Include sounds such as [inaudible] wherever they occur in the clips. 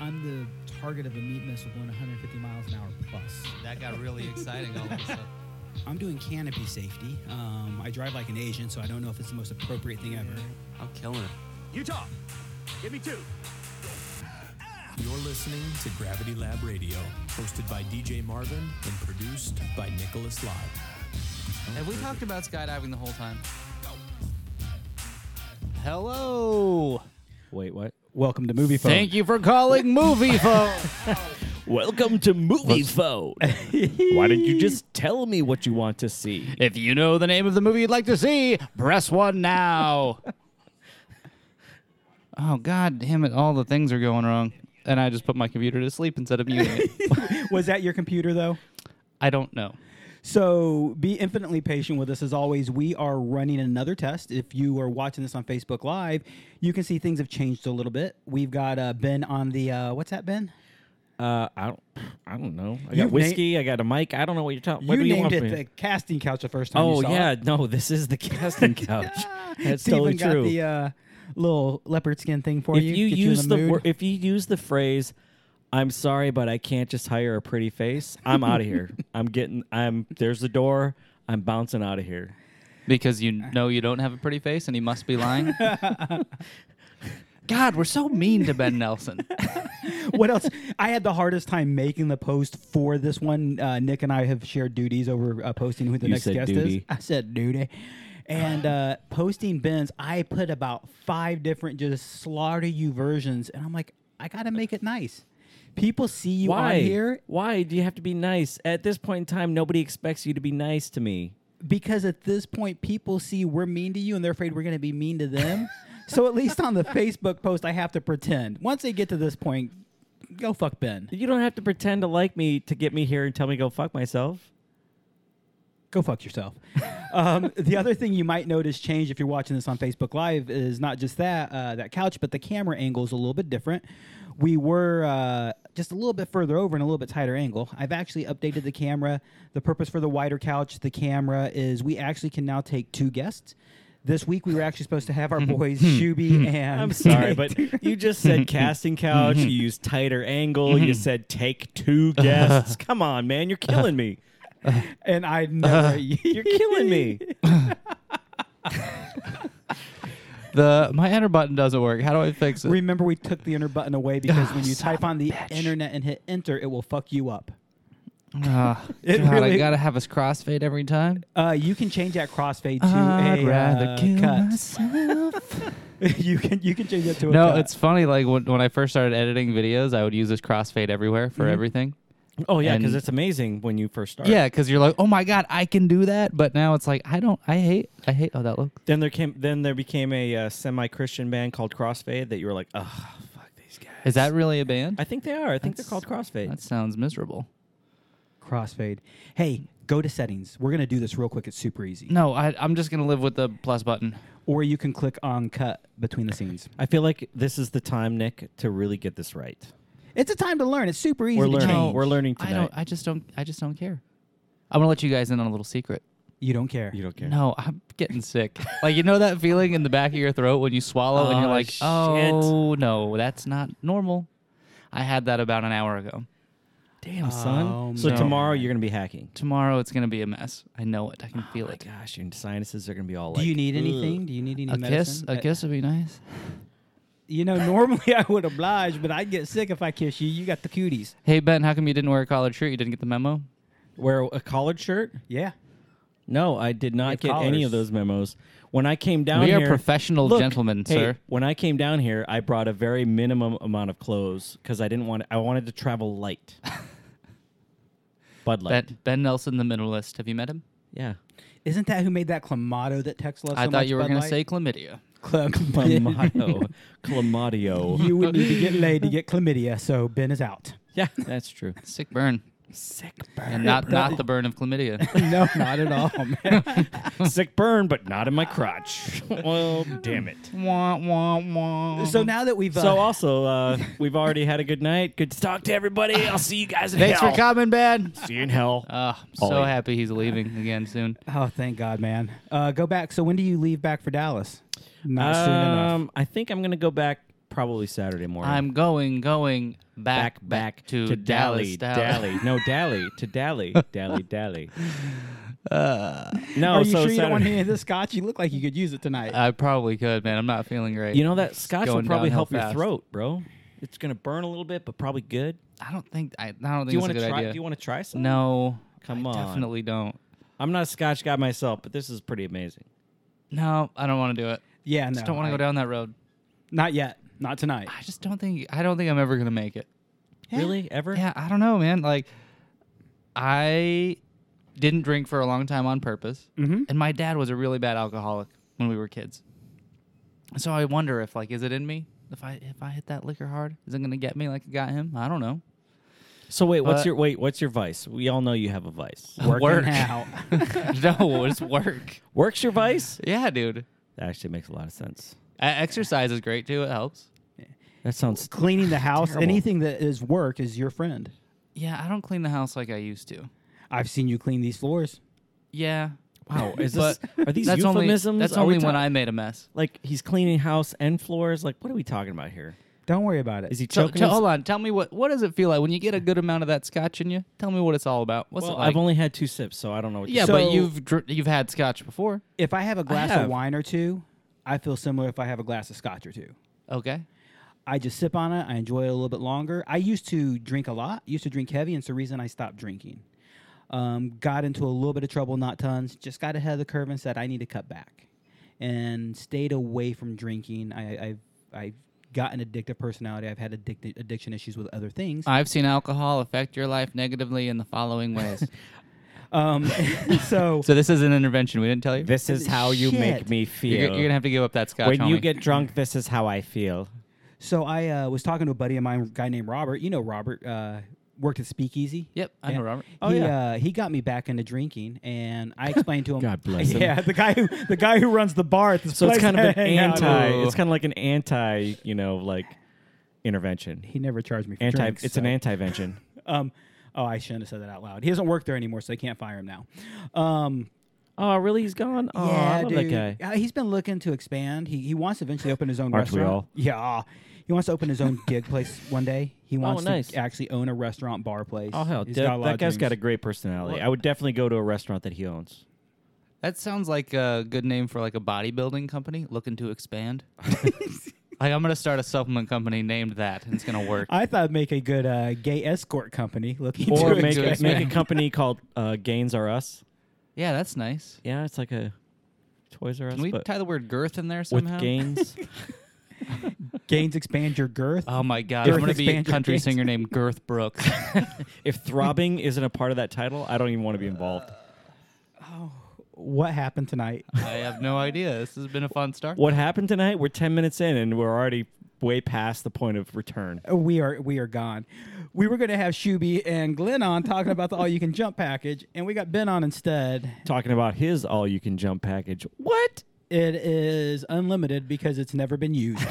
I'm the target of a meat missile going 150 miles an hour plus. That got really exciting all of a sudden. I'm doing canopy safety. Um, I drive like an Asian, so I don't know if it's the most appropriate thing ever. [laughs] I'm killing it. Utah, give me two. You're listening to Gravity Lab Radio, hosted by DJ Marvin and produced by Nicholas Live. Have we talked about skydiving the whole time? Hello. Wait, what? Welcome to Movie Phone. Thank you for calling [laughs] Movie Phone. Welcome to Movie Phone. [laughs] Why didn't you just tell me what you want to see? if you know the name of the movie you'd like to see, press one now. [laughs] oh god damn it, all the things are going wrong. And I just put my computer to sleep instead of muting [laughs] it. Was that your computer, though? I don't know. So be infinitely patient with us as always. We are running another test. If you are watching this on Facebook Live, you can see things have changed a little bit. We've got uh, Ben on the uh, what's that, Ben? Uh, I don't. I don't know. I You've got whiskey. I got a mic. I don't know what you're talking. What you do you named want it from me? the casting couch the first time. you Oh saw yeah, it. no, this is the [laughs] casting couch. [laughs] That's Steven totally got true. the uh, little leopard skin thing for if you. you get in use the, mood. wor- if you use the phrase, "I'm sorry, but I can't just hire a pretty face," I'm out [laughs] of here. I'm getting. I'm there's the door. I'm bouncing out of here. Because you know you don't have a pretty face and he must be [laughs] lying. God, we're so mean to Ben [laughs] Nelson. what else? I had the hardest time making the post for this one. Uh, Nick and I have shared duties over uh, posting who the You next said guest is. duty. I said duty. And uh, posting bins, I put about five different just slaughter you versions. And I'm like, I got to make it nice. People see you Why? on here Why do you have to be nice? At this point in time, nobody expects you to be nice to me. because at this point, people see we're mean to you and they're afraid we're going to be mean to them. so at least on the Facebook post, I have to pretend. Once they get to this point, go fuck Ben. You don't have to pretend to like me to get me here and tell me go fuck [laughs] myself. go fuck yourself. um, [laughs] the other thing you might notice change if you're watching this on Facebook Live is not just that uh, that couch, but the camera angle is a little bit different. We were uh, just a little bit further over and a little bit tighter angle. I've actually updated the camera. The purpose for the wider couch, the camera, is we actually can now take two guests. This week we were actually supposed to have our boys Shuby and Hmm. I'm sorry, [laughs] but you just said casting couch. You used tighter angle. Mm-hmm. You said take two [laughs] guests. Come on, man, you're killing me. [laughs] and I [laughs] never Uh, You're [laughs] killing me. The my enter button doesn't work. How do I fix it? remember we took the enter button away because Ah, when you son type of a on the bitch. internet and hit enter, it will fuck you up. [laughs] Ah, It God, I really- gotta [laughs] have his crossfade every time. Uh, you can change that crossfade to I'd a rather uh, kill cut. myself. [laughs] you can you can change that to a no, cut. it's funny. Like when, when I first started editing videos, I would use this crossfade everywhere for everything. Oh yeah, because And- it's amazing when you first start. Yeah, because you're like, oh my god, I can do that. But now it's like, I don't. I hate. I hate how that looks. Then there came. Then there became a uh, semi-Christian band called Crossfade that you were like, oh fuck these guys. Is that really a band? I think they are. I think That's- they're called Crossfade. that sounds miserable. crossfade. Hey, go to settings. We're gonna do this real quick. It's super easy. No, I, I'm just gonna live with the plus button. Or you can click on cut between the scenes. I feel like this is the time, Nick, to really get this right. It's a time to learn. It's super easy. We're to learning. change. We're learning I tonight. don't. I just don't. I just don't care. I'm gonna let you guys in on a little secret. You don't care. you don't care. No, I'm getting sick. like you know that feeling in the back of your throat when you swallow and you're Oh, like, shit. "Oh no, that's not normal." I had that about an hour ago. Damn, son. Oh, so man. tomorrow you're gonna be hacking. Tomorrow it's gonna be a mess. I know it. I can feel My it. gosh, your sinuses are gonna be all do like. you need "Ugh." anything? Do you need any A kiss, medicine? a Uh, kiss would be nice. You know, normally I would oblige, but I'd get sick if I kiss you. You got the cuties. Hey Ben, how come you didn't wear a collared shirt? You didn't get the memo. Wear a collared shirt? Yeah. No, I did not You get have any of collars. those memos. When I came down we are here, professional Look, gentlemen, hey, sir. When I came down here, I brought a very minimum amount of clothes because I didn't want. I wanted to [laughs] travel light. Bud Light. Ben, ben Nelson, the minimalist. Have you met him? [laughs] Yeah. Isn't that who made that clamato that texts loves I so thought much, you were Bud gonna Light? [laughs] say chlamydia. Clam- [laughs] Clamato. Clamadio. [laughs] you would need to get laid to get chlamydia, so Ben is out. [laughs] Yeah, that's true. Sick burn, Sick burn. and not not the burn of chlamydia. [laughs] no, not at all, man. Sick burn, but not in my crotch. [laughs] well, damn it. wah, wah, wah. So now that we've uh, So also, uh, we've already had a good night. Good to talk to everybody. I'll see you guys in thanks hell. for coming, Ben. See you in hell. Oh, I'm so Ollie. happy he's leaving again [laughs] soon. Oh, thank God, man. Uh, go back. So when do you leave back for Dallas? Not soon enough. I think Um, I'm gonna go back probably Saturday morning. I'm going, going back, back back to, Dally, Dallas, Dally. No, Dally to Dally, Dally, Dally. Uh, no, Are you so sure you don't want Saturday- any of this scotch? You look like you could use it tonight. [laughs] I probably could, man. I'm not feeling great. You know that scotch will going probably downhill help your fast. throat, bro. It's gonna burn a little bit, but probably good. I don't think I, I don't think Do you it's want a to good try? idea. Do you want to try some? no, Come I on. definitely don't. I'm not a Scotch guy myself, but this is pretty amazing. No, I don't want to do it. yeah, no. I just don't want to I- go down that road. Not yet. Not [laughs] tonight. I just don't think I don't think I'm ever gonna make it. Really? Ever? Yeah, I don't know, man. Like, I didn't drink for a long time on purpose, Mm-hmm. Mhm. and my dad was a really bad alcoholic when we were kids. So I wonder if, like, is it in me? If I if I hit that liquor hard, is it gonna get me like it got him? I don't [laughs] know. [laughs] So wait, what's But- your wait? What's your vice? We all know you have a vice. Working [laughs] work. out. no, it's work. Works your vice? Yeah, dude. That actually makes a lot of sense. Uh, exercise is great too. It helps. That sounds Cleaning the house, Terrible. anything that is work is your friend. Yeah, I don't clean the house like I used to. I've seen you clean these floors. Yeah. wow. [laughs] Is But this are these that's euphemisms? Only, that's Are we only when talk- I made a mess. like he's cleaning house and floors. Like what are we talking about here? Don't worry about it. Is he So, choking? so us? hold on. Tell me what what does it feel like when you get a good amount of that scotch in you? Tell me what it's all about. What's well, it like? I've only had two sips, so I don't know. What to yeah, So- say. but you've dr- you've had scotch before. if I have a glass have. of wine or two, I feel similar if I have a glass of scotch or two. Okay. I just sip on it. I enjoy it a little bit longer. I used to drink a lot. Used to drink heavy, and it's the reason I stopped drinking. Um, got into a little bit of trouble, not tons. Just got ahead of the curve and said I need to cut back, and stayed away from drinking. I, I I've got an addictive personality. I've had addicti- addiction issues with other things. [laughs] I've seen alcohol affect your life negatively in the following ways. Um, [laughs] so [laughs] so this is an intervention. We didn't tell you. This is how you make Shit. me feel. You're, go- you're gonna have to give up that scotch. when you homie. get drunk, this is how I feel. So I uh, was talking to a buddy of mine, a guy named Robert. You know Robert, uh, worked at Speakeasy. Yep, I know Robert. Oh he, yeah, uh, he got me back into drinking, and I explained to him. [laughs] God bless him. Yeah, the guy who the guy who runs the bar at this So place. [laughs] it's kind of an I hang out anti. with. It's kind of like an anti, you know, like intervention. He never charged me for Anti. drinks, it's so. an anti-vention. Um, oh, I shouldn't have said that out loud. He doesn't work there anymore, so they can't fire him now. Um, [laughs] oh, really? He's gone. Oh, yeah, I love dude. that guy. Uh, he's been looking to expand. He he wants to eventually open his own Aren't we restaurant. all? Yeah, he wants to open his [laughs] own gig place one day. He wants Oh, nice. to actually own a restaurant bar place. Oh hell, He's that, got a lot that of guy's got a dreams. great personality. Well- I would definitely go to a restaurant that he owns. That sounds like a good name for like a bodybuilding company looking to expand. [laughs] like I'm gonna start a supplement company named that, and it's gonna work. I thought make a good uh, gay escort company looking Or to make to a, make a expand. company called uh, Gains Are Us. yeah, that's nice. Yeah, it's like a Toys R Us, Can we but tie the word girth in there somehow? with gains. gains expand your girth. Uh, Oh my god, Girth I'm gonna be a expander country gains. singer named Girth Brooks. if throbbing isn't a part of that title, I don't even want to be involved. what happened tonight? I have no idea. This has been a fun start. What happened tonight? We're ten minutes in, and we're already way past the point of return. we are we are gone. We were going to have Shuby and Glenn on talking about the all you can jump package, and we got Ben on instead. Talking about his all-you-can-jump package. What? It is unlimited because it's never been [laughs] used.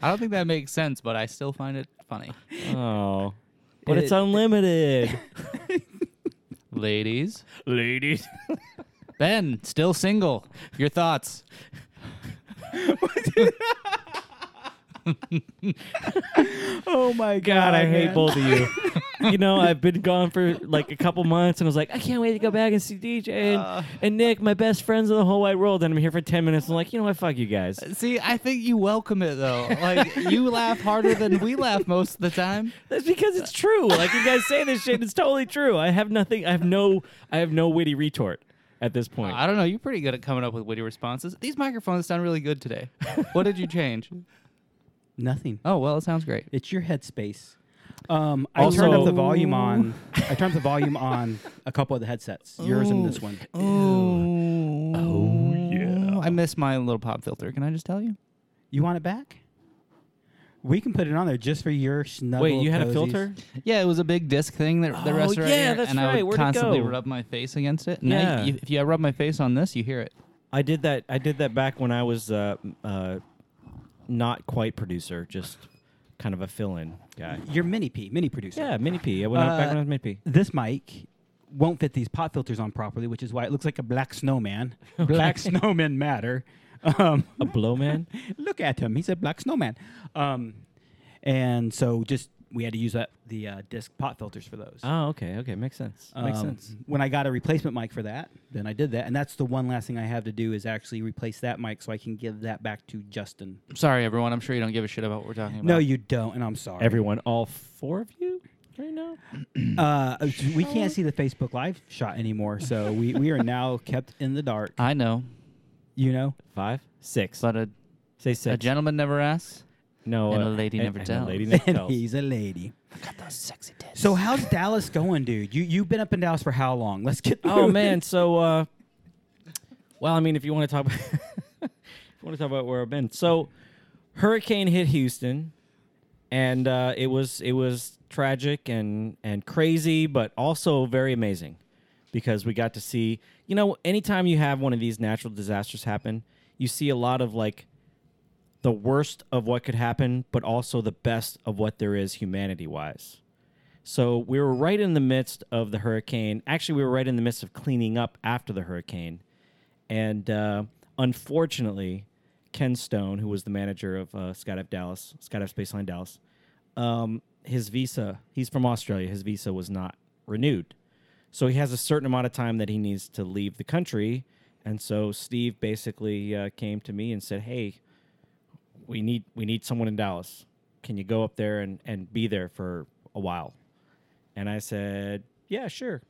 I don't think that makes sense, but I still find it funny. Oh, but it's It- [laughs] unlimited, Ladies, ladies. Ben, still single. Your thoughts? oh [laughs] my God, I hate man. both of you. you know, I've been gone for like a couple months, and I was like, I can't wait to go back and see DJ and, and Nick, my best friends in the whole wide world. And I'm here for ten minutes. And I'm like, you know what? Fuck you guys. See, I think you welcome it though. Like [laughs] you laugh harder than we laugh most of the time. That's because it's true. Like you guys say this shit, it's totally true. I have nothing. I have no. I have no witty retort at this point. I don't know. You're pretty good at coming up with witty responses. These microphones sound really good today. what did you change? Nothing. Oh well, it sounds great. It's your headspace. Um, I Also- turned up the volume on. I turned up the volume on a couple of the headsets, yours and this one. Oh, yeah. I miss my little pop filter. Can I just tell you? You want it back? We can put it on there just for your snuggle. Wait, you had a cozies. filter? Yeah, it was a big disc thing that the Oh, rest yeah, here, that's and right. I would Where'd it constantly go? rub my face against it. Now Yeah. you- if you rub my face on this, you hear it. I did that. I did that back when I was uh, uh, not quite producer, just kind of a fill-in guy. Your mini P, mini producer. Yeah, mini P. I went out back Uh, when I was mini P. This mic [laughs] won't fit these pot filters on properly, which is why it looks like a black snowman. Black snowmen matter. Um, A blow man? [laughs] look at him. He's a black snowman. Um, and so just we had to use that, the uh, disc pot filters for those. Oh, okay, okay, makes sense. Makes Um, sense. When I got a replacement mic for that, then I did that, and that's the one last thing I have to do is actually replace that mic so I can give that back to Justin. Sorry, everyone. I'm sure you don't give a shit about what we're talking about. No, you don't, and I'm sorry. Everyone, all four of you right [clears throat] now? uh, we can't see the Facebook Live shot anymore, so we, we are now kept in the dark. I know, You [laughs] know, Five, six. but a, Say six. a gentleman never asks. no, and uh, a lady never and a lady tells. never [laughs] and tells. he's a lady. Those sexy tits. So how's Dallas going, dude? You you've been up in Dallas for how long? Let's get. [laughs] Oh through man, so uh, well, I mean, if you want to talk, [laughs] about, if you want to talk about where I've been, so hurricane hit Houston, and uh, it was it was tragic and and crazy, but also very amazing because we got to see. You know, anytime you have one of these natural disasters happen, you see a lot of like the worst of what could happen, but also the best of what there is humanity wise. So we were right in the midst of the hurricane. Actually, we were right in the midst of cleaning up after the hurricane. And uh, unfortunately, Ken Stone, who was the manager of uh, Skydive Dallas, Skydive Spaceline Dallas, um, his visa, he's from Australia, his visa was not renewed. So he has a certain amount of time that he needs to leave the country. And so Steve basically uh, came to me and said, Hey, we need we need someone in Dallas. Can you go up there and, and be there for a while? And I said, Yeah, sure.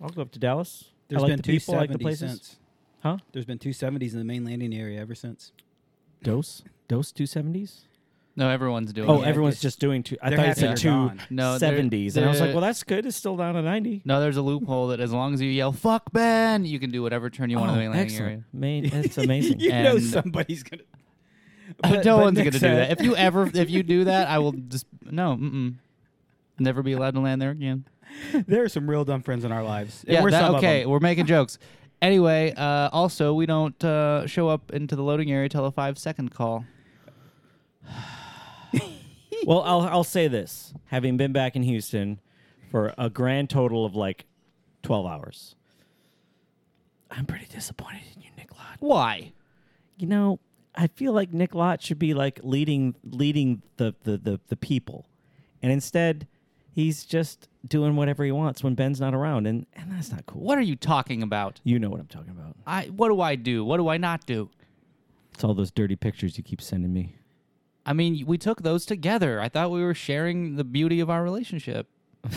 I'll go up to Dallas. [laughs] There's I like been the two people, I like the seventies places. since. Huh? There's been two seventies in the main landing area ever since. Dose? Dose two seventies? no, everyone's doing. Oh, it. Yeah, everyone's 'cause just doing two I they're thought you happy said they're two gone. No, they're- seventies. And I was like, they're- Well that's good, it's still down to ninety. No, there's a loophole that as long as you yell "fuck Ben," you can do whatever turn you want in the Oh, main landing excellent. area. Man, that's [laughs] [laughs] amazing. you know And- somebody's [laughs] gonna. But, no one's gonna Nick do said- that. If you ever, if you do that, I will just no, mm-mm. never be allowed to land there again. There are some real dumb friends in our lives. and Yeah, we're that- some of okay, them. we're making jokes. Anyway, uh, also we don't uh, show up into the loading area till a five second call. well, I'll I'll say this: having been back in Houston for a grand total of like twelve hours, I'm pretty disappointed in you, Nick Lott. Why? You know, I feel like Nick Lott should be like leading leading the the the, the people, and instead. He's just doing whatever he wants when Ben's not around, and, and that's not cool. What are you talking about? You know what I'm talking about. I what do I do? What do I not do? It's all those dirty pictures you keep sending me. I mean, we took those together. I thought we were sharing the beauty of our relationship. [laughs]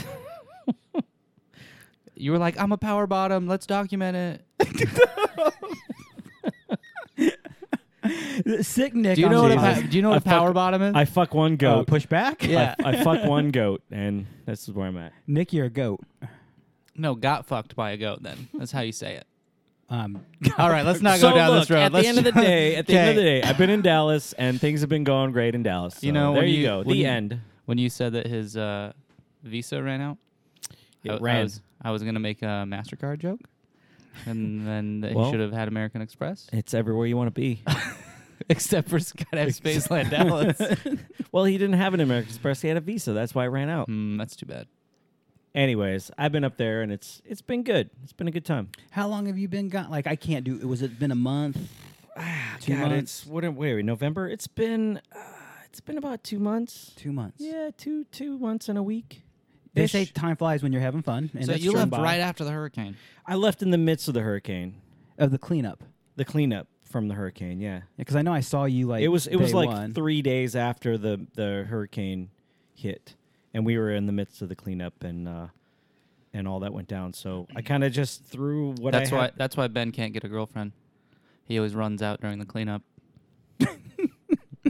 you were like, "I'm a power bottom. Let's document it." Sick Nick. Do you know on what a, the Jesus. pa- do you know what a I fuck- power bottom is? I fuck one pod. Uh, goat. push back. yeah. I, I fuck one goat, and this is where I'm at. Nick, you're a goat. no, got fucked by a goat. Then that's how you say [laughs] it. Um, All right, let's not go down look, this road. At Let's the end [laughs] of the day, at the end of the Okay. day, I've been in Dallas and things have been going great in Dallas. You So know, there when you, you- go. The when you- end. when you said that his uh, visa ran out, It I, I ran. was, I was gonna make a Mastercard joke, [laughs] and then that Well- he should have had American Express, It's everywhere you want to be. [laughs] except for Skydive Spaceland Dallas. [laughs] well, he didn't have an American Express. He had a Visa. That's why it ran out. [laughs] Hmm, that's too bad. Anyways, I've been up there and it's it's been good. It's been a good time. how long have you been gone? Like I can't do. It was it been a month? Two Ah, God, months. it's what? are- Wait, wait, November. It's been uh, it's been about two months. Two months. Yeah, two two months and a week. They Ish. say time flies when you're having fun. And so that's you true. left Bob. right after the hurricane. I left in the midst of the hurricane, of the cleanup. the cleanup from the hurricane. Yeah. Because I know I saw you like it was it was day like one. three days after the the hurricane hit, and we were in the midst of the cleanup and uh, and all that went down. So I kind of just threw what that's I why. had. That's why Ben can't get a girlfriend. He always runs out during the [laughs] cleanup.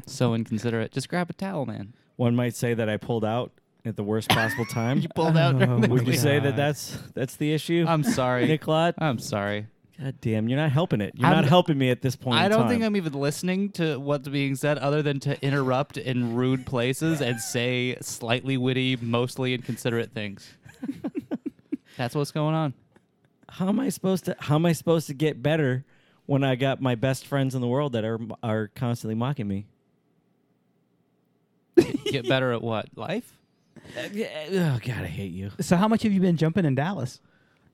so inconsiderate. Just grab a towel, man. One might say that I pulled out at the [laughs] worst possible time. You pulled out. during the my Would you say that God. that's that's the issue? I'm sorry. Nick Lott? I'm sorry. God damn, you're not helping it. You're I'm- not helping me at this point. I in don't time. think I'm even listening to what's being said other than to interrupt in rude places and say slightly witty, mostly inconsiderate things. [laughs] That's what's going on. How am I supposed to? How am I supposed to get better when I got my best friends in the world that are are constantly mocking me? Get better at what? Life? Uh, yeah, Oh God, I hate you. So how much have you been jumping in Dallas?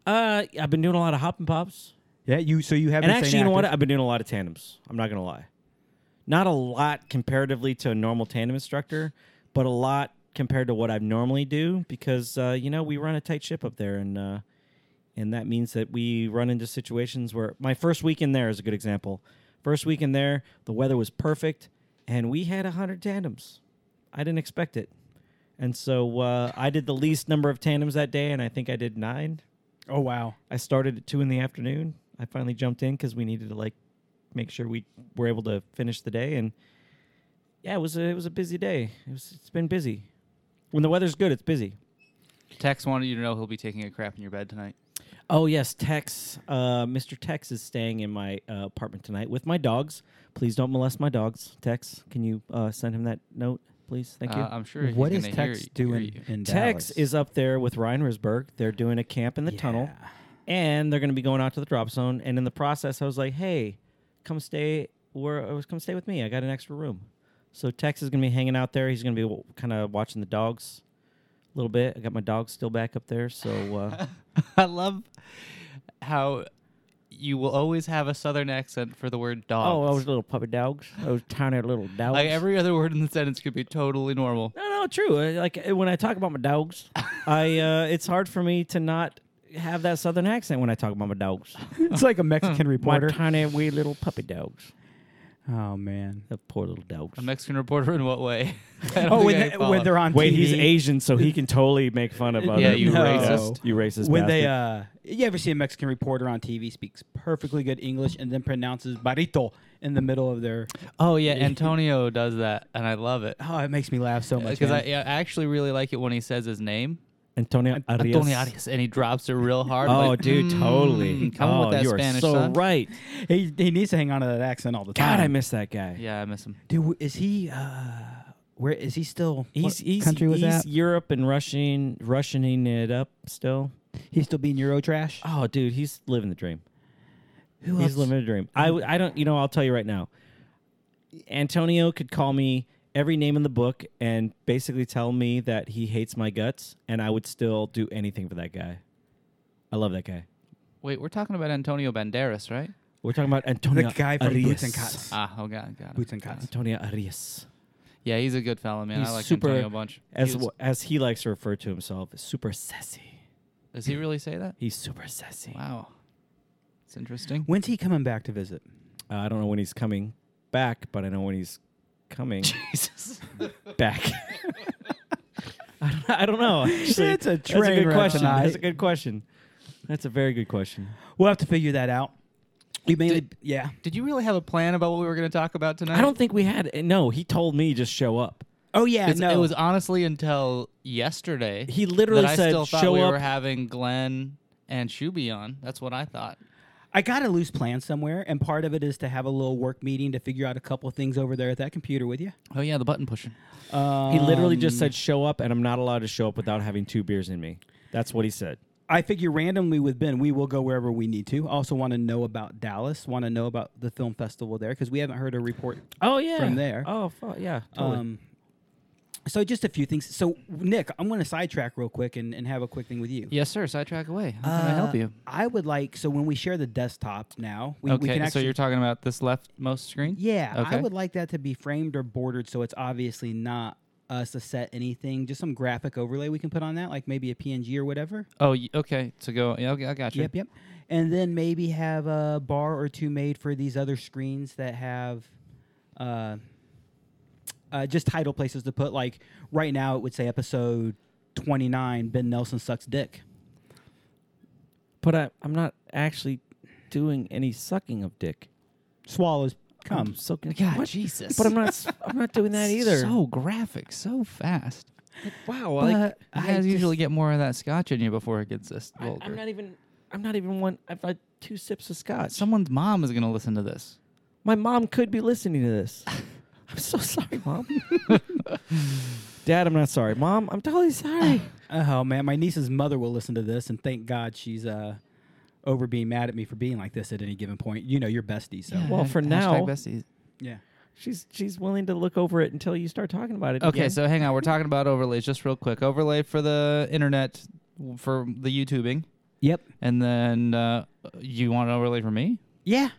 Uh, I've been doing a lot of hop and pops. Yeah, you. So you have. been and staying actually, you know what? active. I've been doing a lot of tandems. I'm not gonna lie, not a lot comparatively to a normal tandem instructor, but a lot compared to what I normally do because uh, you know we run a tight ship up there, and uh, and that means that we run into situations where my first week in there is a good example. First week in there, the weather was perfect, and we had hundred tandems. I didn't expect it, and so uh, I did the least number of tandems that day, and I think I did nine. Oh wow. I started at two in the afternoon. I finally jumped in because we needed to like make sure we were able to finish the day. And yeah, it was a, it was a busy day. It was it's been busy. When the weather's good, it's busy. Tex wanted you to know he'll be taking a crap in your bed tonight. Oh yes, Tex, uh, Mr. Tex is staying in my uh, apartment tonight with my dogs. Please don't molest my dogs, Tex. Can you uh, send him that note, please? Thank you. Uh, I'm sure. what he's is gonna Tex hear, you- hear doing you. in Tex Dallas? is up there with Ryan Risberg. They're doing a camp in the tunnel, Yeah. and they're going to be going out to the drop zone. And in the process, I was like, "Hey, come stay. Where? uh, Come stay with me. I got an extra room." So Tex is going to be hanging out there. He's going to be kind of watching the dogs a little bit. I got my dogs still back up there, so uh, [laughs] [laughs] I love how you will always have a southern accent for the word oh, dogs. those little puppy dogs, those tiny little dogs. like every other word in the sentence could be totally normal. No, no, true. Uh, Like uh, when I talk about my [laughs] dogs, I uh, it's hard for me to not have that southern accent when I talk about my dogs. [laughs] It's like a Mexican [laughs] My reporter. tiny wee little puppy dogs. Oh man. The poor little dogs. A Mexican reporter in what way? [laughs] I don't Oh, think when, I they- can follow. when they're on. [laughs] Wait, TV, he's Asian, so he can totally make fun of other. Yeah, you No. racist. You racist. When they uh, you ever see a Mexican reporter on TV speaks perfectly good English and then pronounces "barito" in the middle of their. Oh [laughs] yeah, Antonio does that, and I love it Oh, it makes me laugh so much. because I, man. yeah, I actually really like it when he says his name, uh, Antonio Arias. Antonio Arias, and he drops it real hard. Oh, like, dude, totally. "Mm, come on oh, with that you are Spanish, so son." right. he, he needs to hang on to that accent all the time. God, I miss that guy. Yeah, I miss him. Dude, w- is he? Uh, where is he still? what He's, he's country was he's that? Europe and Russian, Russianing it up still. He's still being Euro trash. Oh, dude, he's living the dream. Uh, Who He's living a dream. I, w- I don't, you know, I'll tell you right now. Antonio could call me every name in the book and basically tell me that he hates my guts, and I would still do anything for that guy. I love that guy. Wait, we're talking about Antonio Banderas, right? We're talking about The Antonio guy from Arias. Boots and Cots. Ah, oh god, god. Boots and Cots. Antonio Arias. Yeah, he's a good fella, man. He's I like super- Antonio a bunch. As, He's- w- as he likes to refer to himself, super sassy. does he really say that? He's super sassy. Wow, it's interesting. When's he coming back to visit? Uh, I don't know when he's coming back, but I know when he's [laughs] coming [laughs] Jesus. back. [laughs] I, don't, I don't know. Actually, It's a That's a train good wreck question. tonight. That's a good question. That's a very good question. We'll have to figure that out. You mainly, Did- yeah. Did you really have a plan about what we were going to talk about tonight? I don't think we had. No, he told me just show up. Oh yeah, It's- no. It was honestly until yesterday. He literally that I said, still thought "Show we up." were having Glenn and Shuby on. That's what I thought. I got a loose plan somewhere, and part of it is to have a little work meeting to figure out a couple things over there at that computer with you. Oh yeah, the button pushing. Um, He literally just said show up, and I'm not allowed to show up without having two beers in me. That's what he said. Um, I figure randomly with Ben, we will go wherever we need to. Also, want to know about Dallas. Want to know about the film festival there because we haven't heard a report. Oh yeah. From there. Oh fuck yeah. Totally. Um, so just a few things. So Nick, I'm going to sidetrack real quick and, and have a quick thing with you. Yes, sir. Sidetrack away. How can I help Uh, you? I would like so when we share the desktop now, we, we okay, can so actually you're talking about this leftmost screen? Yeah, Okay. I would like that to be framed or bordered so it's obviously not us to set anything, just some graphic overlay we can put on that, like maybe a PNG or whatever. Oh, y- okay. To go. Yeah, okay, I got you. Yep, yep. And then maybe have a bar or two made for these other screens that have uh, uh, just title places to put. Like right now, it would say episode 29 Ben Nelson Sucks Dick. but I, I'm not actually doing any sucking of dick. Swallows I'm come. so con- God, what? Jesus. But I'm not. s- I'm not doing that either. [laughs] So graphic, so fast. wow. But I you guys just- usually get more of that scotch in you before it gets this I, vulgar. I'm not even. I'm not even one. I've had two sips of scotch. Someone's mom is going to listen to this. My mom could be listening to this. I'm so sorry, mom. [laughs] Dad, I'm not sorry. Mom, I'm totally sorry. Oh man, my niece's mother will listen to this, and thank God she's uh, over being mad at me for being like this at any given point. You know, your bestie, so Well, for Hashtag now- besties. yeah. she's she's willing to look over it until you start talking about it. Okay, again. so hang on. We're talking about overlays just real quick. Overlay for the internet, w- for the YouTubing, Yep. and then uh, You want an overlay for me? Yeah.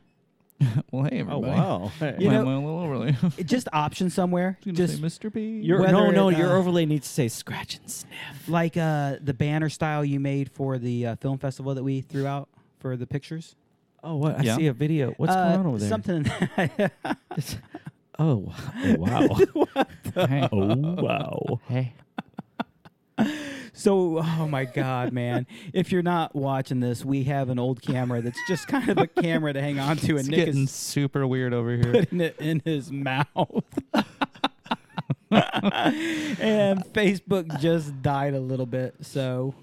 Well, hey, Oh everybody. [laughs] wow. Hey. [laughs] You You know- know, a little overlay. [laughs] It- Just option somewhere. Gonna Just say Mr. B. Your, Whether no, no, it, your uh, overlay needs to say scratch and sniff. like uh, the banner style you made for the uh, film festival that we threw out for the pictures. Oh, what? I Yeah. see a video. What's Uh, going on over there? Something. [laughs] Oh, wow. Oh, wow. [laughs] hey. [laughs] oh, [laughs] wow. hey. so, oh my God, man! If you're not watching this, we have an old camera that's just kind [laughs] of a camera to hang on to, and It's Nick getting is super weird over [laughs] here. putting it in his mouth. [laughs] and Facebook just died a little bit, so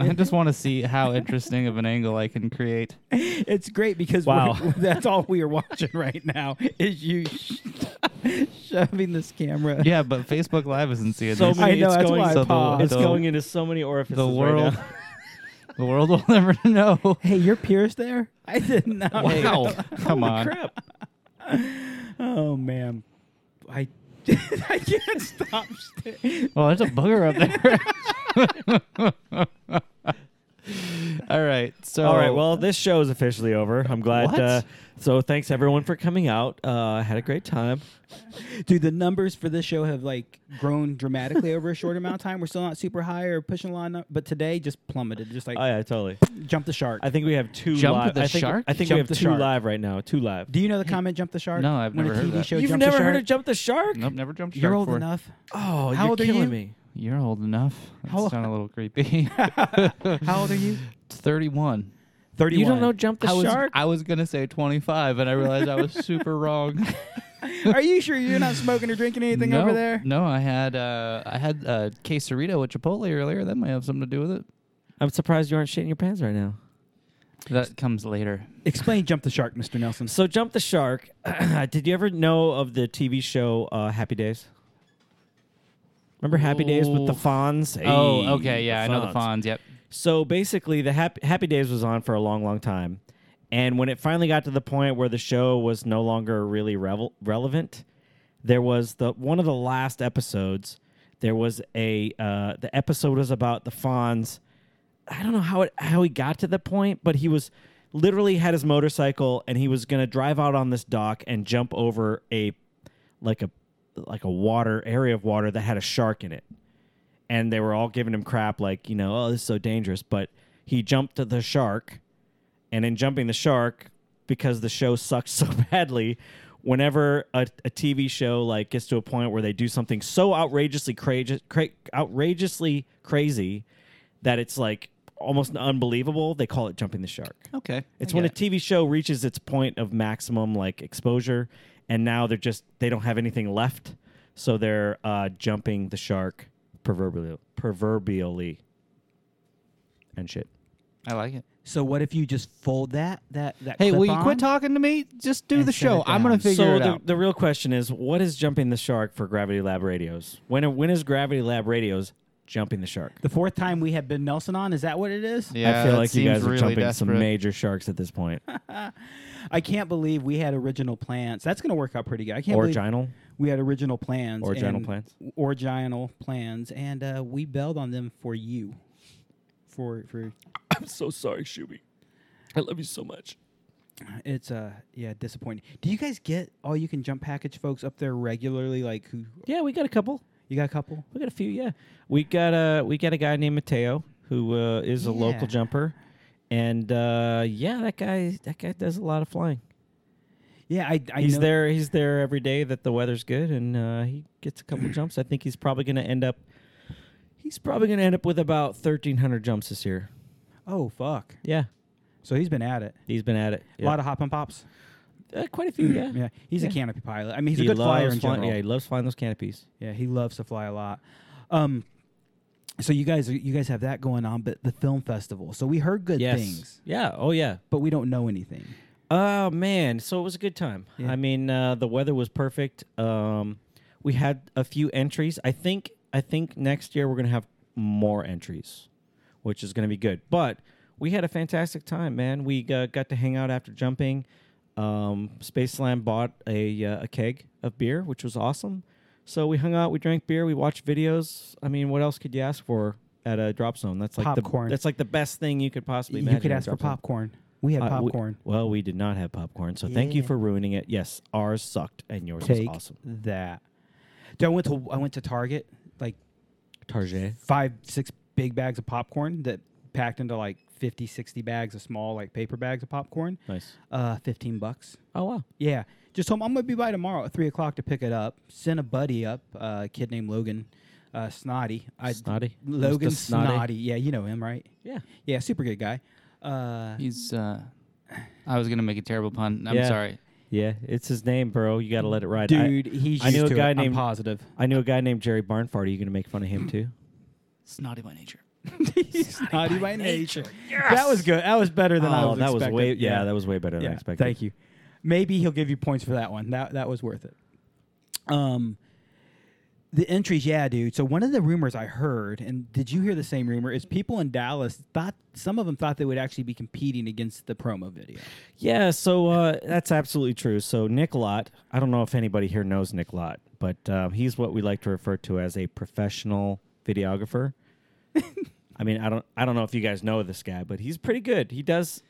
I just want to see how interesting of an angle I can create. it's great because Wow. we're- [laughs] that's all we are watching right now is you sh- [laughs] shoving this camera. Yeah, but Facebook Live isn't seeing So this. many, I know, it's that's going, why I So the- paused. it's the- going into so many orifices. the right world, now. [laughs] the world will [laughs] never know. Hey, you're pierced there? I did not. Wow, come on. Crap. Oh man, I [laughs] I can't stop. st- Well, there's a booger up there. [laughs] All right. So [laughs] All right. Well, this show is officially over. I'm glad. What? Uh, so thanks everyone for coming out. Uh, I had a great time. Dude, the numbers for this show have like grown dramatically over a short amount of time. We're still not super high or pushing a lot, of, but today just plummeted. Just like Oh yeah, totally. jump the shark. I think we have two. Jump live. the I think, shark? I think Jump we have the two shark. live right now. Two live. Do you know the comment "Jump the Shark"? No, I've when never a heard TV that. show. You've Jump never the shark, heard of jump the shark? nope, never jumped. You're shark old before. enough. Oh, How you're old are killing you? me. You're old enough. That How- sound a little [laughs] creepy. How old are you? Thirty-one. Thirty. You don't know jump the I was shark? I was gonna say twenty-five, and I realized I [laughs] was super wrong. are you sure you're not smoking or drinking anything no, over there? No, I had uh, I had uh, quesarito at Chipotle earlier. That might have something to do with it. I'm surprised you aren't shitting your pants right now. That comes later. Explain "Jump the Shark," Mr. Nelson. So jump the shark. [clears throat] Did you ever know of the TV show uh, Happy Days? Remember Happy Days with the Oh. Fonz? Hey, oh, okay, yeah, I know the Fonz. Fonz. Yep. So basically, the Happy, Happy Days was on for a long, long time, and when it finally got to the point where the show was no longer really revel- relevant, there was the one of the last episodes. There was a uh, the episode was about the Fonz. I don't know how it how he got to the point, but he was literally had his motorcycle and he was gonna drive out on this dock and jump over a like a like a water area of water that had a shark in it and they were all giving him crap like you know oh this is so dangerous but he jumped the shark and in jumping the shark because the show sucked [laughs] so badly whenever a, a tv show like gets to a point where they do something so outrageously crazy cra- outrageously crazy that it's like almost unbelievable they call it jumping the shark Okay. it's when a TV show reaches its point of maximum like exposure, and now they're just they don't have anything left, so they're uh, jumping the shark proverbially, proverbially, and shit. I like it. So what if you just fold that that that? Hey, will you clip-on? quit talking to me? Just do and the set it show. I'm down. gonna figure so it the, out. the real question is, what is jumping the shark for Gravity Lab Radios? When are, when is Gravity Lab Radios jumping the shark? The fourth time we have been Nelson on, is that what it is? I feel like you guys are jumping some major sharks at this point, I can't believe we had original plans. That's going to work out pretty good. I can't believe original. we had original plans. Original and- plans? Original plans, and uh, we bailed on them for you. For for I'm so sorry, Shuby. I love you so much. it's uh yeah disappointing. Do you guys get all you can jump package folks up there regularly? Like who Yeah, we got a couple. you got a couple? We got a few, yeah. We got a we got a guy named Mateo who uh, is a Yeah. local jumper, and uh, yeah, that guy that guy does a lot of flying. Yeah, I, I he's know- there. He's there every day that the weather's good, and uh, he gets [clears throat] a couple jumps. I think he's probably going to end up. He's probably going to end up with about thirteen hundred jumps this year. Oh fuck! Yeah, So he's been at it. he's been at it. A lot of hop and pops. uh, quite a few. Yeah, [clears throat] Yeah, he's a Yeah. canopy pilot. I mean, he's He a good flyer loves in flying- general. Yeah, he loves flying those canopies. Yeah, he loves to fly a lot. Um, so you guys, you guys have that going on, but the film festival. So we heard good Yes. things, Yeah. Oh yeah. but we don't know anything. Oh man, so it was a good time. Yeah. I mean, uh, the weather was perfect. Um, we had a few entries. I think I think next year we're gonna have more entries, which is gonna be good. But we had a fantastic time, man. We uh, got to hang out after jumping. Um, Space Slam bought a uh, a keg of beer, which was awesome. So we hung out, we drank beer, we watched videos. I mean, what else could you ask for at a drop zone? That's like Popcorn. The, that's like the best thing you could possibly. you imagine could at a ask for drop zone. popcorn. We had Uh, we- popcorn. well, we did not have popcorn, so thank you Yeah. for ruining it. Yes, ours sucked and yours Take was awesome. that. Dude, I went to I went to Target like Target. five six big bags of popcorn that packed into like 50 60 bags of small like paper bags of popcorn Nice. uh 15 bucks Oh wow. yeah just home i'm gonna be by tomorrow at three o'clock to pick it up sent a buddy up uh, a kid named logan uh, snotty i Snotty. logan Mr. Snotty. snotty. yeah you know him right Yeah. yeah super good guy uh He's. uh I was gonna make a terrible pun. I'm Yeah. sorry. Yeah, it's his name, bro. You gotta let it ride. I- dude he's I knew used to a guy it. I'm named- positive [laughs] I, knew a guy named Jerry Barnfart. Are you gonna make fun of him too? Snotty by nature. snotty by nature that was good that was better than i oh, was that was expecting. way. Yeah, that was way better than I Yeah, expected. Thank you. Maybe he'll give you points for that one. That that was worth it. Um, the entries, yeah, dude. So one of the rumors I heard, and did you hear the same rumor? Is people in Dallas thought some of them thought they would actually be competing against the promo video. Yeah, so uh, that's absolutely true. So Nick Lott, I don't know if anybody here knows Nick Lott, but um, he's what we like to refer to as a professional [laughs] videographer. I mean, I don't, I don't know if you guys know this guy, but he's pretty good. He does.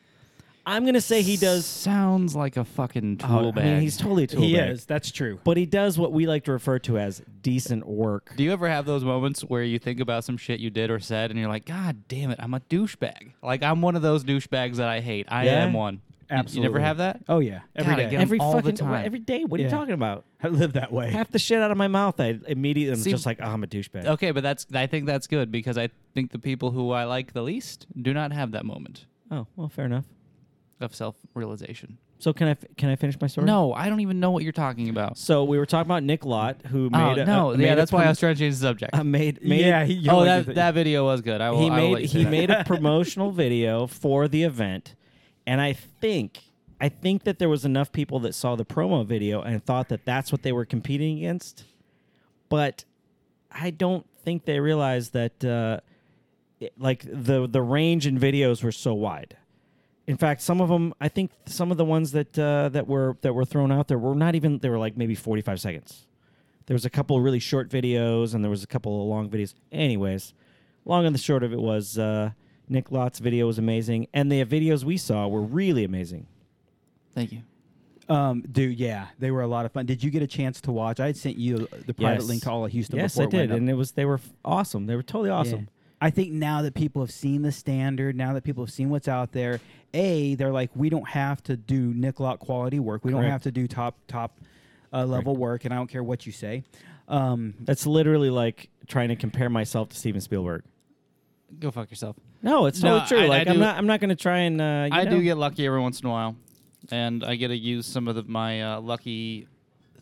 I'm gonna say he does. Oh, Sounds like a fucking tool I bag. mean, he's totally a tool he bag, is. That's true. but he does what we like to refer to as decent work. Do you ever have those moments where you think about some shit you did or said and you're like, God damn it, I'm a douchebag. Like, I'm one of those douchebags that I hate. I Yeah? am one. You- Absolutely. You never have that? Oh yeah, every God, I day. get 'em Every all fucking the time. every day. What are Yeah. you talking about? I live that way. Half the shit out of my mouth, I immediately am See- just like, oh, I'm a douchebag. Okay, but that's I think that's good because I think the people who I like the least do not have that moment Oh, well, fair enough. of self realization. So can I f- can I finish my story? No, I don't even know what you're talking about. So we were talking about Nick Lott, who Oh, made a, no, a- made yeah, a that's why I prom- was trying to change the subject. uh, made, made yeah, he, you're oh, like that, the- that video was good. Oh, I will. he I will let made you say he that. made a promotional video for the event, and I think I think that there was enough people that saw the promo video and thought that that's what they were competing against, but I don't think they realized that uh, it- like the the range in videos were so wide. In fact, some of them, I think some of the ones that uh, that were that were thrown out there were not even. They were like maybe forty five seconds. There was a couple of really short videos, and there was a couple of long videos. Anyways, long and the short of it was uh, Nick Lott's video was amazing, and the videos we saw were really amazing. [laughs] Thank you. um, dude. Yeah, they were a lot of fun. Did you get a chance to watch? I had sent you the private Yes. link to all of Houston. Yes, before I it went did, up. and it was they were f- awesome. They were totally Yeah. awesome. I think now that people have seen the standard, now that people have seen what's out there, a they're like, we don't have to do Nicolot quality work. We don't Correct. have to do top top uh, level work, and I don't care what you say. Um, That's literally like trying to compare myself to Steven Spielberg. Go fuck yourself. No, it's No, totally true. I- I like I'm do- not I'm not going to try and uh, you I know. do get lucky every once in a while, and I get to use some of the, my uh, lucky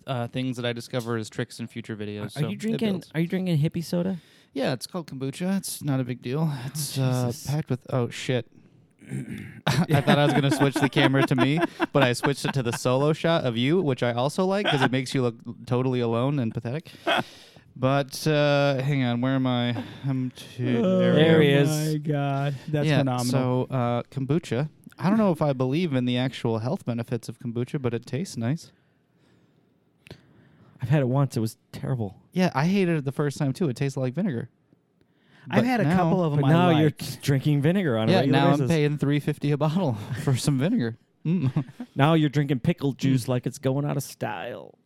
uh, things that I discover as tricks in future videos. so Are you it drinking? builds. Are you drinking hippie soda? Yeah, it's called kombucha. It's not a big deal. It's uh, Oh, Jesus. packed with oh [laughs] shit. I thought I was gonna switch the camera to me, but I switched it to the solo shot of you, which I also like because it makes you look totally alone and pathetic. But uh, hang on, where am I? I'm too. there we Uh, There go. he is. oh My God, that's yeah, phenomenal. So uh, kombucha. I don't know if I believe in the actual health benefits of kombucha, but it tastes nice. I've had it once. It was terrible. Yeah, I hated it the first time too. It tasted like vinegar. I've but had a now- couple of But them. I now like. you're just drinking vinegar on a yeah, regular now I'm basis. paying three fifty a bottle [laughs] for some vinegar. Mm. Now you're drinking pickle juice like it's going out of style.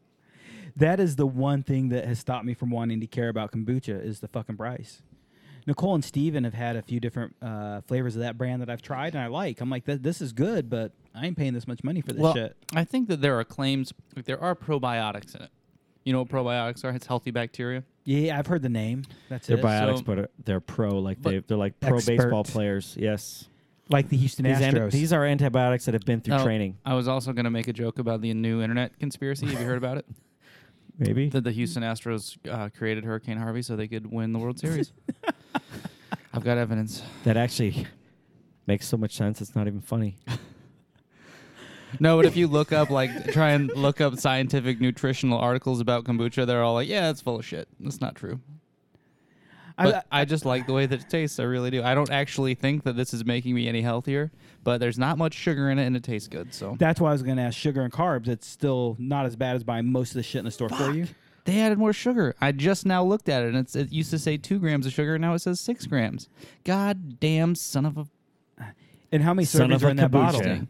That is the one thing that has stopped me from wanting to care about kombucha is the fucking price. Nicole and Steven have had a few different uh, flavors of that brand that I've tried and I like. I'm like, "Th- this is good, but I ain't paying this much money for this [laughs] well, shit. I think that there are claims like there are probiotics in it. You know what probiotics are? It's healthy bacteria. Yeah, I've heard the name. That's They're it. biotics, so- but uh, they're pro. Like But they, they're like pro Expert. baseball players. Yes, like the Houston these, Astros. an- these are antibiotics that have been through Oh, training. I was also going to make a joke about the new internet conspiracy. Have you heard [laughs] about it? Maybe That the Houston Astros uh, created Hurricane Harvey so they could win the World [laughs] Series. I've got evidence. that actually [laughs] makes so much sense. It's not even funny. No, but if you look up, like, try and look up scientific nutritional articles about kombucha, they're all like, yeah, it's full of shit. That's not true. But I, just like the way that it tastes. I really do. I don't actually think that this is making me any healthier, but there's not much sugar in it and it tastes good. So that's why I was going to ask sugar and carbs. It's still not as bad as buying most of the shit in the store for you. they added more sugar. I just now looked at it and it's, it used to say two grams of sugar. Now it says six grams. God damn son of a. And how many Son servings of are a in that bottle? kombucha. Yeah.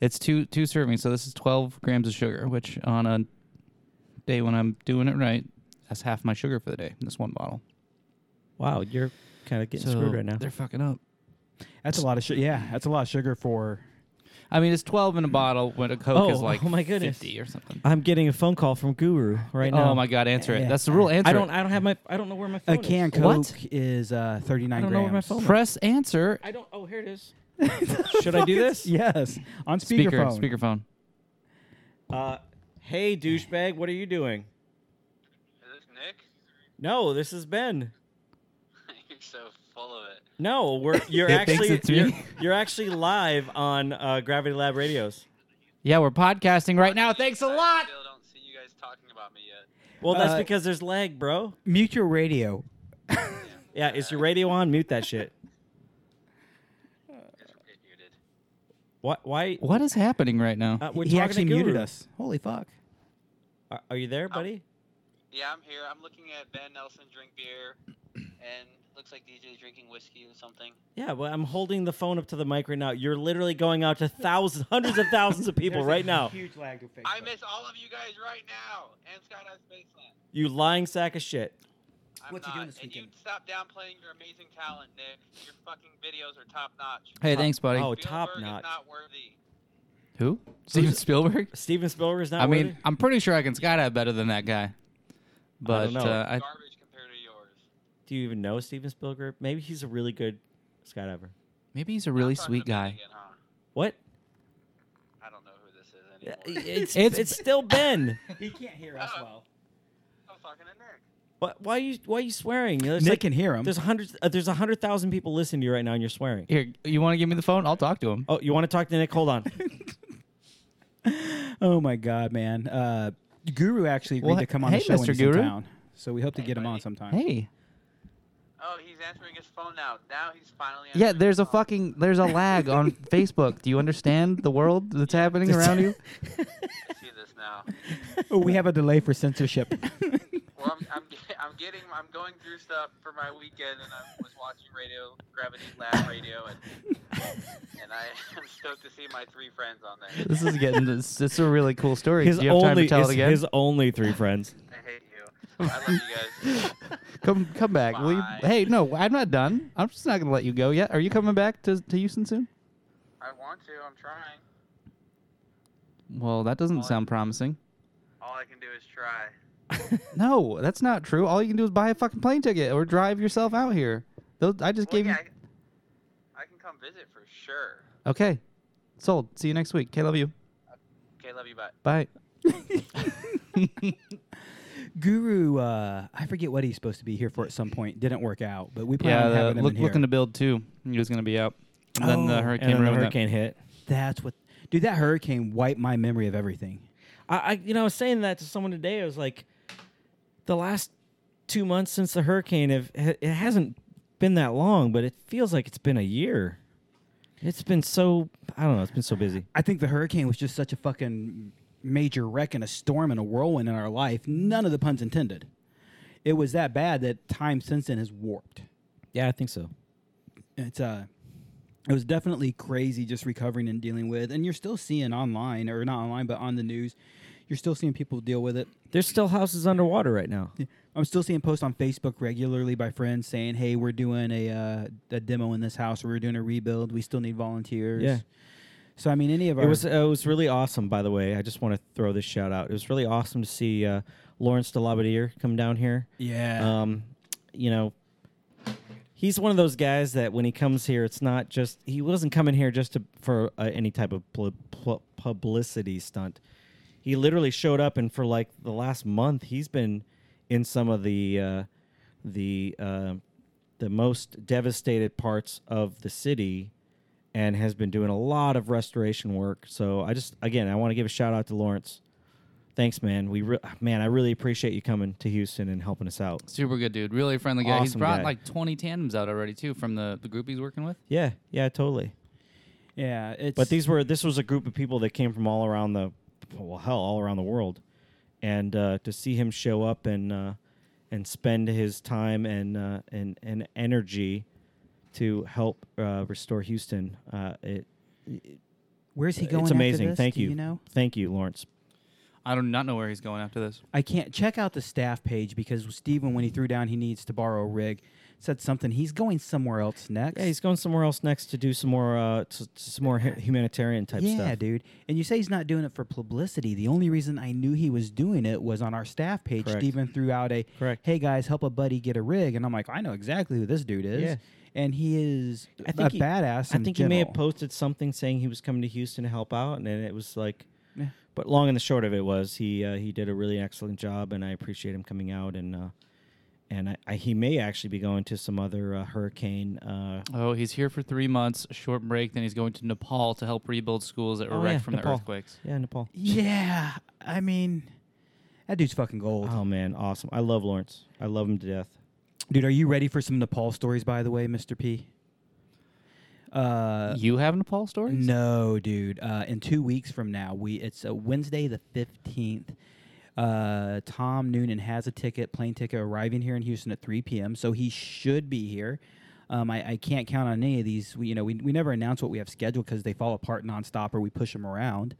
It's two two servings, so this is twelve grams of sugar, which on a day when I'm doing it right, that's half my sugar for the day in this one bottle. Wow, you're kind of getting So screwed right now. They're fucking up. That's a lot of sugar. Yeah, that's a lot of sugar for. I mean, it's twelve in a bottle when a Coke is Oh, like [laughs] oh my goodness. fifty or something. I'm getting a phone call from Guru right now. Oh my god, answer it. That's the rule. Answer. I don't. It. I don't have my. I don't know where my phone A can is. Coke What? is uh, 39 I don't grams. know where my phone is. Press answer. I don't. Oh, here it is. Should [laughs] I do [laughs] this? Yes, on Speaker. speakerphone. Speakerphone. Uh, hey, douchebag, what are you doing? Is this Nick? [laughs] No, this is Ben. You're so full of it. No, we're you're It thinks actually it's me. You're, you're actually live on uh, Gravity Lab Radios. Yeah, we're podcasting right now. Thanks a I lot. still don't see you guys talking about me yet. Well, that's Uh, because there's lag, bro. Mute your radio. Yeah, is your radio on? Mute that shit. It's it muted. Why? Why? What is happening right now? Uh, we're he talking actually to Guru. muted us. Holy fuck! Are, are you there, buddy? Yeah, I'm here. I'm looking at Ben Nelson drink [clears throat] beer, and looks like DJ drinking whiskey or something. Yeah, well, I'm holding the phone up to the mic right now. You're literally going out to thousands, [laughs] hundreds of thousands of people right now. Huge lag to face. I miss all of you guys right now, and Skydive Spaceland. You lying sack of shit. I'm What's he not. doing this and you weekend? stop downplaying your amazing talent, Nick. Your fucking videos are top notch. hey, thanks, buddy. Oh, Spielberg top is notch. not worthy. Who? Steven Spielberg. Steven Spielberg is not. I mean, worthy? I'm pretty sure I can skydive better than that guy. But don't know. uh, I, Garbage compared to yours. do you even know Steven Spielberg? Maybe he's a really good skydiver. maybe he's a really I'm talking sweet to Ben guy. again, huh? What? I don't know who this is anymore. It's it's, still Ben. He can't hear us well. [laughs] I'm talking to Nick. Why, why are you why are you swearing? There's Nick like- can hear him. There's hundreds. Uh, there's a hundred thousand people listening to you right now, and you're swearing. Here, you want to give me the phone? I'll talk to him. Oh, you want to talk to Nick? [laughs] Hold on. Oh my god, man! Uh, Guru actually agreed Well, to come on hey, the show Mr. when he's Guru. in town, so we hope to get him on sometime. Hey. Oh, he's answering his phone now. Now he's finally. Yeah, answering there's a his phone. fucking there's a lag [laughs] on Facebook. Do you understand the world that's happening around you? I see this now. Oh, we have a delay for censorship. [laughs] Well, I'm, I'm, ge- I'm getting, I'm going through stuff for my weekend, and I was watching Radio Gravity Lab Radio, and and I [laughs] am stoked to see my three friends on there. [laughs] This is getting this, this is a really cool story. Do you have time to tell his, it again? his only three friends. I hate you. I love you guys. come come back. Will you, Bye. hey, no, I'm not done. I'm just not gonna let you go yet. Are you coming back to to Houston soon? I want to. I'm trying. Well, that doesn't sound promising. All I can do is try. No, that's not true. All you can do is buy a fucking plane ticket or drive yourself out here. Those, I just Well, gave yeah, you. I, I can come visit for sure. Okay, sold. See you next week. K, love you. Okay, love you. Bye. Bye. Guru, uh, I forget what he's supposed to be here for at some point. Didn't work out, but we plan yeah, on the- having him look, in here. looking to build too. He was gonna be out, and then Oh, the and hurricane And then the ruined that. hurricane hit. That's what, dude. That hurricane wiped my memory of everything. I, I you know I was saying that to someone today. I was like, the last two months since the hurricane, have, ha- it hasn't been that long, but it feels like it's been a year. It's been so I don't know. It's been so busy. I think the hurricane was just such a fucking major wreck and a storm and a whirlwind in our life. None of the puns intended. It was that bad that time since then has warped. Yeah, I think so. It's uh it was definitely crazy just recovering and dealing with and you're still seeing online or not online but on the news, you're still seeing people deal with it. There's still houses underwater right now. I'm still seeing posts on Facebook regularly by friends saying, "Hey, we're doing a uh, a demo in this house. Or we're doing a rebuild. We still need volunteers." Yeah. So I mean, any of our It was uh, it was really awesome. By the way, I just want to throw this shout out. It was really awesome to see uh, Lawrence Delabadier come down here. yeah. Um, you know, he's one of those guys that when he comes here, it's not just he wasn't coming here just to, for uh, any type of pl- pl- publicity stunt. He literally showed up, and for like the last month, he's been in some of the uh, the uh, the most devastated parts of the city. And has been doing a lot of restoration work. So I just, again, I want to give a shout out to Lawrence. Thanks, man. We re- man, I really appreciate you coming to Houston and helping us out. Super good dude. Really friendly guy. He's Awesome brought guy. like 20 tandems out already too from the the group he's working with. Yeah, yeah, totally. yeah. It's But these were this was a group of people that came from all around the well, hell, all around the world, and uh, to see him show up and uh, and spend his time and uh, and and energy to help uh, restore Houston, uh, it Where's he going? it's after amazing. this? Thank Do you. You know, Thank you, Lawrence. I do not know where he's going after this. I can't check out the staff page because Steven, when he threw down, he needs to borrow a rig. Said something. He's going somewhere else next. Yeah, he's going somewhere else next to do some more uh, to, to some more hu- humanitarian type yeah, stuff. dude. And you say he's not doing it for publicity. The only reason I knew he was doing it was on our staff page. Correct. Steven threw out a, Correct. "Hey guys, help a buddy get a rig," and I'm like, I know exactly who this dude is. Yeah. And he is I think a he- badass. I in think he may have general. posted something saying he was coming to Houston to help out, and then it was like, Yeah. but long and the short of it was he uh, he did a really excellent job, and I appreciate him coming out and. Uh, and I, I, he may actually be going to some other uh, hurricane. Uh, Oh, he's here for three months, short break. Then he's going to Nepal to help rebuild schools that were Oh, wrecked yeah, from Nepal. the earthquakes. yeah, Nepal. Yeah, I mean, that dude's fucking gold, Oh man, awesome! I love Lawrence. I love him to death. dude. Are you ready for some Nepal stories? By the way, Mister P. Uh, you have Nepal stories? No, dude. Uh, in two weeks from now, we it's uh Wednesday the fifteenth. Uh, Tom Noonan has a ticket, plane ticket, arriving here in Houston at three p.m. So he should be here. Um, I, I can't count on any of these. We, you know, we, we never announce what we have scheduled because they fall apart nonstop or we push them around.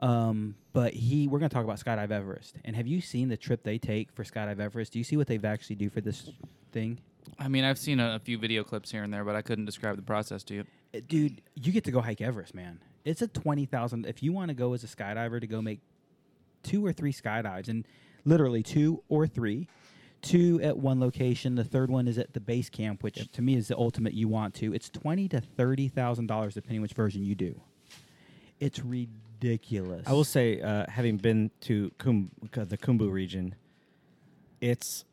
Um, but he, we're going to talk about Skydive Everest. And have you seen the trip they take for Skydive Everest? Do you see what they've actually do for this thing? I mean, I've seen a, a few video clips here and there, but I couldn't describe the process to you. Uh, dude, you get to go hike Everest, man. It's a twenty thousand. If you want to go as a skydiver to go make two or three skydives, and literally two or three, two at one location. The third one is at the base camp, which to me is the ultimate you want to. It's twenty to thirty thousand dollars depending which version you do. It's ridiculous. I will say, uh, having been to Kum- the Kumbu region, it's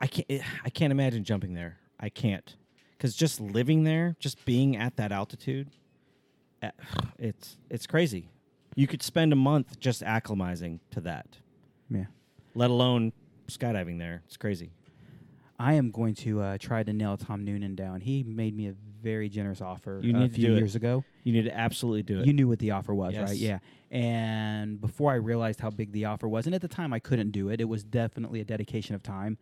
I can't eh, I can't imagine jumping there. I can't because just living there, just being at that altitude, uh, it's it's crazy. You could spend a month just acclimatizing to that, yeah. let alone skydiving there. It's crazy. I am going to uh, try to nail Tom Noonan down. He made me a very generous offer You a need to few do it. years ago. You need to absolutely do it. You knew what the offer was, Yes. right? Yeah. And before I realized how big the offer was, and at the time I couldn't do it, it was definitely a dedication of time.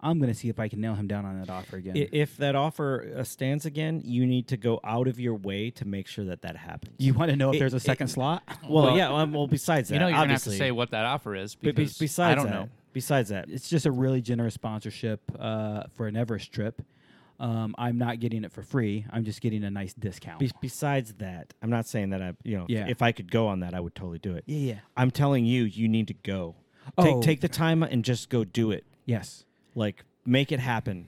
I'm going to see if I can nail him down on that offer again. I- if that offer uh, stands again, you need to go out of your way to make sure that that happens. [laughs] you want to know if It- there's a it- second [laughs] slot? well, Well, yeah. Well, besides that, you know, you're gonna have to obviously, say what that offer is But be- because besides I don't that, know. Besides that, It's just a really generous sponsorship uh, for an Everest trip. Um, I'm not getting it for free. I'm just getting a nice discount. be- besides that, I'm not saying that I, you know, if- Yeah. if, I could go on that, I would totally do it. Yeah, yeah. I'm telling you, you need to go. Take Oh. take the time and just go do it. yes. Like make it happen.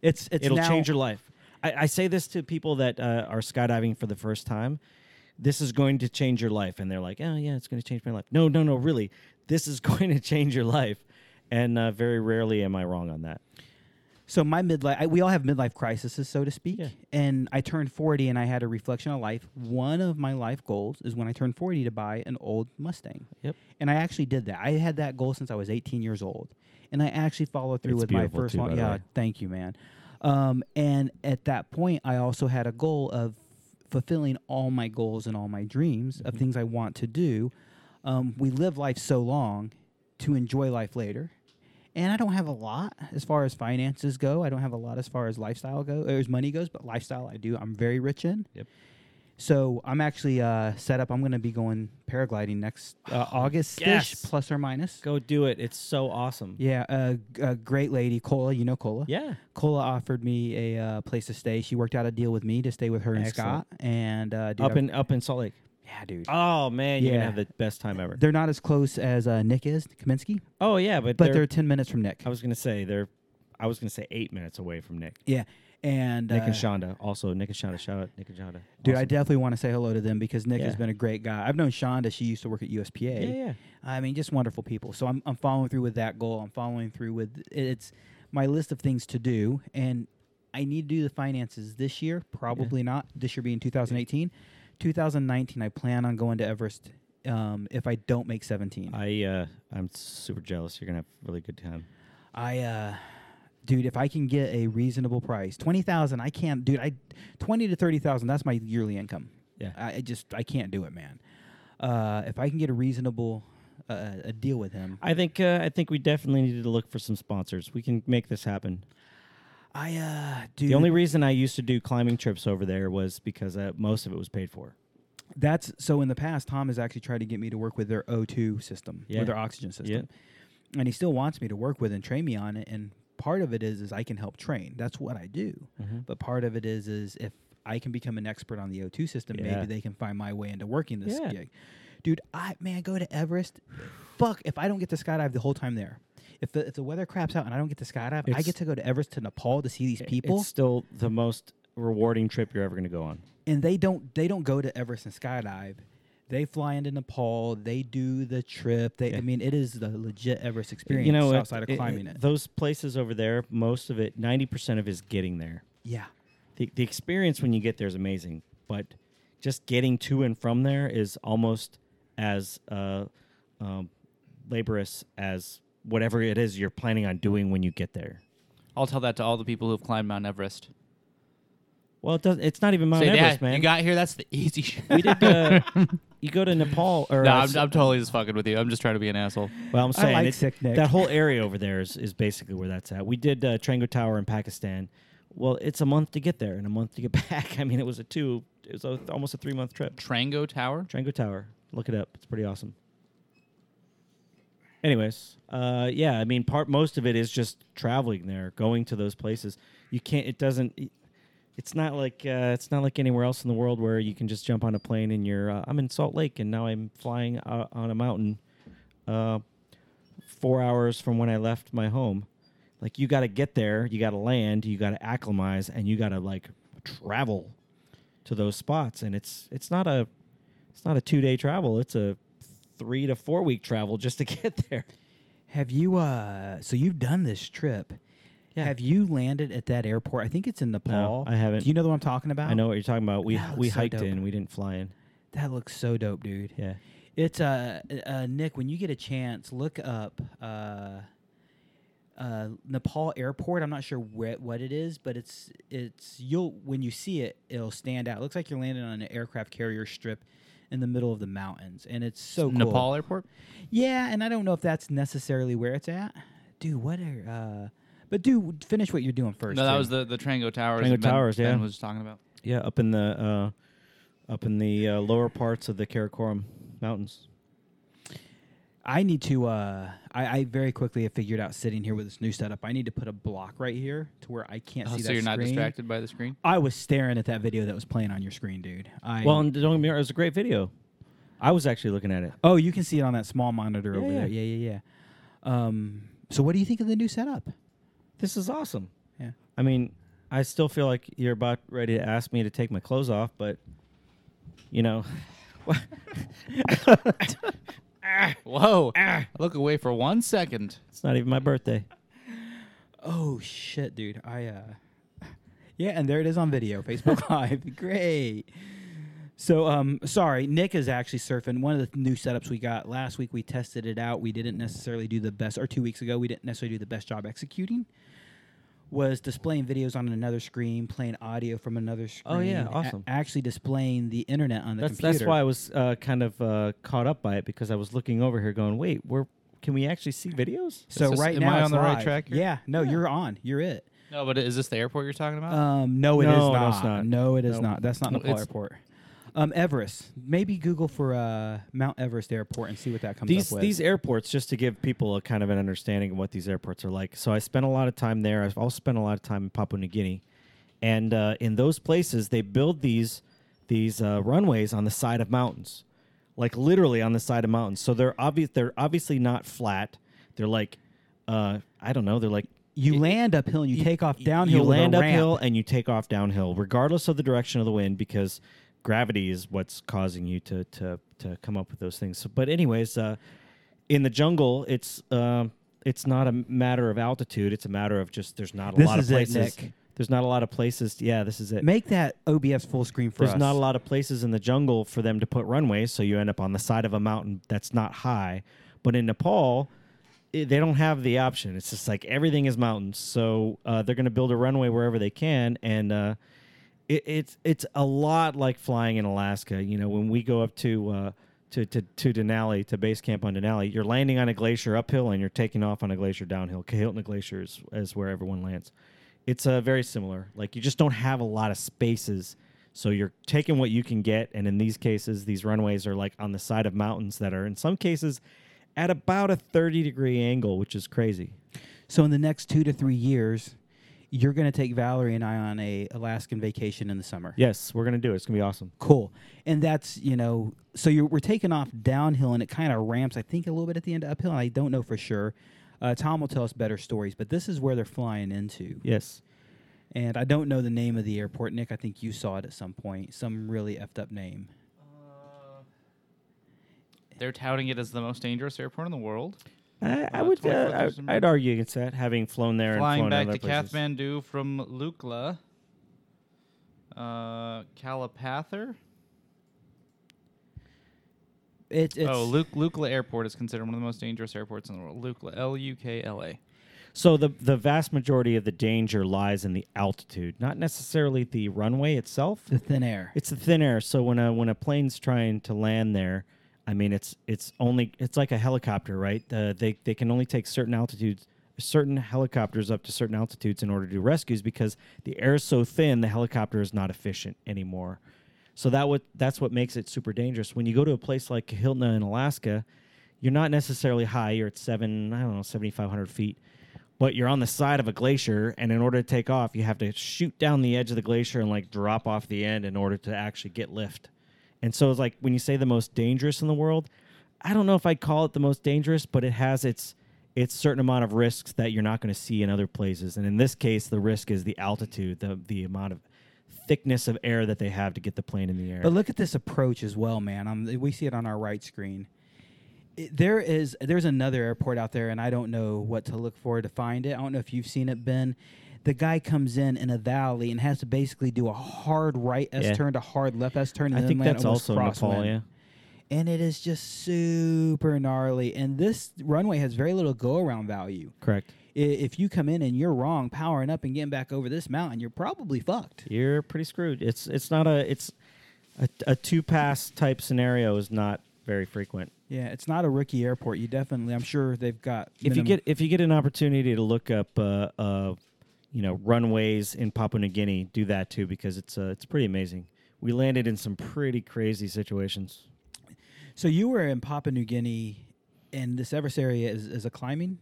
It's it's It'll now- change your life. I, I say this to people that uh, are skydiving for the first time. This is going to change your life, and they're like, "Oh yeah, it's going to change my life." No, no, no, really, this is [laughs] going to change your life. And uh, very rarely am I wrong on that. So my midlife, I, we all have midlife crises, so to speak. Yeah. And I turned 40, and I had a reflection on life. One of my life goals is when I turned 40 to buy an old Mustang. Yep. And I actually did that. I had that goal since I was 18 years old, and I actually followed through It's with my beautiful first too, one. by the Yeah, way. thank you, man. Um, and at that point, I also had a goal of fulfilling all my goals and all my dreams Mm-hmm. of things I want to do. Um, we live life so long to enjoy life later. And I don't have a lot as far as finances go. I don't have a lot as far as lifestyle go, or as money goes, but lifestyle I do. I'm very rich in. Yep. So I'm actually uh, set up. I'm going to be going paragliding next uh, August ish, Oh, yes. plus or minus. Go do it. It's so awesome. Yeah, uh, g- a great lady, Cola. You know Cola. Yeah. Cola offered me a uh, place to stay. She worked out a deal with me to stay with her and Scott. Excellent. And uh, dude, up I- in up in Salt Lake. yeah, dude. Oh man, you're Yeah. gonna have the best time ever. [laughs] They're not as close as uh, Nick is Kaminsky, oh yeah, but, but they're, they're, ten minutes from Nick. I was gonna say they're I was gonna say eight minutes away from Nick. yeah, and Nick uh, and Shonda. Also Nick and Shonda. Shout out Nick and Shonda. Dude, I Awesome. definitely want to say hello to them because Nick has Yeah. been a great guy. I've known Shonda; she used to work at USPA. Yeah, yeah. I mean, just wonderful people. So I'm, I'm following through with that goal. I'm following through with it's my list of things to do, and I need to do the finances this year. Probably not this year being 2018. 2019, I plan on going to Everest. Um, if I don't make 17, I uh I'm super jealous. You're gonna have a really good time. I uh dude, if I can get a reasonable price, 20,000, I can't dude, I 20 to 30,000, that's my yearly income. Yeah. I, I just I can't do it, man. Uh if I can get a reasonable uh, a deal with him. I think uh, I think we definitely need to look for some sponsors. We can make this happen. I uh, dude, The only reason I used to do climbing trips over there was because uh, most of it was paid for. that's so. In the past, Tom has actually tried to get me to work with their O2 system, Yeah. with their oxygen system, and he still wants me to work with and train me on it. And part of it is, is I can help train. That's what I do. Mm-hmm. But part of it is, is if I can become an expert on the O2 system, Yeah. maybe they can find my way into working this Yeah. gig. Dude, I man, go to Everest. Fuck, if I don't get to skydive the whole time there. If the, if the weather craps out and I don't get to skydive, I It's- get to go to Everest to Nepal to see these people. It's still the most rewarding trip you're ever going to go on. and they don't they don't go to Everest and skydive. They fly into Nepal. They do the trip. They, I mean, it is the legit Everest experience. you know, it- outside of climbing it, Those places over there, most of it, 90% of it is getting there. yeah, The, the experience when you get there is amazing, but just getting to and from there is almost as uh, um, laborious as whatever it is you're planning on doing when you get there. I'll tell that to all the people who have climbed Mount Everest. Well, it does, it's not even Mount Say Everest, that man. you got here. That's the [laughs] easy shit. [laughs] we did. Uh, you go to Nepal or no, uh, I'm, s- I'm totally just fucking with you. I'm just trying to be an asshole. Well, I'm I saying like it's- Sick Nick. that whole area over there is, is basically where that's at. We did uh, Trango Tower in Pakistan. Well, it's a month to get there and a month to get [laughs] back. I mean, it was a two, it was a, almost a three month trip. Trango Tower. Trango Tower, look it up. It's pretty awesome. Anyways, uh, yeah, I mean, part most of it is just traveling there, going to those places. You can't. It doesn't. It's not like uh, it's not like anywhere else in the world where you can just jump on a plane and you're. Uh, I'm in Salt Lake and now I'm flying uh, on a mountain, uh, four hours from when I left my home. Like you got to get there, you got to land, you got to acclimatize, and you got to like travel to those spots. And it's it's not a it's not a two day travel. It's a three to four week travel just to [laughs] get there. Have you uh so you've done this trip. Yeah. Have you landed at that airport? I think it's in Nepal. I haven't. Do you know the one I'm talking about? I know what you're talking about. We That looks we so hiked dope. in. We didn't fly in. That looks so dope, dude. Yeah. It's uh, uh Nick, when you get a chance, look up uh uh Nepal airport. I'm not sure where, what it is, but it's it's you'll when you see it, it'll stand out. It looks like you're landing on an aircraft carrier strip in the middle of the mountains and it's so cool. Nepal Airport. Yeah, and I don't know if that's necessarily where it's at. Dude, what are uh but dude, finish what you're doing first. No, that too. was the the Trango Towers. Trango that ben, Towers, yeah. Ben was talking about. Yeah, up in the uh, up in the uh, lower parts of the Karakoram Mountains. I need to. Uh, I, I very quickly have figured out sitting here with this new setup. I need to put a block right here to where I can't Oh, see. so that you're not screen. distracted by the screen. I was staring at that video that was playing on your screen, dude. I, Well, and don't get me wrong, it was a great video. I was actually looking at it. oh, you can see it on that small monitor over Yeah, there. yeah. Yeah, yeah, yeah. Um, so what do you think of the new setup? This is awesome. Yeah. I mean, I still feel like you're about ready to ask me to take my clothes off, but you know, [sighs] Whoa! Look away for one second. it's not even my birthday. Oh shit, dude. I uh, [laughs] yeah, and there it is on video, Facebook [laughs] Live. Great. So, um, sorry, Nick is actually surfing. One of the new setups we got last week, we tested it out. We didn't necessarily do the best, or two weeks ago, we didn't necessarily do the best job executing. Was displaying videos on another screen, playing audio from another screen. Oh, yeah, a- awesome. actually displaying the internet on the that's computer. that's why I was uh, kind of uh, caught up by it because I was looking over here, going, "Wait, we're can we actually see videos?" So Is this- right am now, it's I on the right live. track here? Yeah, no, you're on. You're it. No, but is this the airport you're talking about? Um, no, it is No, no, not. it's not. No, it is No. not. That's not No, Nepal it's- Airport. Um, Everest. Maybe Google for uh, Mount Everest Airport and see what that comes These up with. these airports, just to give people a kind of an understanding of what these airports are like. So I spent a lot of time there. I've also spent a lot of time in Papua New Guinea, and uh, in those places, they build these these uh, runways on the side of mountains, like literally on the side of mountains. So they're obvious. They're obviously not flat. They're like, uh, I don't know. They're like you land uphill and you, take off downhill. You with a land ramp. uphill and you take off downhill, regardless of the direction of the wind, because gravity is what's causing you to to to come up with those things. So, but anyways, uh, in the jungle, it's um it's not a matter of altitude; it's a matter of just there's not a This lot is of it, places. Nick. There's not a lot of places. Yeah, this is it. Make that OBS full screen for there's us. not a lot of places in the jungle for them to put runways, so you end up on the side of a mountain that's not high. But in Nepal, i- they don't have the option. It's just like everything is mountains, so uh, they're going to build a runway wherever they can, and uh, it, it's it's a lot like flying in Alaska. You know, when we go up to uh, to, to to Denali to base camp on Denali, you're landing on a glacier uphill and you're taking off on a glacier downhill. Kahiltna Glacier is, is where everyone lands. It's uh, very similar. Like you just don't have a lot of spaces, so you're taking what you can get. And in these cases, these runways are like on the side of mountains that are, in some cases, at about a 30 degree angle, which is crazy. So in the next two to three years, you're going to take Valerie and I on a Alaskan vacation in the summer. Yes, we're gonna do it. It's gonna be awesome. Cool. And that's, you know, so you're, we're taking off downhill and it kind of ramps, I think, a little bit at the end of uphill. And I don't know for sure. Uh, Tom will tell us better stories, but this is where they're flying into. Yes. And I don't know the name of the airport. Nick, I think you saw it at some point. Some really effed up name. They're touting it as the most dangerous airport in the world. I, I Uh, would. 24 Uh, thousand- I, I'd argue against that, having flown there Flying and flown back other to places. Kathmandu from Lukla, uh, Kalapather. It, it's, oh, Luk- Lukla Airport is considered one of the most dangerous airports in the world. Lukla, L U K L A. So the the vast majority of the danger lies in the altitude, not necessarily the runway itself. the thin air. It's the thin air. So when a when a plane's trying to land there, I mean it's it's only it's like a helicopter, right? Uh, they they can only take certain altitudes, certain helicopters up to certain altitudes in order to do rescues because the air is so thin, the helicopter is not efficient anymore. So that what that's what makes it super dangerous. When you go to a place like Kahiltna in Alaska, you're not necessarily high. You're at seven, I don't know, seventy five hundred feet but you're on the side of a glacier and in order to take off you have to shoot down the edge of the glacier and like drop off the end in order to actually get lift and so it's like when you say the most dangerous in the world i don't know if i'd call it the most dangerous but it has its its certain amount of risks that you're not going to see in other places and in this case the risk is the altitude the the amount of thickness of air that they have to get the plane in the air But look at this approach as well, man. Um, we see it on our right screen. It- there is there's another airport out there, and I don't know what to look for to find it. I don't know if you've seen it, Ben. The guy comes in in a valley and has to basically do a hard right S Yeah. turn to hard left S turn. And i then think land that's almost also nepal crosswind. yeah And it is just super gnarly. And this runway has very little go around value. correct I- If you come in and you're wrong, powering up and getting back over this mountain, you're probably fucked. you're pretty screwed. It's it's not a it's a, a two pass type scenario is not very frequent. Yeah, it's not a rookie airport. You definitely, I'm sure they've got. If you minimum- get if you get an opportunity to look up uh, uh you know runways in Papua New Guinea, do that too because it's uh, it's pretty amazing. We landed in some pretty crazy situations. So you were in Papua New Guinea, and this Everest area is, is a climbing.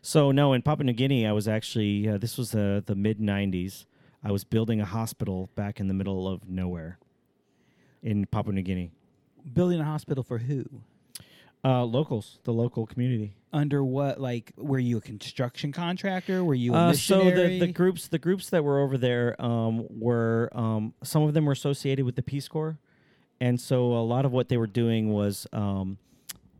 So no, in Papua New Guinea, I was actually uh, this was the the mid '90s. I was building a hospital back in the middle of nowhere in Papua New Guinea. Building a hospital for who? Uh, locals, the local community. Under what? Like, were you a construction contractor? Were you a Uh, so missionary? the, the groups the groups that were over there um, were um, some of them were associated with the Peace Corps, and so a lot of what they were doing was um,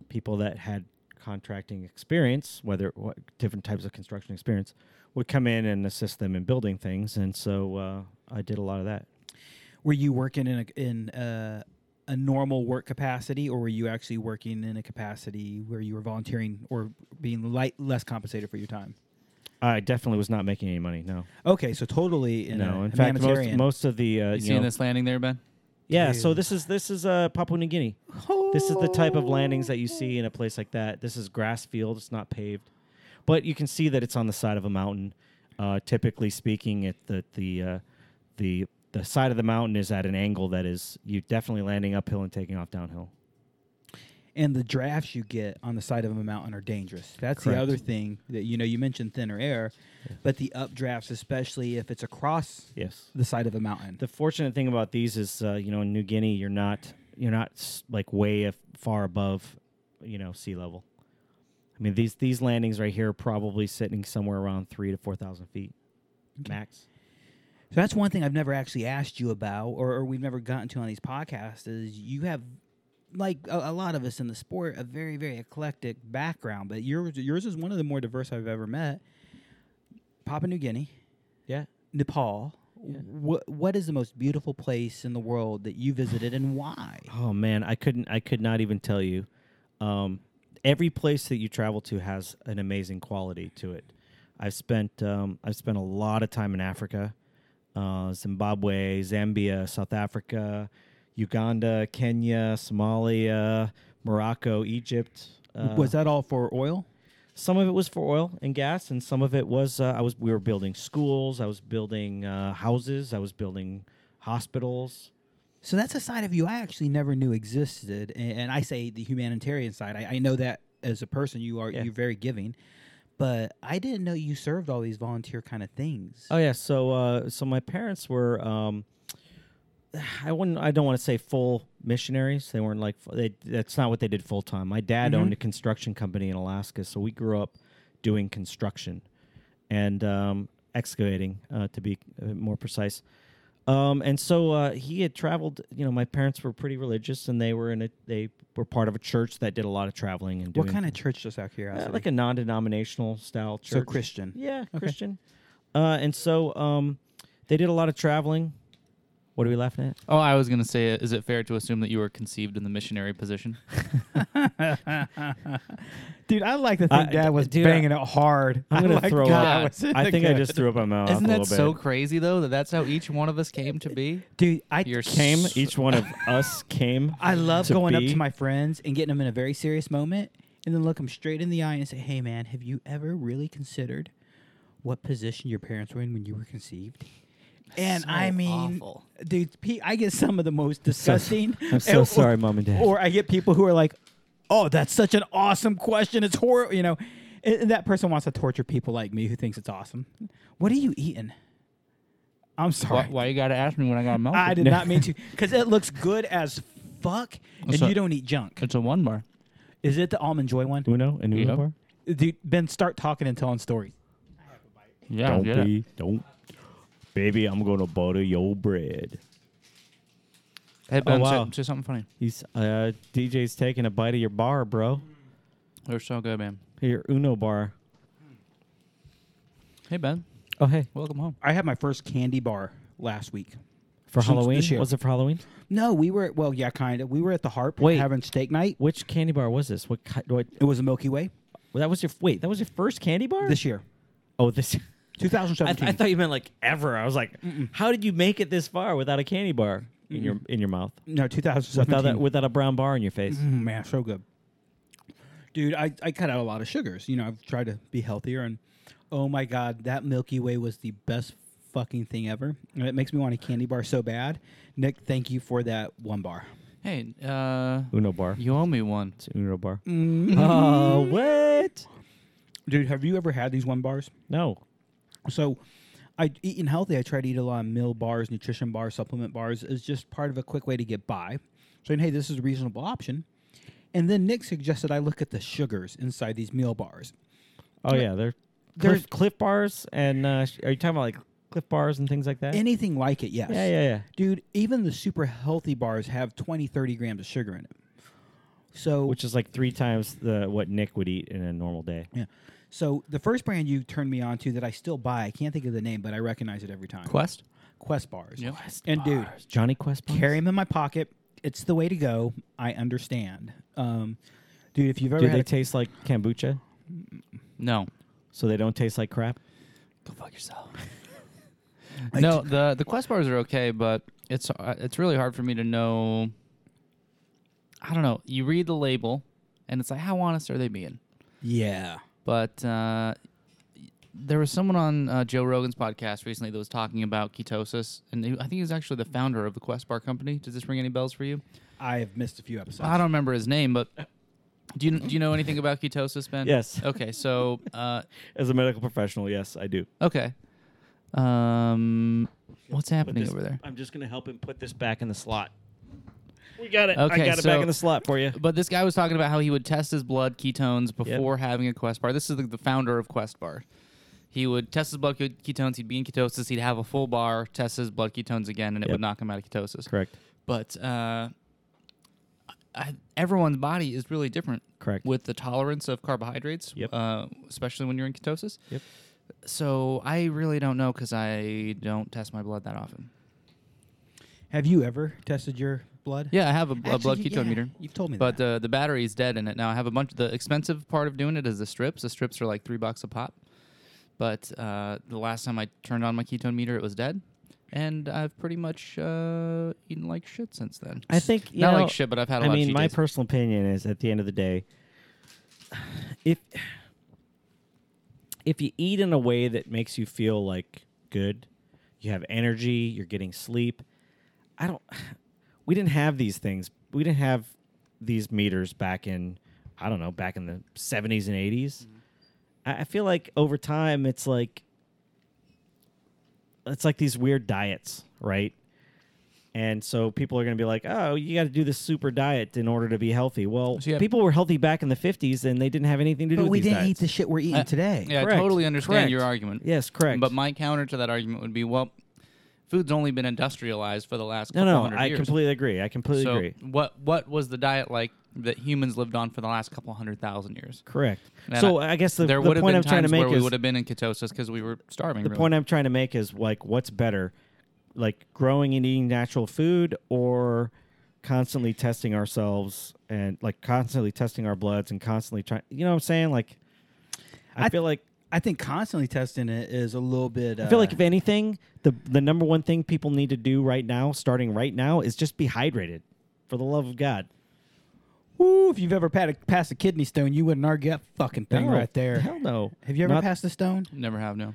people that had contracting experience, whether what, different types of construction experience, would come in and assist them in building things, and so uh, I did a lot of that. were you working in a in a, a normal work capacity, or were you actually working in a capacity where you were volunteering or being light less compensated for your time? I definitely was not making any money. No, Okay, so totally in a no. In fact, most, humanitarian. most of the uh, You you seeing know- this landing there, Ben? Yeah, so this is this is uh, Papua New Guinea. This is the type of landings that you see in a place like that. This is grass field; it's not paved, but you can see that it's on the side of a mountain. Uh, typically speaking, at the the uh, the the side of the mountain is at an angle that is you definitely landing uphill and taking off downhill. and the drafts you get on the side of a mountain are dangerous. That's the Correct. other thing that you know. You mentioned thinner air, but the updrafts, especially if it's across Yes. the side of a mountain. The fortunate thing about these is, uh, you know, in New Guinea, you're not you're not s- like way af- far above, you know, sea level. I mean, these these landings right here are probably sitting somewhere around three to four thousand feet, max. so that's one thing I've never actually asked you about, or, or we've never gotten to on these podcasts. Is you have like a, a lot of us in the sport a very very eclectic background, but yours yours is one of the more diverse I've ever met. Papua New Guinea, Yeah. Nepal. What what is the most beautiful place in the world that you visited, and why? Oh man, I couldn't. I could not even tell you. Um, every place that you travel to has an amazing quality to it. I've spent um, I've spent a lot of time in Africa, uh, Zimbabwe, Zambia, South Africa, Uganda, Kenya, Somalia, Morocco, Egypt. Uh, was that all for oil? Some of it was for oil and gas, and some of it was uh, I was we were building schools, I was building uh, houses, I was building hospitals. So that's a side of you I actually never knew existed, a- and I say the humanitarian side. I, I know that as a person, you are Yeah. you're very giving, but I didn't know you served all these volunteer kind of things. Oh yeah, so uh, so my parents were um, [sighs] I wouldn't I don't want to say full missionaries. They weren't like fu- they, that's not what they did full time. My dad Mm-hmm. owned a construction company in Alaska, so we grew up doing construction and um, excavating uh, to be uh, more precise. Um, and so uh, he had traveled. You know, my parents were pretty religious, and they were in a they were part of a church that did a lot of traveling and doing what kind of church just out here? uh, like a non-denominational style church. so Christian. Yeah, Christian. Uh, and so um, they did a lot of traveling. What are we laughing at? Oh, I was gonna say, is it fair to assume that you were conceived in the missionary position? Dude, I like to think I- Dad was dude, banging it hard. [laughs] I'm gonna throw God. up. I think I just threw up on my mouth Isn't a little that so bit. crazy though that that's how each one of us came to [laughs] be? Dude, I You're Came s- each one of us came. [laughs] I love to going up be- to my friends and getting them in a very serious moment and then look them straight in the eye and say, hey, man, have you ever really considered what position your parents were in when you were conceived? And so I mean, awful. dude, pe- I get some of the most disgusting. [laughs] I'm so or- sorry, Mom and Dad. Or I get people who are like, oh, that's such an awesome question. It's horrible, you know. And and that person wants to torture people like me who thinks it's awesome. What are you eating? I'm sorry. Why, why you gotta ask me when I got milk? I did not mean to, because it looks good as fuck, and So- you don't eat junk. [laughs] It's a one bar. Is it the almond joy one? Uno and Uno Yeah. bar. Dude, Ben, start talking and telling stories. Yeah, don't yeah. be. Don't. Baby, I'm gonna butter your bread. Hey, Ben, Oh, say- wow. say, something funny. He's uh, DJ's taking a bite of your bar, bro. They're so good, man. Your Uno bar. Hey, Ben, Oh hey, welcome home. I had my first candy bar last week. for Since Halloween this year. was it for Halloween? No, we were well, yeah, kind of. We were at the Harp Wait. having steak night. Which candy bar was this? What? ki- What? It was a Milky Way That was your wait. That was your first candy bar this year, Oh, this. I, 2017. th- I thought you meant like ever. I was like, how did you make it this far without a candy bar in your in your mouth? no, 2017. Without a, without a brown bar in your face. Mm, man, so good. Dude, I, I cut out a lot of sugars. You know, I've tried to be healthier, and oh my God, that Milky Way was the best fucking thing ever. And it makes me want a candy bar so bad. Nick, thank you for that one bar. Hey, uh, Uno bar. you owe me one. It's Uno bar. Oh, what? Dude, have you ever had these one bars? No. So, I eating healthy. I try to eat a lot of meal bars, nutrition bars, supplement bars. Is just part of a quick way to get by. Saying, hey, this is a reasonable option. And then Nick suggested I look at the sugars inside these meal bars. Oh yeah, they're There's- cliff, cliff bars and uh, sh- are you talking about like cliff bars and things like that? Anything like it, yes. yeah, yeah, yeah. Dude, even the super healthy bars have 20, 30 grams of sugar in it. So, Which is like three times the what Nick would eat in a normal day. yeah. So, the first brand you turned me on to that I still buy, I can't think of the name, but I recognize it every time Quest. Quest bars. Yep. and, dude, Johnny Quest bars. carry them in my pocket. It's the way to go. I understand. Um, dude, if you've ever Do had they a- taste like kombucha? No. So they don't taste like crap. Go fuck yourself. [laughs] no, the the quest bars are okay, but it's uh, it's really hard for me to know. I don't know. You read the label, and it's like, how honest are they being? yeah. But uh, there was someone on uh, Joe Rogan's podcast recently that was talking about ketosis, and he, I think he was actually the founder of the Quest Bar Company. Does this ring any bells for you? I have missed a few episodes. I don't remember his name, but do you do you know anything about ketosis, Ben? Yes. Okay, so uh, As a medical professional, yes, I do. okay, um, what's happening this- over there? I'm just gonna help him put this back in the slot. We got it. Okay, I got it so- back in the slot for you. But this guy was talking about how he would test his blood ketones before having a Quest bar. This is the, the founder of Quest bar. He would test his blood ke- ketones. He'd be in ketosis. He'd have a full bar, test his blood ketones again, and it Yep. would knock him out of ketosis. Correct. But uh, I, everyone's body is really different. Correct. With the tolerance of carbohydrates, Yep. uh, especially when you're in ketosis. Yep. So I really don't know because I don't test my blood that often. have you ever tested your blood? Yeah, I have a, a Actually, blood you- ketone yeah, meter. You've told me But that. uh, the the battery is dead in it now. I have a bunch. The expensive part of doing it is the strips. The strips are like three bucks a pop. But uh, the last time I turned on my ketone meter, it was dead, and I've pretty much uh, eaten like shit since then. I think you not know, like shit, but I've had a I lot mean, of cheat my days. personal opinion is at the end of the day, if if you eat in a way that makes you feel like good, you have energy, you're getting sleep. I don't. We didn't have these things. We didn't have these meters back in I don't know back in the 70s and 80s. Mm-hmm. I, I feel like over time it's like it's like these weird diets, right? And so people are going to be like, "Oh, you got to do this super diet in order to be healthy." Well, So you have- people were healthy back in the 50s, and they didn't have anything to do. But with we these didn't eat diets. the shit we're eating Uh, today. Yeah, Correct. I totally understand your Correct. argument. Yes, correct. But my counter to that argument would be, well, food's only been industrialized for the last No, couple no, hundred I years. completely agree. I completely so agree. what what was the diet like that humans lived on for the last couple hundred thousand years? Correct. And so I, guess the, there the would have point been I'm trying to times make where we is would have been in ketosis because we were starving. the really. point I'm trying to make is like what's better, like growing and eating natural food or constantly testing ourselves and like constantly testing our bloods and constantly trying. You know what I'm saying? Like, I, I- feel like I think constantly testing it is a little bit. Uh, I feel like if anything, the the number one thing people need to do right now, starting right now, is just be hydrated. For the love of God, Ooh, if you've ever pat a, passed a kidney stone, you wouldn't argue that fucking thing No. right there. Hell no. Have you ever Not- passed a stone? Never have no.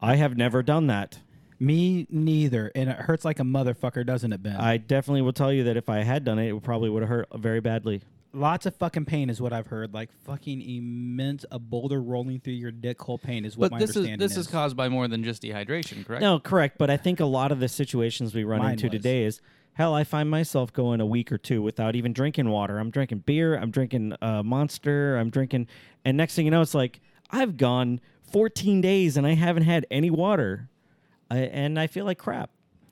I have never done that. Me neither, and it hurts like a motherfucker, doesn't it, Ben? I definitely will tell you that if I had done it, it probably would have hurt very badly. Lots of fucking pain is what I've heard. Like fucking immense, a boulder rolling through your dick hole pain is what But my this is understanding this is caused by more than just dehydration, correct? No, correct. But I think a lot of the situations we run Mine into was. today is hell. I find myself going a week or two without even drinking water. I'm drinking beer. I'm drinking uh, Monster. I'm drinking, and next thing you know, it's like I've gone 14 days and I haven't had any water, I, and I feel like crap.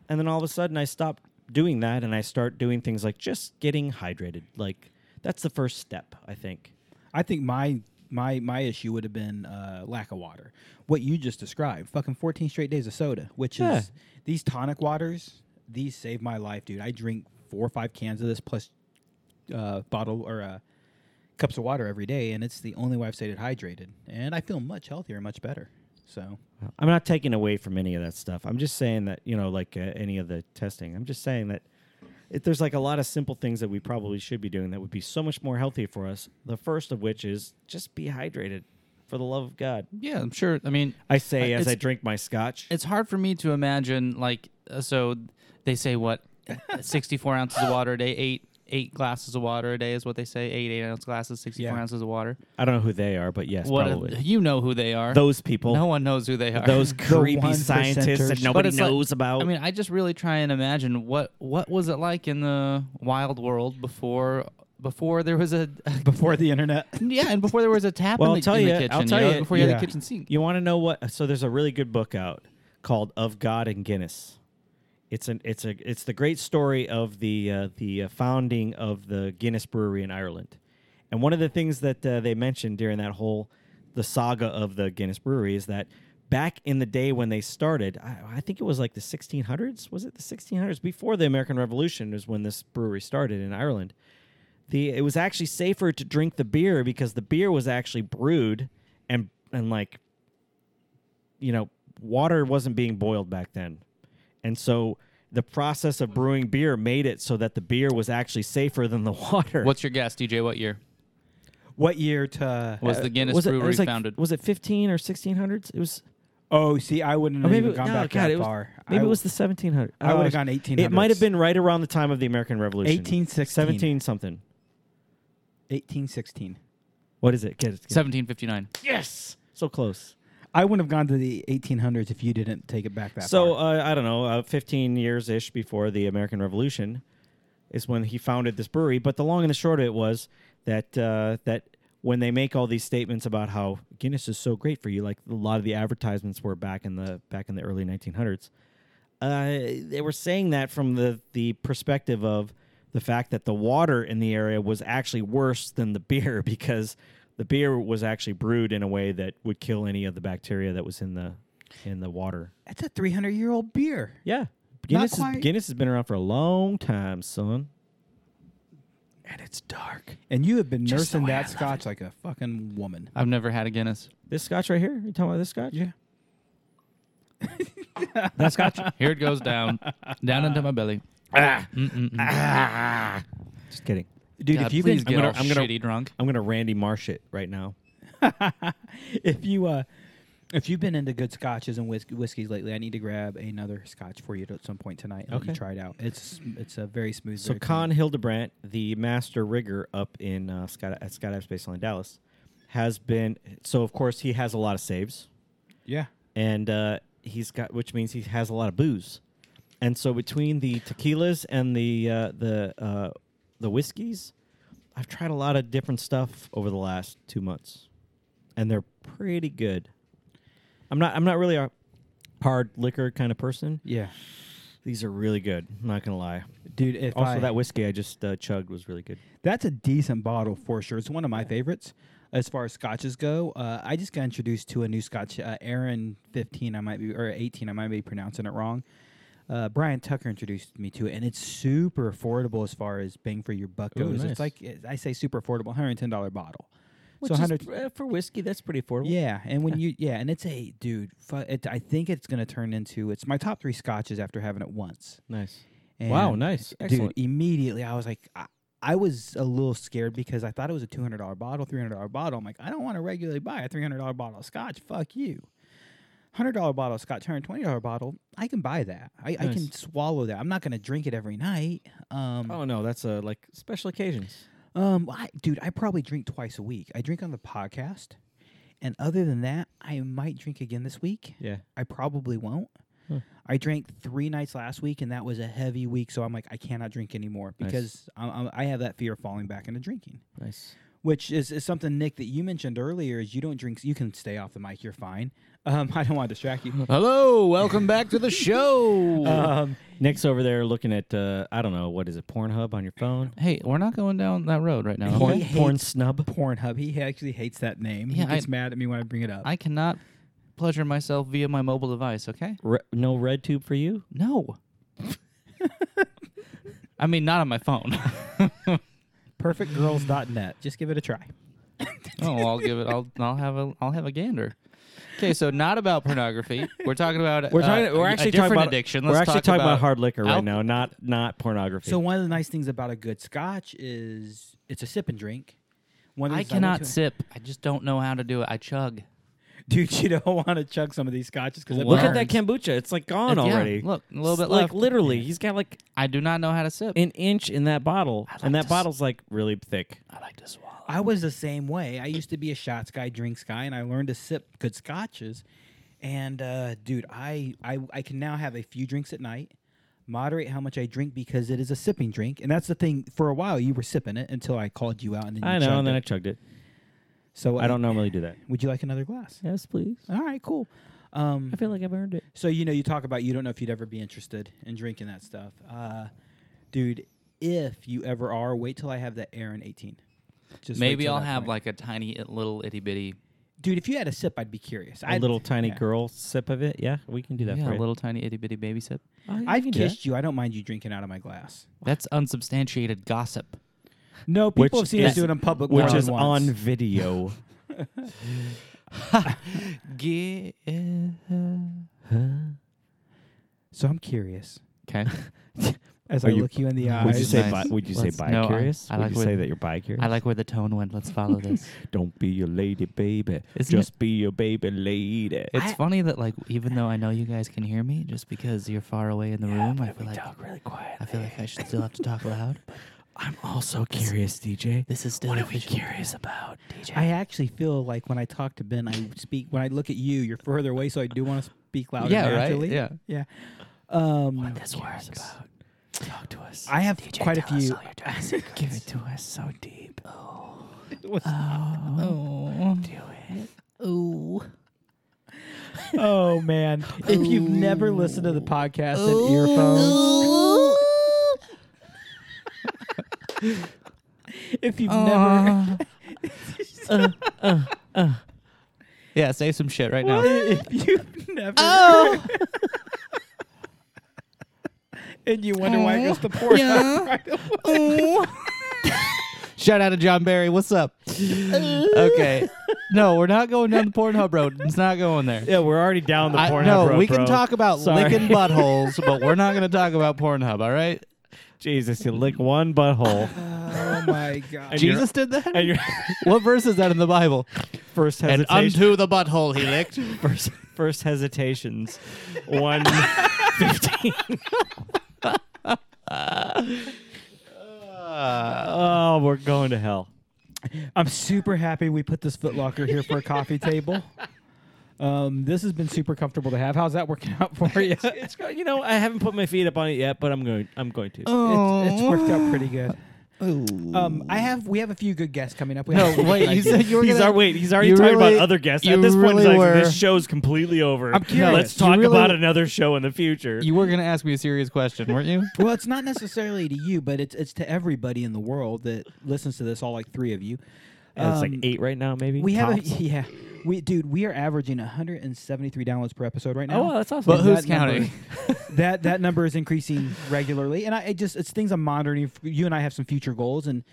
And then all of a sudden, I stop doing that and I start doing things like just getting hydrated. Like that's the first step, I think. I think my my my issue would have been uh, lack of water. What you just described, fucking 14 straight days of soda, which Yeah. is these tonic waters. These save my life, dude. I drink four or five cans of this plus uh, bottle or uh, cups of water every day, and it's the only way I've stayed hydrated, and I feel much healthier and much better. So I'm not taking away from any of that stuff. I'm just saying that you know, like uh, any of the testing. I'm just saying that if there's like a lot of simple things that we probably should be doing that would be so much more healthy for us. The first of which is just be hydrated, for the love of God. Yeah, I'm sure. I mean, I say as I it's- drink my scotch. it's hard for me to imagine like uh, so they say what [laughs] 64 ounces of water a day eight eight glasses of water a day is what they say eight eight ounce glasses 64 Yeah. ounces of water I don't know who they are, but yes, what probably [laughs] you know who they are those people, no one knows who they are [laughs] those creepy one scientists that percenters. But nobody it's like- knows about. i mean i just really try and imagine what what was it like in the wild world before before there was a [laughs] before the internet, yeah and before there was a tap Well, in I'll the, tell in the you- kitchen I'll tell know, you- before you had yeah. a kitchen sink You want to know what? So there's a really good book out called "Of God and Guinness." It's an it's a it's the great story of the uh, the uh, founding of the Guinness Brewery in Ireland, and one of the things that uh, they mentioned during that whole the saga of the Guinness Brewery is that back in the day when they started, I, I think it was like the 1600s. Was it the 1600s before the American Revolution? Is when this brewery started in Ireland the it was actually safer to drink the beer because the beer was actually brewed and and like you know water wasn't being boiled back then and so the process of brewing beer made it so that the beer was actually safer than the [laughs] water what's your guess dj what year what year to? uh, was the guinness was it, it brewery was like- founded was it 15 or 1600s it was Oh, see, I wouldn't or have maybe even gone no, back God, that it was, far. I maybe it w- was the 1700s I would've Oh, gone it might 1800s. have been right around the time of the american revolution 1816. 17 something 1816. what is it get it, get it. 1759 yes so close I wouldn't have gone to the 1800s if you didn't take it back that so far. uh, I don't know, uh, 15 years ish before the American Revolution is when he founded this brewery. But the long and the short of it was that uh, that when they make all these statements about how Guinness is so great for you, like a lot of the advertisements were back in the back in the early 1900s, uh, they were saying that from the the perspective of the fact that the water in the area was actually worse than the [laughs] beer because the beer was actually brewed in a way that would kill any of the bacteria that was in the in the water. That's a 300 year old beer. Yeah. Guinness, is, quite. Guinness has been around for a long time, son. And it's dark. And you have been Just the nursing way I that love scotch like a fucking woman. i've never had a guinness This scotch right here? You talking about this scotch? Yeah. That scotch? Here it goes down, down into my belly. Just kidding. Dude, God, if you please can, get gonna- all I'm gonna- shitty drunk. I'm going to Randy Marsh it right now. if you uh If you've been into good scotches and whis- whiskeys lately, I need to grab another scotch for you at some point tonight and let you Okay. try it out. It's it's a very smooth. So very clean- Con Hildebrandt, the master rigger up in uh, Sky, at Skydive Space Line Dallas, has been. So of course he has a lot of saves, yeah. and uh, he's got, which means he has a lot of booze. And so between the tequilas and the uh, the uh, the whiskeys, I've tried a lot of different stuff over the last two months, and they're pretty good. I'm not I'm not really a hard liquor kind of person. Yeah, These are really good. I'm not gonna lie. dude. If also, I- that whiskey I just uh, chugged was really good. that's a decent bottle for sure. It's one of my favorites as far as scotches go. Uh, I just got introduced to a new scotch, uh, Aaron 15, I might be, or 18, I might be pronouncing it wrong. Uh, Brian Tucker introduced me to it, and it's super affordable as far as bang for your buck Ooh, goes. nice. It's like it- I say, super affordable, hundred ten dollar bottle. Which so is, hundred, uh, for whiskey, that's pretty affordable. yeah, and when you yeah, and it's a dude. Fu- it, I think it's gonna turn into it's my top three scotches after having it once. nice. And Wow, nice. Excellent. Dude, immediately I was like, I, I was a little scared because I thought it was a $200 bottle, $300 bottle. I'm like, I don't want to regularly buy a $300 bottle of scotch. Fuck you. $100 bottle of scotch, $120 bottle, I can buy that. I, I can Nice. swallow that. I'm not going to drink it every night. Um, Oh no, that's uh, like special occasions. um, I, dude, I probably drink twice a week. I drink on the podcast. And other than that, I might drink again this week. Yeah. I probably won't. Huh. I drank three nights last week, and that was a heavy week. So I'm like, I cannot drink anymore Nice. because I'm, I'm, I have that fear of falling back into drinking, Nice. which is, is something Nick that you mentioned earlier. Is you don't drink, you can stay off the mic. You're fine. [laughs] Um, I don't want to distract you. Hello, welcome back to the [laughs] show. Um, Nick's over there looking at uh, I don't know what is it, Pornhub on your phone? hey, we're not going down that road right now. Porn, hates- porn snub. Pornhub. He actually hates that name. Yeah, he gets I- mad at me when I bring it up. I cannot pleasure myself via my mobile device. Okay? Re- no red tube for you. No. I mean, not on my phone. [laughs] Perfectgirls.net. Just give it a try. oh, I'll give it. I'll. I'll have a. I'll have a gander. Okay, so not about pornography. We're talking about. We're uh, talking. we're a- a actually different talking about addiction. We're Let's actually talk talking about, about hard liquor right alcohol. now, not not pornography. So one of the nice things about a good scotch is it's a sip and drink. One of the I things went cannot to- sip. I just don't know how to do it. I chug. [laughs] dude. You don't want to chug some of these scotches because look at Burns. that kombucha. It's like gone Yeah, already. look, a little It's bit like left. literally, he's got like I do not know how to sip. an inch in that bottle, and like that to s- bottle's like really thick. I like to swallow. I was the same way. I used to be a shots guy, drinks guy, and I learned to sip good scotches. And uh, dude, I, I I can now have a few drinks at night, moderate how much I drink because it is a sipping drink, and that's the thing. For a while, you were sipping it until I called you out, and then you I know, chugged and then it. I chugged it. so I don't normally do that. Would you like another glass? Yes, please. All right, cool. Um, I feel like I've earned it. So you know, you talk about you don't know if you'd ever be interested in drinking that stuff, uh, dude. If you ever are, wait till I have that Aaron eighteen. Just wait Maybe till I'll that have point. like a tiny little itty bitty. dude. If you had a sip, I'd be curious. A I'd, [laughs] little tiny yeah. girl sip of it. Yeah, we can do that. Yeah, for a you. little tiny itty bitty baby sip. I've kissed you. I don't mind you drinking out of my glass. That's unsubstantiated gossip. No, Which people have seen us is- do it in public, which is one-on-ones. [laughs] on video. Give. So I'm curious [laughs] Okay. as Are I you- look you in the eyes. Would you say nice. bi- would you Let's- say bi no, I- curious? I would like you what- say that you're bi curious? I like where the tone went. Let's follow [laughs] this. Don't be a lady, baby. Isn't Just be a baby lady. It's I- funny that like even though I know you guys can hear me, just because you're far away in the room, I feel like really quiet. I feel like I should still have to talk [laughs] loud. But I'm also curious, DJ. this is still What are we official. curious about, DJ? I actually feel like when I talk to Ben, I speak. When I look at you, you're further away, so I do want to speak louder. Yeah, right? naturally. Yeah. yeah. Um, This works. About. Talk to us. I have quite a few. Give it to us so deep. Oh, [laughs] What's- oh, do it. Oh, Oh man! If you've never listened [laughs] to the podcast in earphones, if you've Oh, never, yeah. Say some shit right now. if you've never, [laughs] and you wonder why it goes to porn, [laughs] Shout out to John Barry. What's up? okay. No, we're not going down the Pornhub road. It's not going there. yeah, we're already down the I- Pornhub no, road, we can bro. talk about [laughs] Sorry. licking buttholes, but we're not going to talk about Pornhub. All right. Jesus, you lick one [laughs] butthole. Oh [laughs] my god. you're- Jesus did that? [laughs] And your what verse is that in the Bible? first hesitation, the butthole he licked. first, first hesitations, one [laughs] fifteen. oh, we're going to hell. I'm super happy we put this footlocker here for a coffee table. Um, this has been super comfortable to have. How's that working out for you? It's, It's go- you know I haven't put my feet up on it yet, but I'm going. I'm going to. it's worked out pretty good. Um, I have we have a few good guests coming up. We No, have a few good wait. You ideas. said you were he's gonna, our wait. He's already you talking really- about other guests. you At this point, really he's like, were- this show's completely over. I'm curious. Let's You talk really- about another show in the future. You were gonna ask me a serious question, weren't you? well, it's not necessarily to you, but it's it's to everybody in the world that listens to this. All like three of you. Yeah, it's like Um, eight right now, maybe. We have a, [laughs] tops. yeah. We dude, we are averaging 173 downloads per episode right now. Oh, wow, that's awesome. But That who's number- counting? [laughs] that that number is increasing regularly, and I it just it's things I'm monitoring. You and I have some future goals, and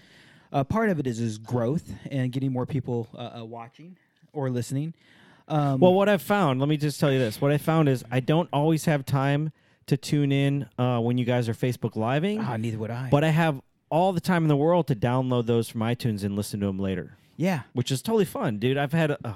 uh, part of it is is growth and getting more people uh, uh, watching or listening. Um, Well, what I've found, let me just tell you this. What I found is I don't always have time to tune in uh, when you guys are Facebook living, ah, neither would I. but I have all the time in the world to download those from iTunes and listen to them later, yeah, which is totally fun, dude. I've had, ugh.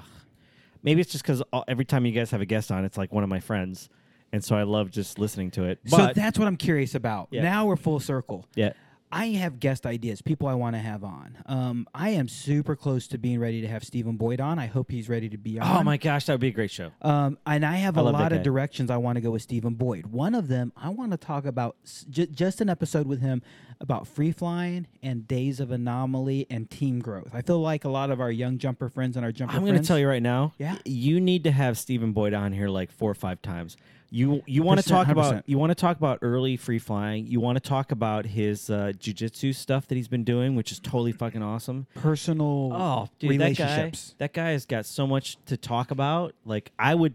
maybe it's just because every time you guys have a guest on, it's like one of my friends. And so I love just listening to it. But, so that's what I'm curious about. Yeah. Now we're full circle. yeah. I have guest ideas, people I want to have on. Um, I am super close to being ready to have Stephen Boyd on. I hope he's ready to be on. Oh my gosh, that would be a great show. Um, and I have I a love that lot of guy. directions I want to go with Stephen Boyd. One of them, I want to talk about s- ju- just an episode with him about free flying and days of anomaly and team growth. I feel like a lot of our young jumper friends and our jumper I'm going to tell you right now. Yeah. You need to have Stephen Boyd on here like four or five times. You you want to Percent- talk about 100%. you want to talk about early free flying. You want to talk about his uh, jujitsu stuff that he's been doing, which is totally fucking awesome. personal Oh, dude, that guy, relationships. that guy has got so much to talk about. Like I would,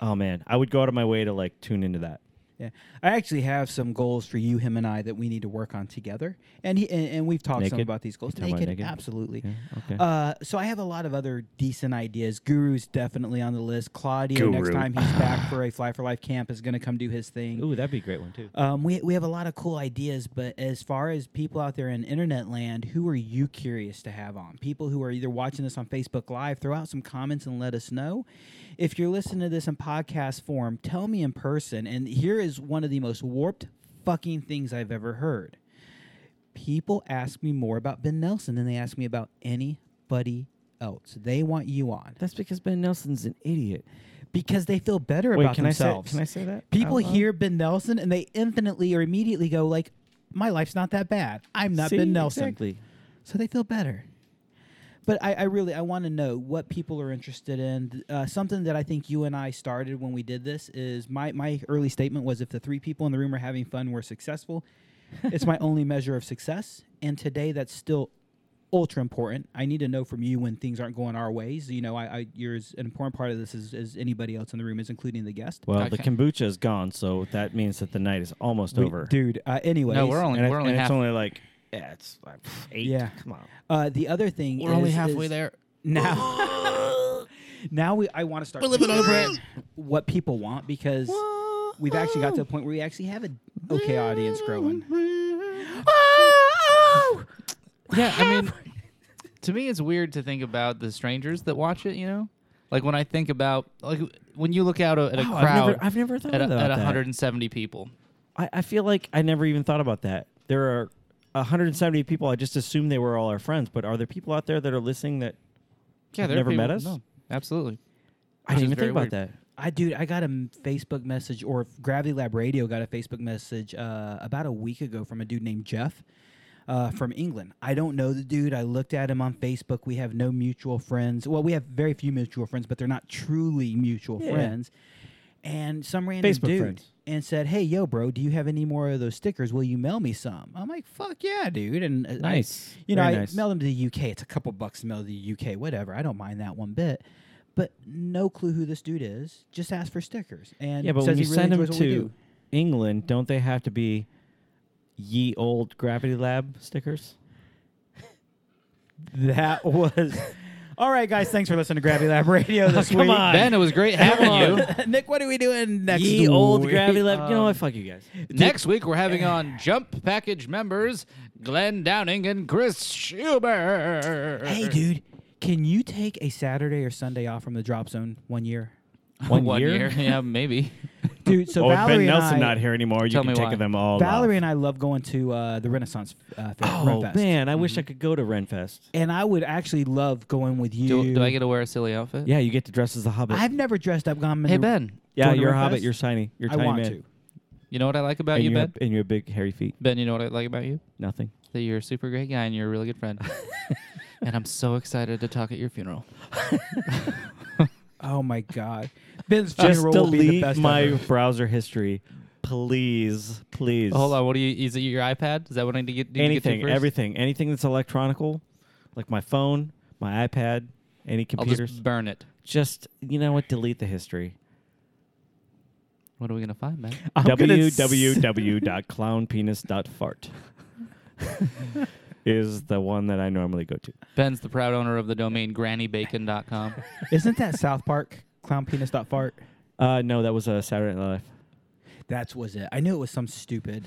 oh man, I would go out of my way to like tune into that. Yeah, I actually have some goals for you, him, and I that we need to work on together. And he and, and we've talked some Naked? about these goals. talking about Naked, naked? absolutely. okay. Uh, so I have a lot of other decent ideas. Guru's definitely on the list. Claudio, next time he's back for a Fly for Life camp, is going to come do his thing. Ooh, that'd be a great one too. Um, we, we have a lot of cool ideas, but as far as people out there in internet land, who are you curious to have on? People who are either watching this on Facebook Live, throw out some comments and let us know. If you're listening to this in podcast form, tell me in person. And here is one of the most warped fucking things I've ever heard. People ask me more about Ben Nelson than they ask me about anybody else. They want you on That's because Ben Nelson's an idiot. because they feel better Wait, about can themselves. I say? Can I say that? People out loud? hear Ben Nelson and they infinitely or immediately go like, "My life's not that bad. I'm not See? Ben Nelson." Exactly. So they feel better. But I, I really I want to know what people are interested in. Uh, something that I think you and I started when we did this is my my early statement was if the three people in the room are having fun, we're [laughs] successful. it's my only measure of success, and today that's still ultra important. I need to know from you when things aren't going our ways. You know, I, I you're as an important part of this as, as anybody else in the room is, including the guest. Well, the Okay. kombucha is gone, so that means that the night is almost We- over. dude. Uh, anyways, No, we're only and, it- we're only and half, it's only like yeah, it's like pff, eight. Yeah. come on. uh, the other thing we're only is- halfway is there. now. [laughs] now we I want to start. We're living on a brand. What people want because we've actually got to a point where we actually have an okay audience growing. Yeah, I mean, to me, it's weird to think about the strangers that watch it. You know, like when I think about like when you look out at a Oh, I've crowd, never- I've never thought at, a- about at that. 170 people. I, I feel like I never even thought about that. There are 170 people. I just assumed they were all our friends, but are there people out there that are listening that Yeah, Have there are never met people- us? No, absolutely. I Which didn't is even very think about weird. that? I dude, I got a m- Facebook message or Gravity Lab Radio got a Facebook message uh, about a week ago from a dude named Jeff uh, from England. I don't know the dude. I looked at him on Facebook. We have no mutual friends. Well, we have very few mutual friends, but they're not truly mutual Yeah. friends. And some random Facebook dude friends. and said, "Hey, yo, bro, do you have any more of those stickers? Will you mail me some?" I'm like, "Fuck yeah, dude!" And uh, I- Nice. you know, Very I nice. mailed them to the UK. It's a couple bucks to mail to the UK, whatever. I don't mind that one bit. But no clue who this dude is. Just ask for stickers. And Yeah, but says when he you really send them enjoys what we to do. England, don't they have to be ye old Gravity Lab stickers? [laughs] that [laughs] was All right, guys, thanks for listening to Gravity Lab Radio this Oh, come week. on. Ben, it was great [laughs] having you. Nick, what are we doing next Ye old week? gravity lab. you know what? Fuck you guys. Next week, we're having on Jump Package members Glenn Downing and Chris Schubert. Hey, dude, can you take a Saturday or Sunday off from the drop zone one year? One, year? Yeah, maybe. Dude, [laughs] so oh, if Valerie Ben Nelson and I, not here anymore, you Tell can me take why. them all. Valerie off. and I love going to uh, the Renaissance uh, Fair. Oh Renfest. Mm-hmm. man, I wish I could go to Renfest. And I would actually love going with you. Do, do I get to wear a silly outfit? Yeah, you get to dress as a hobbit. I've never dressed up. Gone. Hey, Ben. yeah, going to you're a Renfest? hobbit. You're shiny. You're I tiny want man. to. You know what I like about And you, you Ben? and your big hairy feet. Ben, you know what I like about you? Nothing. That you're a super great guy and you're a really good friend. and I'm so excited to talk at your funeral. Oh my god, Ben's Just funeral will be the delete best. my ever. browser history, please, please. Hold on, what do you? Is it your iPad? Is that what I need to get? Need to get anything, to first? everything, anything that's electronical, like my phone, my iPad, any I'll computers. just burn it. just you know what? Delete the history. What are we gonna find, Ben? I'm gonna [laughs] www.clownpenis.fart [laughs] is the one that I normally go to. Ben's the proud owner of the domain grannybacon.com. Isn't that South Park clown penis dot fart? Uh, no, that was a Saturday Night Live. That was it. I knew it was some stupid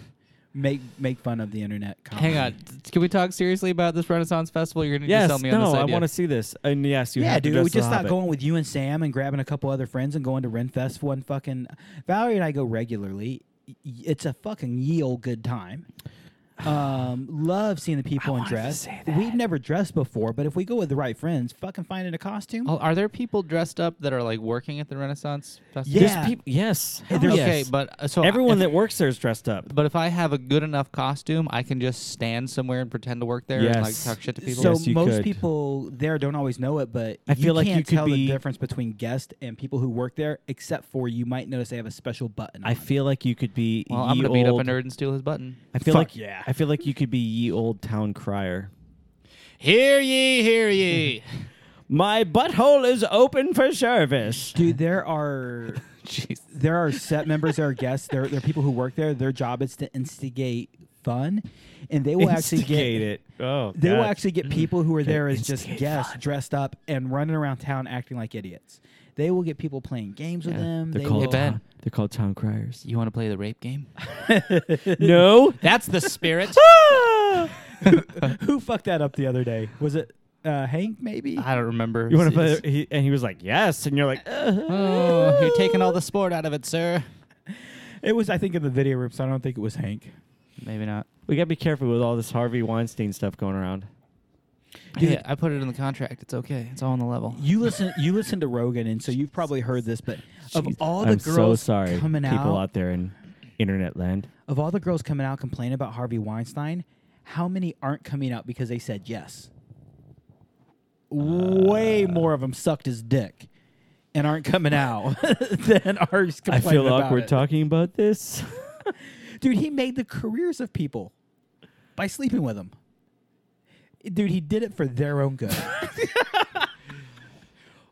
make make fun of the internet. Comedy. Hang on, [laughs] can we talk seriously about this Renaissance Festival? You're gonna just Yes, sell me on no, this I idea. want to see this. And yes, you yeah, have to dude, dress we as a just not hobbit. going with you and Sam and grabbing a couple other friends and going to Renfest one fucking. Valerie and I go regularly. Y- y- It's a fucking ye old good time. Um, love seeing the people in dress. We've never dressed before, but if we go with the right friends, fucking finding a costume. Oh, are there people dressed up that are like working at the Renaissance Festival? There's Yeah. peop- yes. okay, yes. but uh, so I- everyone if- that works there is dressed up. But if I have a good enough costume, I can just stand somewhere and pretend to work there and like Yes. talk shit to people. So Yes, you most could. people there don't always know it, but I feel like you can't could tell be- the difference between guest and people who work there, except for you might notice they have a special button. I on. feel like you could be. well, oh, I'm ye gonna beat up old- a nerd and steal his button. I feel Fuck like yeah. I feel like you could be ye old town crier. Hear ye, hear ye. [laughs] My butthole is open for service. [laughs] Dude, there are Jeez. there are set members, there are guests, there there are people who work there. Their job is to instigate fun, and they will actually Instigate get [laughs] it. Oh, they will God. actually get people who are there as just Instigate guests, dressed up and running around town acting like idiots. They will get people playing games with them. They're They called Hey, will, Ben. town, they're called town criers. You want to play the rape game? [laughs] no. That's the spirit. [laughs] who fucked that up the other day? Was it uh, Hank? Maybe. I don't remember. [laughs] You want to play? He, and he was like, "Yes," and you're like, Oh, you're taking all the sport out of it, sir. It was, I think, in the video room, so I don't think it was Hank. Maybe not. "We gotta be careful with all this Harvey Weinstein stuff going around." Dude, Dude. I put it in the contract. It's okay. It's all on the level. You listen, you listen to Rogan, and so you've probably heard this, but of all the I'm so girls sorry, coming people out, out there in internet land. of all the girls coming out complaining about Harvey Weinstein, how many aren't coming out because they said yes? Way more of them sucked his dick and aren't coming [laughs] out than are just I complaining feel about awkward it. talking about this. [laughs] [laughs] Dude, he made the careers of people by sleeping with them. Dude, he did it for their own [laughs] good. [laughs]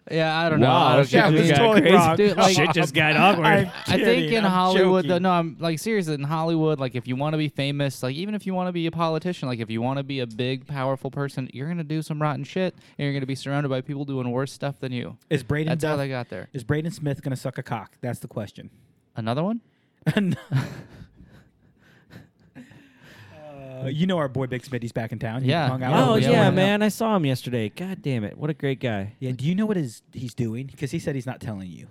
Yeah, I don't Wow, know. I don't shit get- I just mean, got crazy. Dude, like- Shit just got awkward. I think kidding. in I'm Hollywood, though, joking. no, I'm like seriously in Hollywood. Like, if you want to be famous, like even if you want to be a politician, like if you want to be a big, powerful person, you're gonna do some rotten shit, and you're gonna be surrounded by people doing worse stuff than you. Is Braden That's how Duff- they got there. Is Braden Smith going to suck a cock? That's the question. [laughs] Another one? Uh, you know our boy Big Smitty's back in town. You Yeah. hung out Oh with yeah, yeah, him. why not? man, I saw him yesterday. God damn it, what a great guy. Yeah. Do you know what is he's doing? Because he said he's not telling you.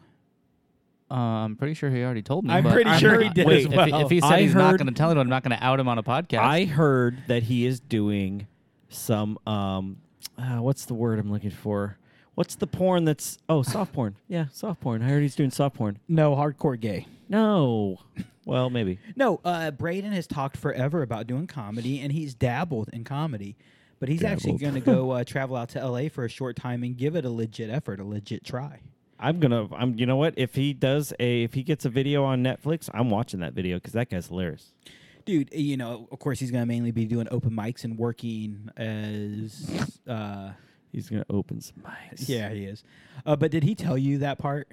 Uh, I'm pretty sure he already told me. I'm but pretty sure he not- did Wait, as if, he, well. if he said I he's not heard- gonna tell anyone, I'm not gonna out him on a podcast. I heard that he is doing some um uh, what's the word I'm looking for? What's the porn that's [laughs] oh soft porn. Yeah, soft porn. I heard he's doing soft porn. No, hardcore gay. No. [laughs] Well, maybe. No, uh, Braden has talked forever about doing comedy, and he's dabbled in comedy, but he's actually going to go uh, travel out to L.A. for a short time and give it a legit effort, a legit try. I'm gonna I'm you know what? If he does a if he gets a video on Netflix, I'm watching that video because that guy's hilarious. Dude, you know, of course, he's going to mainly be doing open mics and working as. Uh, He's gonna open some mics. yeah, he is. Uh, but did he tell you that part?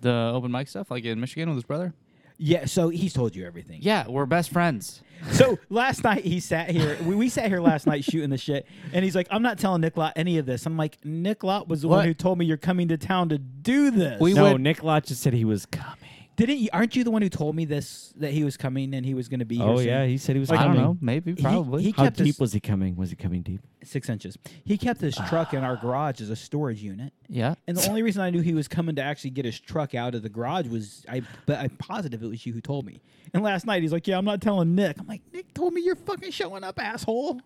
the open mic stuff, like in Michigan with his brother. Yeah, so he's told you everything. Yeah, we're best friends. So [laughs] last night he sat here. We, we sat here last night shooting the shit, and he's like, "I'm not telling Nick Lott any of this." I'm like, "Nick Lott was the one What? who told me you're coming to town to do this." We no, went- Nick Lott just said he was coming. didn't. You, aren't you the one who told me this that he was coming and he was going to be? here Oh soon? yeah, he said he was I coming. don't know. Maybe, He- probably. he- How kept his- deep was he coming? Was he coming deep? six inches. He kept his truck in our garage as a storage unit. yeah. And the only reason I knew he was coming to actually get his truck out of the garage was I, but I'm positive it was you who told me. And last night he's like, "Yeah, I'm not telling Nick." I'm like, "Nick told me you're fucking showing up, asshole."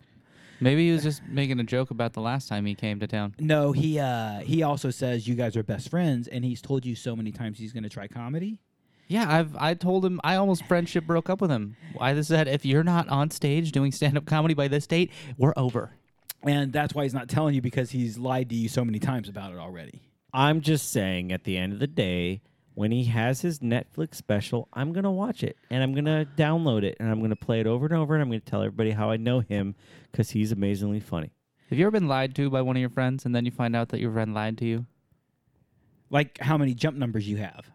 Maybe he was just making a joke about the last time he came to town. No, he uh he also says you guys are best friends, and he's told you so many times he's going to try comedy. Yeah, I've I told him I almost friendship broke up with him. I just said if you're not on stage doing stand up comedy by this date, we're over. And that's why he's not telling you because he's lied to you so many times about it already. I'm just saying, at the end of the day, when he has his Netflix special, I'm gonna watch it and I'm gonna download it and I'm gonna play it over and over and I'm gonna tell everybody how I know him because he's amazingly funny. Have you ever been lied to by one of your friends and then you find out that your friend lied to you? Like how many jump numbers you have.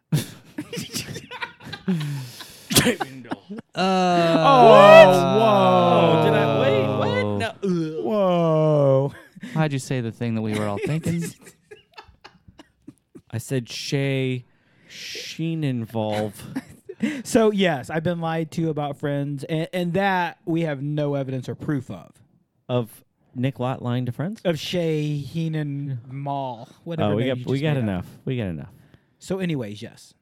Oh, did I wait? Oh. What? No. Whoa. Why'd you say the thing that we were all [laughs] thinking? I said Shay Sheen involve. [laughs] So yes, I've been lied to about friends, and, and that we have no evidence or proof of. of Nick Lott lying to friends? Of Shay Heenan Mall, whatever. Oh, we name got you we just got made up. enough. We got enough. So, anyways, yes.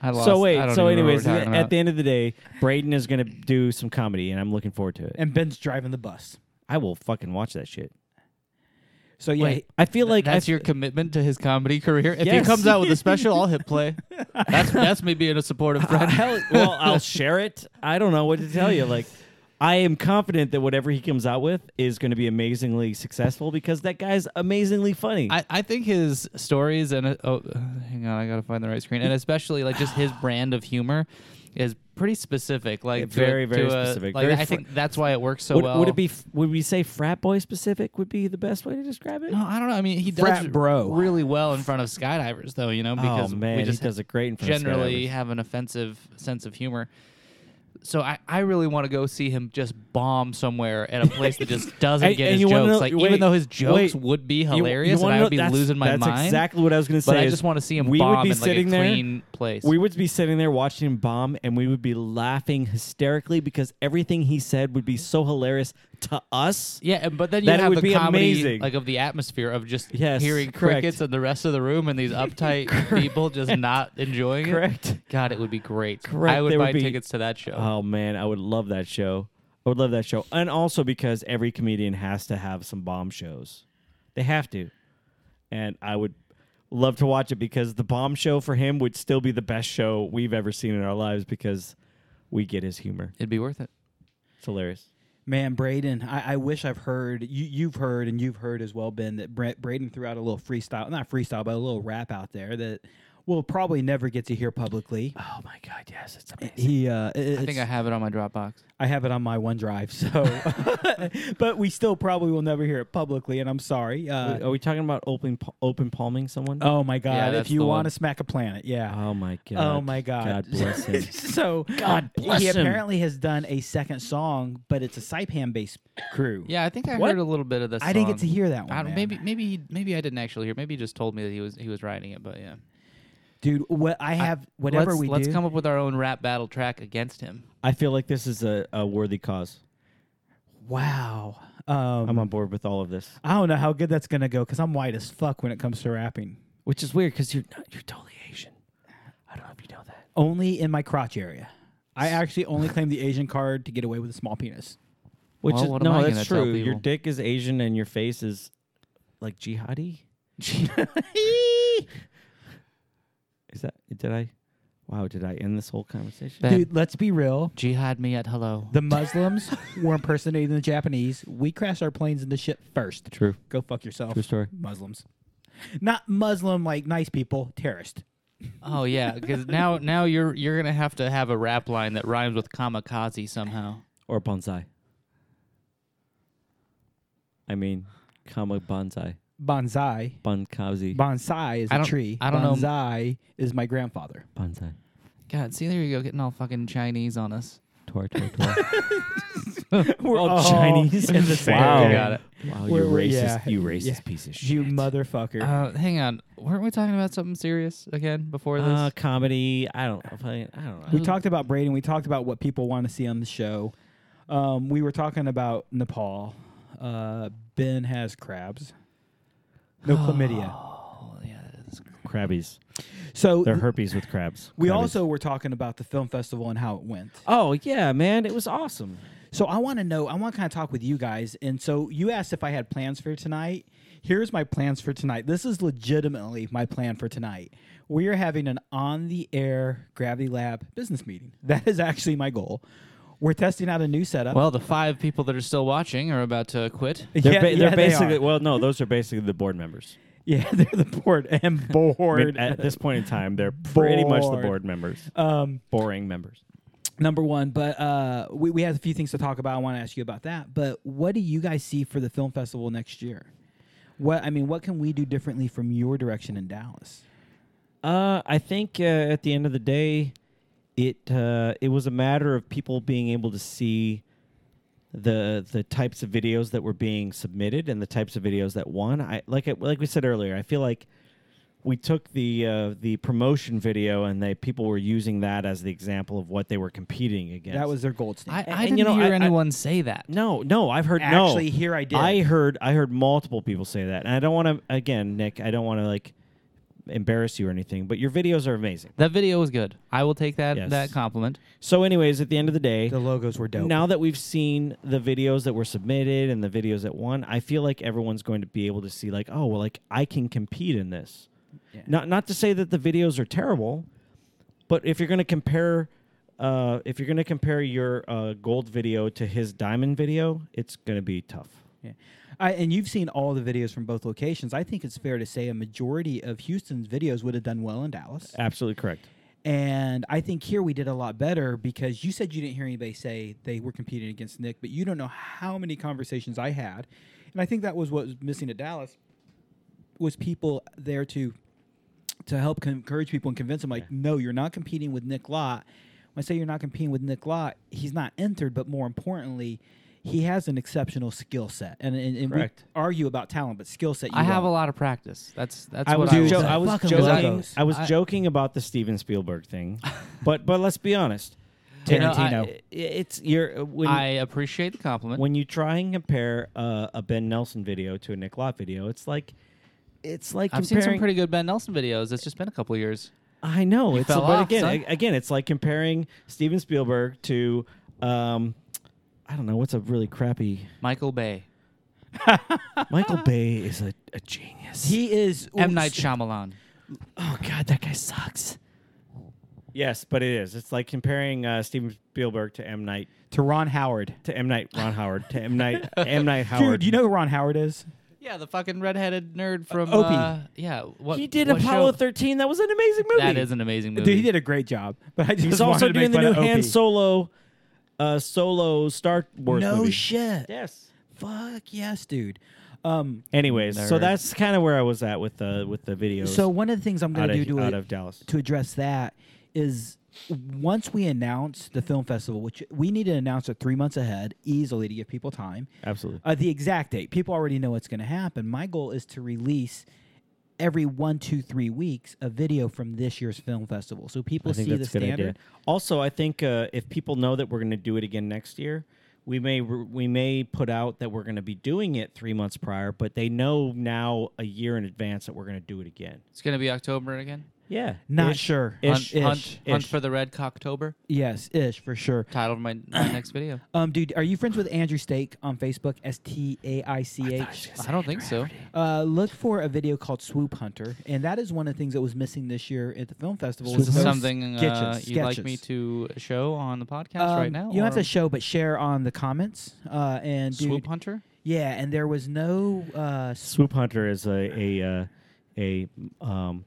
I lost. So I wait, don't so even remember anyways, what we're talking at the about. end of the day, Braden is gonna do some comedy, and I'm looking forward to it. and Ben's driving the bus. I will fucking watch that shit. So yeah, Wait, I feel like I that's f- your [laughs] commitment to his comedy career. If he Yes. comes out with a special, I'll hit [laughs] play. That's that's me being a supportive friend. Hell, well, [laughs] I'll share it. I don't know what to tell you. Like, I am confident that whatever he comes out with is going to be amazingly successful because that guy's amazingly funny. I, I think his stories and uh, oh, hang on, I gotta find the right screen. And especially like just his brand of humor is pretty specific. Like to a- Very, very to a- specific. Like Very I fr- think that's why it works so would, well. would it be? f- Would we say frat boy specific? Would be the best way to describe it. No, I don't know. I mean, he does Frat bro. really well in front of skydivers, though. You know, oh because man, we just he does it great in front of generally skydivers. have an offensive sense of humor. So I, I really want to go see him just bomb somewhere at a place that [laughs] just doesn't And- get and his you jokes. wanna know- like wait, even though his jokes wait. would be You- you hilarious, and wanna I know- would be that's- losing my that's mind. exactly what I was going to say. but I is just want to see him we bomb would be in like a sitting clean there, place. We would be sitting there watching him bomb, and we would be laughing hysterically because everything he said would be so hilarious to us. yeah, and- but then you That it have would the be comedy amazing. like of the atmosphere of just Yes, hearing correct. crickets and the rest of the room and these [laughs] uptight people just not enjoying Correct. it. God, it would be great. Correct, I would they would buy be- tickets to that show. Oh man, I would love that show. I would love that show, and also because every comedian has to have some bomb shows, they have to, and I would love to watch it because the bomb show for him would still be the best show we've ever seen in our lives because we get his humor. It'd be worth it. It's hilarious. man, Braden, I, I wish I've heard you. You've heard and you've heard as well, Ben, that Bra- Braden threw out a little freestyle, not freestyle, but a little rap out there that we'll probably never get to hear publicly. Oh my god, yes, it's amazing. He, uh, I think I have it on my Dropbox. I have it on my OneDrive, so, [laughs] but we still probably will never hear it publicly, and I'm sorry. Uh, Are we talking about open open palming someone? oh my God! that's if you the want one. to smack a planet, yeah. Oh my god. Oh my God! God bless [laughs] him. so God bless he him. apparently has done a second song, but it's a Saipan based crew. Yeah, I think I What? heard a little bit of this. I didn't get song. to hear that one. I don't, man. maybe maybe he- [laughs] maybe I didn't actually hear. Maybe he just told me that he was he was writing it. But yeah, dude. What I have, whatever let's, we let's do, come up with our own rap battle track against him. I feel like this is a, a worthy cause. wow. I'm Um, on board with all of this, I don't know how good that's gonna go because I'm white as fuck when it comes to rapping. which is weird because you're not, you're totally Asian. I don't know if you know that. Only in my crotch area. I actually only claim the Asian card to get away with a small penis. Which Well, is what am I no, gonna that's tell true. Your people? dick is Asian and your face is like jihadi. [laughs] is that did I? Wow, did I end this whole conversation? Ben. Dude, let's be real. Jihad me at hello. The Muslims [laughs] were impersonating the Japanese. We crashed our planes into shit first. True. Go fuck yourself. True story. Muslims. Not Muslim like nice people, terrorist. oh yeah, because now now you're you're gonna have to have a rap line that rhymes with kamikaze somehow. Or bonsai. I mean, comic bonsai, Bonsai. bonkazi, Bonsai is I a don't- tree. I don't know. Bonsai is my grandfather. bonsai. God, see, there you go, getting all fucking Chinese on us. Tor, tor, tor. [laughs] We're all Chinese in the same. [laughs] Wow. game. Got it. Wow, you We're- we're- racist, yeah. you racist Yeah. piece of shit. You motherfucker. Uh, hang on, weren't we talking about something serious again before this? Uh, comedy. I don't. I don't know. we talked about Braden. We talked about what people want to see on the show. Um, we were talking about Nepal. Uh, ben has crabs. No chlamydia. oh, yeah, that's [laughs] crabbies. [gasps] So They're th- herpes with crabs. we Crabbies. also were talking about the film festival and how it went. Oh yeah, man, it was awesome. So I want to know. I want to kind of talk with you guys. And so you asked if I had plans for tonight. Here's my plans for tonight. This is legitimately my plan for tonight. We are having an on the air Gravity Lab business meeting. That is actually my goal. We're testing out a new setup. Well, the five people that are still watching are about to quit. They're, Yeah, ba- yeah, they're they basically. are. well, no, those are basically the board members. [laughs] yeah, they're the board [laughs] and I board. mean, at this point in time, [laughs] they're pretty much the Bored. board members. um, Boring members. number one, but uh, we we have a few things to talk about. I want to ask you about that. But what do you guys see for the film festival next year? What I mean, what can we do differently from your direction in Dallas? Uh, I think uh, at the end of the day, it uh, it was a matter of people being able to see the the types of videos that were being submitted and the types of videos that won. I like I, like we said earlier. I feel like we took the uh, the promotion video and they people were using that as the example of what they were competing against. That was their gold standard. I, I and, didn't you know, hear I- I- anyone say that. No, no, I've heard no. Actually, here I did. I heard I heard multiple people say that, and I don't want to again, Nick. I don't want to like embarrass you or anything, but your videos are amazing. That video was good. I will take that Yes. that compliment. So, anyways, at the end of the day, the logos were dope. now that we've seen the videos that were submitted and the videos that won, I feel like everyone's going to be able to see like, oh, well, like I can compete in this. Yeah. Not not to say that the videos are terrible, but if you're going to compare. Uh, if you're going to compare your uh, gold video to his diamond video, it's going to be tough. Yeah. I, and you've seen all the videos from both locations. I think it's fair to say a majority of Houston's videos would have done well in Dallas. Absolutely correct. And I think here we did a lot better because you said you didn't hear anybody say they were competing against Nick, but you don't know how many conversations I had. And I think that was what was missing at Dallas was people there to to help con- encourage people and convince them like, no, you're not competing with Nick Lott. When I say you're not competing with Nick Lott, he's not entered, but more importantly, he has an exceptional skill set. And, and, and we Correct. argue about talent, but skill set. You I have don't. a lot of practice. That's that's I what was, I, will jo- say. I was Fucking joking. logos. I was I- joking about the Steven Spielberg thing, but but let's be honest. [laughs] You know, I- Tarantino. I- it's you're when I appreciate the compliment. when you try and compare uh, a Ben Nelson video to a Nick Lott video, it's like it's like I've seen comparing. some pretty good Ben Nelson videos. It's just been a couple years. I know it's fell but off, again son. a- again it's like comparing Steven Spielberg to um, I don't know what's a [laughs] really crappy Michael Bay, Michael Bay is a, a genius. He is M Night Shyamalan. Oh God, that guy sucks. Yes, but it is. It's like comparing uh, Steven Spielberg to M Night to Ron Howard. to M Night Ron Howard to M Night [laughs] M Night Howard. Dude, you know who Ron Howard is? Yeah, the fucking redheaded nerd from Opie. uh, yeah, what he did what Apollo show? 13. That was an amazing movie. That is an amazing movie. Dude, he did a great job. But I just He's wanted also to doing make the new fun of Han Opie. Solo, uh, Solo Star Wars No movie. shit. Yes. Fuck yes, dude. Um, Anyways, so Nerd. that's kind of where I was at with the with the videos. so one of the things I'm going out to of, do to out a- of Dallas. to address that is once we announce the film festival, which we need to announce it three months ahead easily to give people time. Absolutely. Uh, the exact date. People already know what's going to happen. My goal is to release every one, two, three weeks a video from this year's film festival, so people I think see the that's a good standard. idea. Also, I think uh, if people know that we're going to do it again next year, we may re- we may put out that we're going to be doing it three months prior, but they know now a year in advance that we're going to do it again. It's gonna be October again. Yeah, Not sure. Ish. hunt, Ish. hunt, hunt Ish. for the Red Cocktober. Yes, ish for sure. Title of my, [coughs] my next video. Um, dude, are you friends with Andrew Stake on Facebook? S T A I C H. I don't think so. Uh, look for a video called Swoop Hunter, and that is one of the things that was missing this year at the film festival. Is was this those something uh, sketches- you'd like sketches. me to show on the podcast Um, right now? You don't have or to show, but share on the comments. Uh, and dude, Swoop Hunter? yeah, and there was no uh, s- Swoop Hunter is a a uh, a um.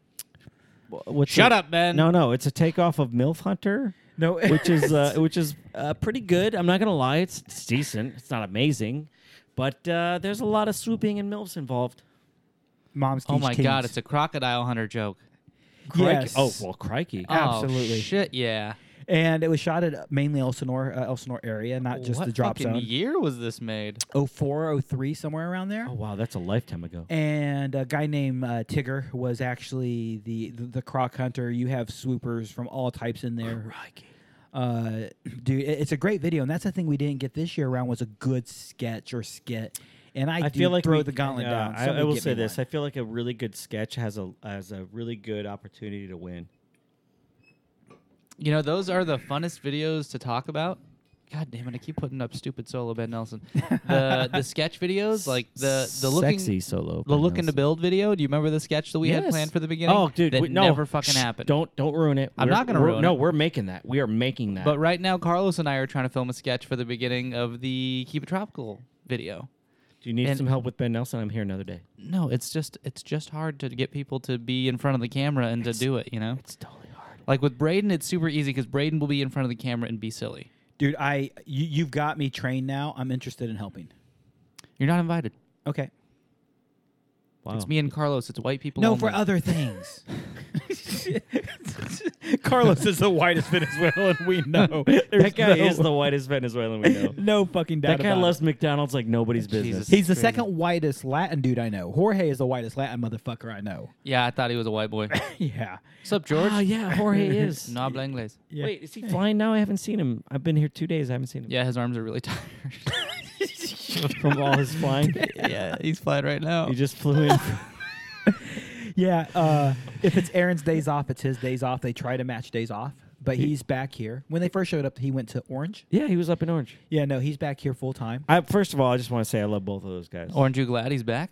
wh- What's Shut the- up, Ben. No, no, it's a takeoff of Milf Hunter. [laughs] no, [laughs] which is uh, which is uh, pretty good. I'm not gonna lie, it's, it's decent. It's not amazing, but uh, there's a lot of swooping and milfs involved. mom's. Oh Teach my Kings. god, it's a crocodile hunter joke. Crikey. Yes. Oh well, crikey. Uh, Absolutely. Oh, shit, yeah. and it was shot at mainly Elsinore, uh, Elsinore area, not just what the drop fucking zone. year was this made? Oh four, oh three, somewhere around there. oh wow, that's a lifetime ago. And a guy named uh, Tigger was actually the, the the croc hunter. You have swoopers from all types in there. Crikey. uh, [clears throat] dude, it- it's a great video, and that's the thing we didn't get this year around was a good sketch or skit. And I, I do feel like throw we- the gauntlet yeah, down. I, I Somebody will get say me this: one. I feel like a really good sketch has a has a really good opportunity to win. You know, those are the funnest videos to talk about. God damn it! I keep putting up stupid solo Ben [laughs] Nelson. The the sketch videos, like the the looking sexy solo, the looking to build video. Do you remember the sketch that we had Yes. planned for the beginning? Oh, dude, that we- no, never fucking shh, happened. Don't don't ruin it. I'm We're- not gonna we're- ruin No, it. we're making that. We are making that. But right now, Carlos and I are trying to film a sketch for the beginning of the Keep It Tropical video. do you need and- some help with Ben Nelson? I'm here another day. No, it's just it's just hard to get people to be in front of the camera and to do it. You know, It's totally hard. like with Braden, it's super easy because Braden will be in front of the camera and be silly. dude. I you, you've got me trained now. I'm interested in helping. You're not invited. Okay. Wow. It's me and Carlos. It's white people. No, only. for other things. [laughs] [laughs] Carlos is the whitest Venezuelan we [laughs] know. Oh, that guy is the whitest [laughs] Venezuelan we know. [laughs] no fucking doubt. that guy about it. loves McDonald's like nobody's business. Jesus. He's the Crazy. second whitest Latin dude I know. Jorge is the whitest Latin motherfucker I know. [laughs] Yeah, I thought he was a white [coughs] boy. What's yeah. up, George? Ah, [laughs] yeah, Jorge is. No habla inglés. Yeah. Wait, is he flying now? I haven't seen him. I've been here two days. I haven't seen him. Yeah, his arms are really [laughs] tired. from all his [laughs] flying. yeah, he's flying right now. He just [laughs] flew in. Yeah. Uh, if it's Aaron's days off, it's his days off. They try to match days off, but he's back here. When they first showed up, he went to Orange. yeah, he was up in Orange. Yeah, no, he's back here full time. I, first of all, I just want to say I love both of those guys. Orange, you glad he's back?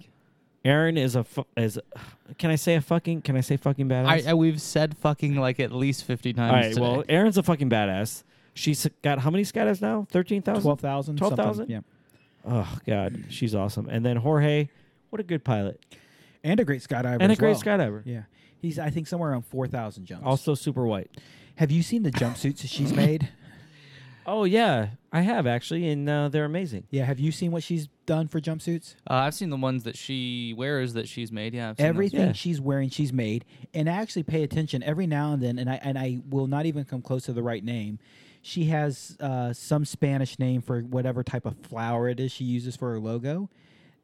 Aaron is a fu- is. [sighs] Can I say a fucking? Can I say fucking I, badass? I we've said fucking like at least fifty times. all right. today. Well, Aaron's a fucking badass. She's got how many skydives now? Thirteen thousand. 12,000. 12,000? something, Yeah. Oh God, she's awesome. And then Jorge, what a good pilot And a great skydiver. and a as great well. skydiver. Yeah. He's, I think, somewhere around 4,000 jumps. Also super white. Have you seen the jumpsuits that [coughs] she's made? Oh yeah, I have actually, and uh, they're amazing. Yeah. Have you seen what she's done for jumpsuits? uh, I've seen the ones that she wears that she's made. Yeah, I've seen those. Everything Yeah. she's wearing, she's made. And I actually pay attention every now and then, and I and I will not even come close to the right name. She has uh, some Spanish name for whatever type of flower it is she uses for her logo.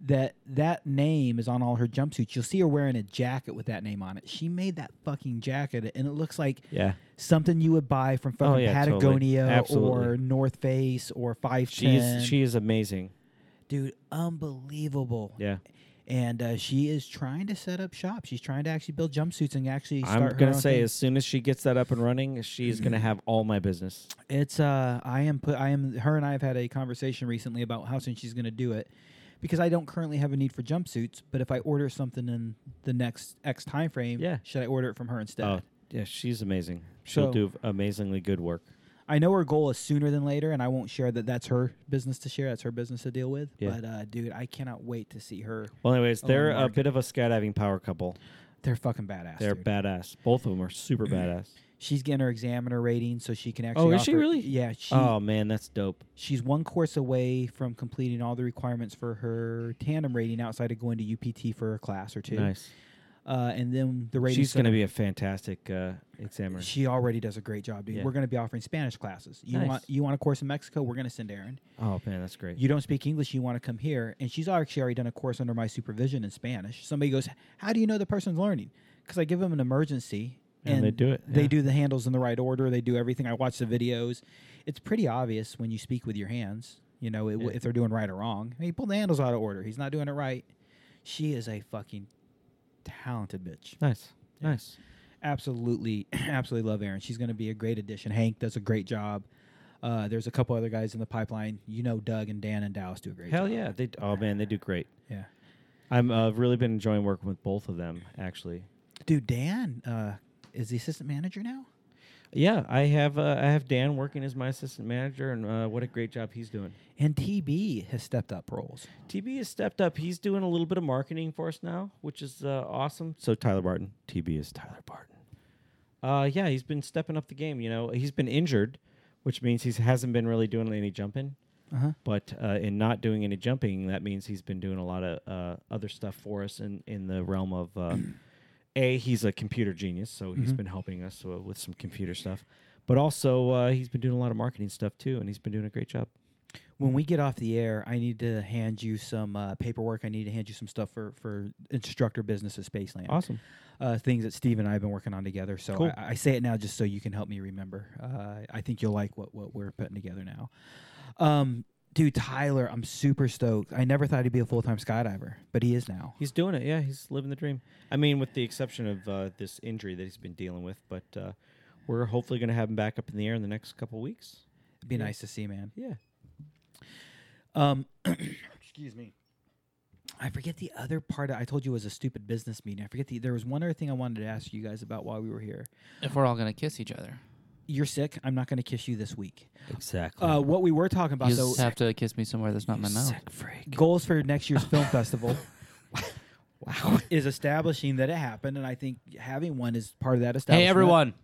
That that name is on all her jumpsuits. You'll see her wearing a jacket with that name on it. She made that fucking jacket, and it looks like Yeah. something you would buy from fucking Oh, yeah, totally. Patagonia or Absolutely. North Face or Five Ten. She's she is amazing. dude, unbelievable Yeah. and uh, she is trying to set up shop. She's trying to actually build jumpsuits and actually. Start I'm her gonna own say thing. as soon as she gets that up and running, she's gonna have all my business. it's. Uh, I am put. I am. Her and I have had a conversation recently about how soon she's gonna do it, because I don't currently have a need for jumpsuits. But if I order something in the next X time frame, Yeah. should I order it from her instead? Oh yeah, she's amazing. She'll So- do amazingly good work. I know her goal is sooner than later, and I won't share that. That's her business to share. That's her business to deal with. Yeah. But uh, dude, I cannot wait to see her. Well, anyways, Alone they're a market. bit of a skydiving power couple. They're fucking badass. They're dude. badass. Both of them are super badass. She's getting her examiner rating, so she can actually. Oh, is [clears throat] she offer- really? Yeah. She, oh man, that's dope. She's one course away from completing all the requirements for her tandem rating outside of going to UPT for a class or two. Nice. Uh, and then the rating. She's gonna be a fantastic uh, examiner. She already does a great job, dude. Yeah. We're going to be offering Spanish classes. You Nice. want you want a course in Mexico? We're going to send Aaron. oh man, that's great. You don't speak English? You want to come here? And she's actually already done a course under my supervision in Spanish. Somebody goes, "How do you know the person's learning?" Because I give them an emergency, And they do it, They yeah. do the handles in the right order. They do everything. I watch the videos. It's pretty obvious when you speak with your hands. You know it, Yeah. if they're doing right or wrong. He pulled the handles out of order. He's not doing it right. She is a fucking talented bitch. nice. Nice. Absolutely, [clears throat] absolutely love Aaron. She's going to be a great addition. Hank does a great job. Uh, there's a couple other guys in the pipeline. You know, Doug and Dan and Dallas do a great Hell job. yeah. They. Oh man, they do great. Yeah. I'm. uh, really been enjoying working with both of them actually. Dude, Dan uh, is the assistant manager now? Yeah, I have uh, I have Dan working as my assistant manager, and uh, what a great job he's doing. And TB has stepped up roles. TB has stepped up. He's doing a little bit of marketing for us now, which is uh, awesome. So Tyler Barton, TB is Tyler Barton. Uh, yeah, he's been stepping up the game. You know, he's been injured, which means he hasn't been really doing any jumping. Uh-huh. But uh, in not doing any jumping, that means he's been doing a lot of uh, other stuff for us in in the realm of uh, a he's a computer genius, so he's been helping us uh, with some computer stuff. But also, uh, he's been doing a lot of marketing stuff too, and he's been doing a great job. When we get off the air, I need to hand you some uh, paperwork. I need to hand you some stuff for, for instructor business at Spaceland. Awesome. Uh, things that Steve and I have been working on together. So Cool. I, I say it now just so you can help me remember. Uh, I think you'll like what, what we're putting together now. Um, dude, Tyler, I'm super stoked. I never thought he'd be a full time skydiver, but he is now. He's doing it. Yeah, he's living the dream. I mean, with the exception of uh, this injury that he's been dealing with, but uh, we're hopefully going to have him back up in the air in the next couple weeks. It'd be nice to see, man. Yeah. Um, [clears throat] excuse me. I forget the other part I told you was a stupid business meeting. I forget the there was one other thing I wanted to ask you guys about while we were here. If we're all gonna kiss each other, You're sick. I'm not going to kiss you this week. Exactly. Uh, what we were talking about you though just have to kiss me somewhere that's not my mouth. goals for next year's [laughs] film festival. Wow, is establishing that it happened, and I think having one is part of that establishment. Hey everyone,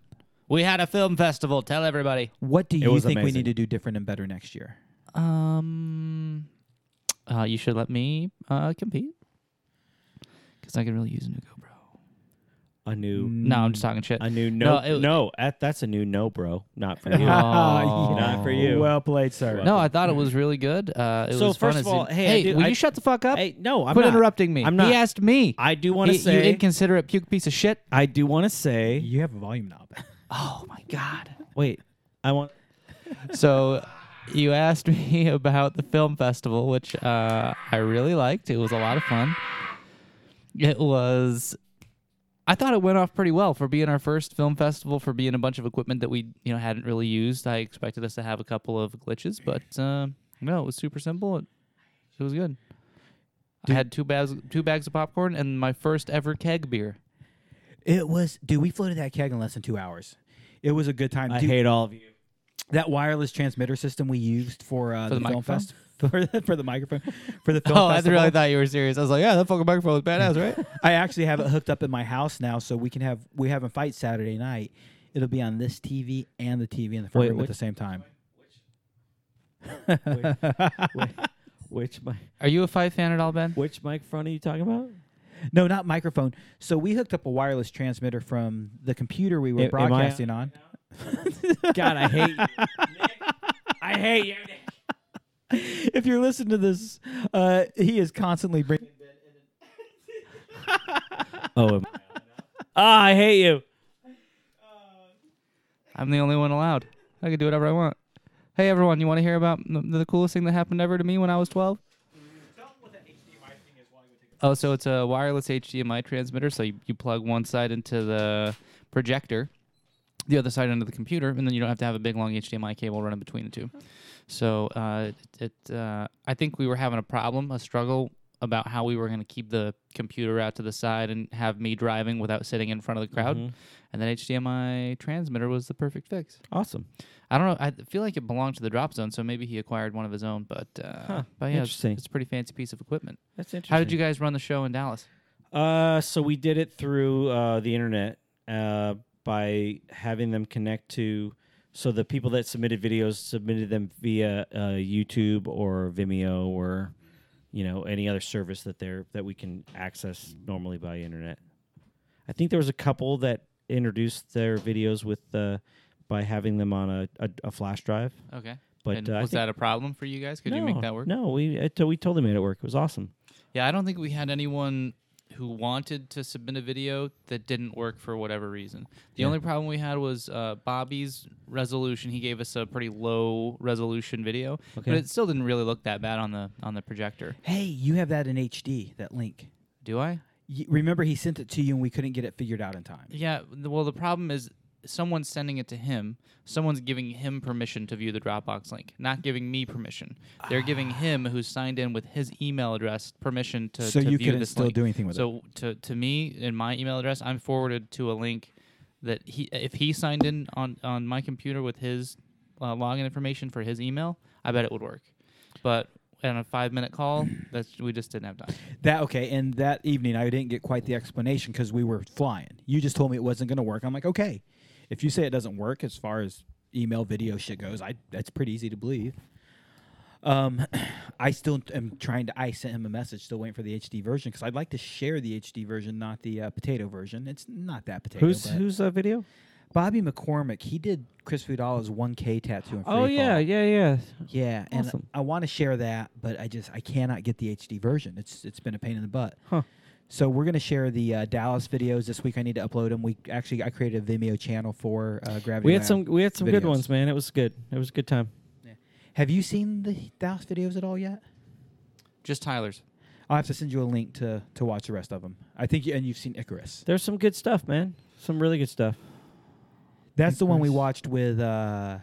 we had a film festival. Tell everybody. what do you was think we amazing. need to do different and better next year? Um, uh, you should let me uh, compete because I could really use a new GoPro. a new, No, I'm just talking shit. a new no, No, no. it- at, that's a new no, bro. Not [laughs] for you. [laughs] Oh. Not for you. Well played, sir. No, I thought it was really good. Uh, it So was first fun. of as all, in- hey, I do- will I- you shut the fuck up? Hey, no, I'm quit not. interrupting me. I'm not. He asked me. I do Y- want to you say. inconsiderate puke piece of shit. I do want to say. You have a volume knob. Oh my god. Wait, I [laughs] want. So you asked [laughs] me about the film festival, which uh, I really liked. It was a lot of fun. It was. I thought it went off pretty well for being our first film festival, for being a bunch of equipment that we you know hadn't really used. I expected us to have a couple of glitches, but uh, no, it was super simple. It, it was good. I had two bags two bags of popcorn and my first ever keg beer. It was, dude. We floated that keg in less than two hours. It was a good time. I Dude, hate all of you. that wireless transmitter system we used for, uh, For the, the film microphone? fest [laughs] for the, for the microphone for [laughs] the film. Oh, I festival. really thought you were serious. I was like, yeah, that fucking microphone was badass, right? I actually have it hooked up in my house now, so we can have we have a fight Saturday night. It'll be on this TV and the TV in the front Wait, room at which- the same time. [laughs] Which mic? Are you a five fan at all, Ben? Which microphone are you talking about? No, not microphone. So we hooked up a wireless transmitter from the computer we were Am- am I- broadcasting on. God, I [laughs] hate you. I hate you. if you're listening to this, uh, he is constantly bringing. Oh, Ah, I hate you. I'm the only one allowed. I can do whatever I want. Hey everyone, you want to hear about the, the coolest thing that happened ever to me when I was 12? Oh, so it's a wireless HDMI transmitter. So you, you plug one side into the projector, the other side into the computer, and then you don't have to have a big long HDMI cable running between the two. So uh, it, it uh, I think we were having a problem, a struggle about how we were going to keep the computer out to the side and have me driving without sitting in front of the crowd. And then HDMI transmitter was the perfect fix. Awesome. I don't know. I feel like it belonged to the drop zone, so maybe he acquired one of his own. But uh, Huh, but yeah, it's, interesting. it's a pretty fancy piece of equipment. That's interesting. How did you guys run the show in Dallas? Uh, so we did it through uh, the internet uh, by having them connect to. So the people that submitted videos submitted them via uh, YouTube or Vimeo or, you know, any other service that they're that we can access normally by internet. I think there was a couple that introduced their videos with uh, by having them on a, a, a flash drive. [laughs] Okay, But and uh, I was think- that a problem for you guys? Could you No, make that work? No, we I t- we totally made it work. It was awesome. Yeah, I don't think we had anyone who wanted to submit a video that didn't work for whatever reason. The only problem we had was uh, Bobby's resolution. He gave us a pretty low resolution video, but Okay. it still didn't really look that bad on the on the projector. Hey, you have that in HD. That link. Do I? Y- remember, he sent it to you, and we couldn't get it figured out in time. Yeah. th- Well, the problem is someone's sending it to him. Someone's giving him permission to view the Dropbox link, not giving me permission. They're giving him, who's signed in with his email address, permission to. So to you view couldn't this still link. do anything with it. So to to me, in my email address, I'm forwarded to a link that he, if he signed in on on my computer with his uh, login information for his email, I bet it would work. But on a five [clears throat] minute call, that's we just didn't have time. That okay, and that evening I didn't get quite the explanation because we were flying. You just told me it wasn't going to work. I'm like, okay, if you say it doesn't work as far as email video shit goes, I that's pretty easy to believe. Um, [clears throat] I still am trying to. I sent him a message, still waiting for the HD version because I'd like to share the HD version, not the uh, potato version. It's not that potato. Who's but- who's that video? Bobby McCormick? He did Chris Fudala's 1K tattoo. In Oh Freefall. yeah, yeah, yeah. yeah. And Awesome. I want to share that, but I just I cannot get the HD version. It's it's been a pain in the butt. Huh. So we're gonna share the uh, Dallas videos this week. I need to upload them. We actually I created a Vimeo channel for uh, Gravity. We had Lab some we had some good videos. ones, man. It was good. It was a good time. Have you seen the Dallas videos at all yet? Just Tyler's. I'll have to send you a link to to watch the rest of them. I think, you, and you've seen Icarus. There's some good stuff, man. Some really good stuff. That's the one we Icarus. watched with uh,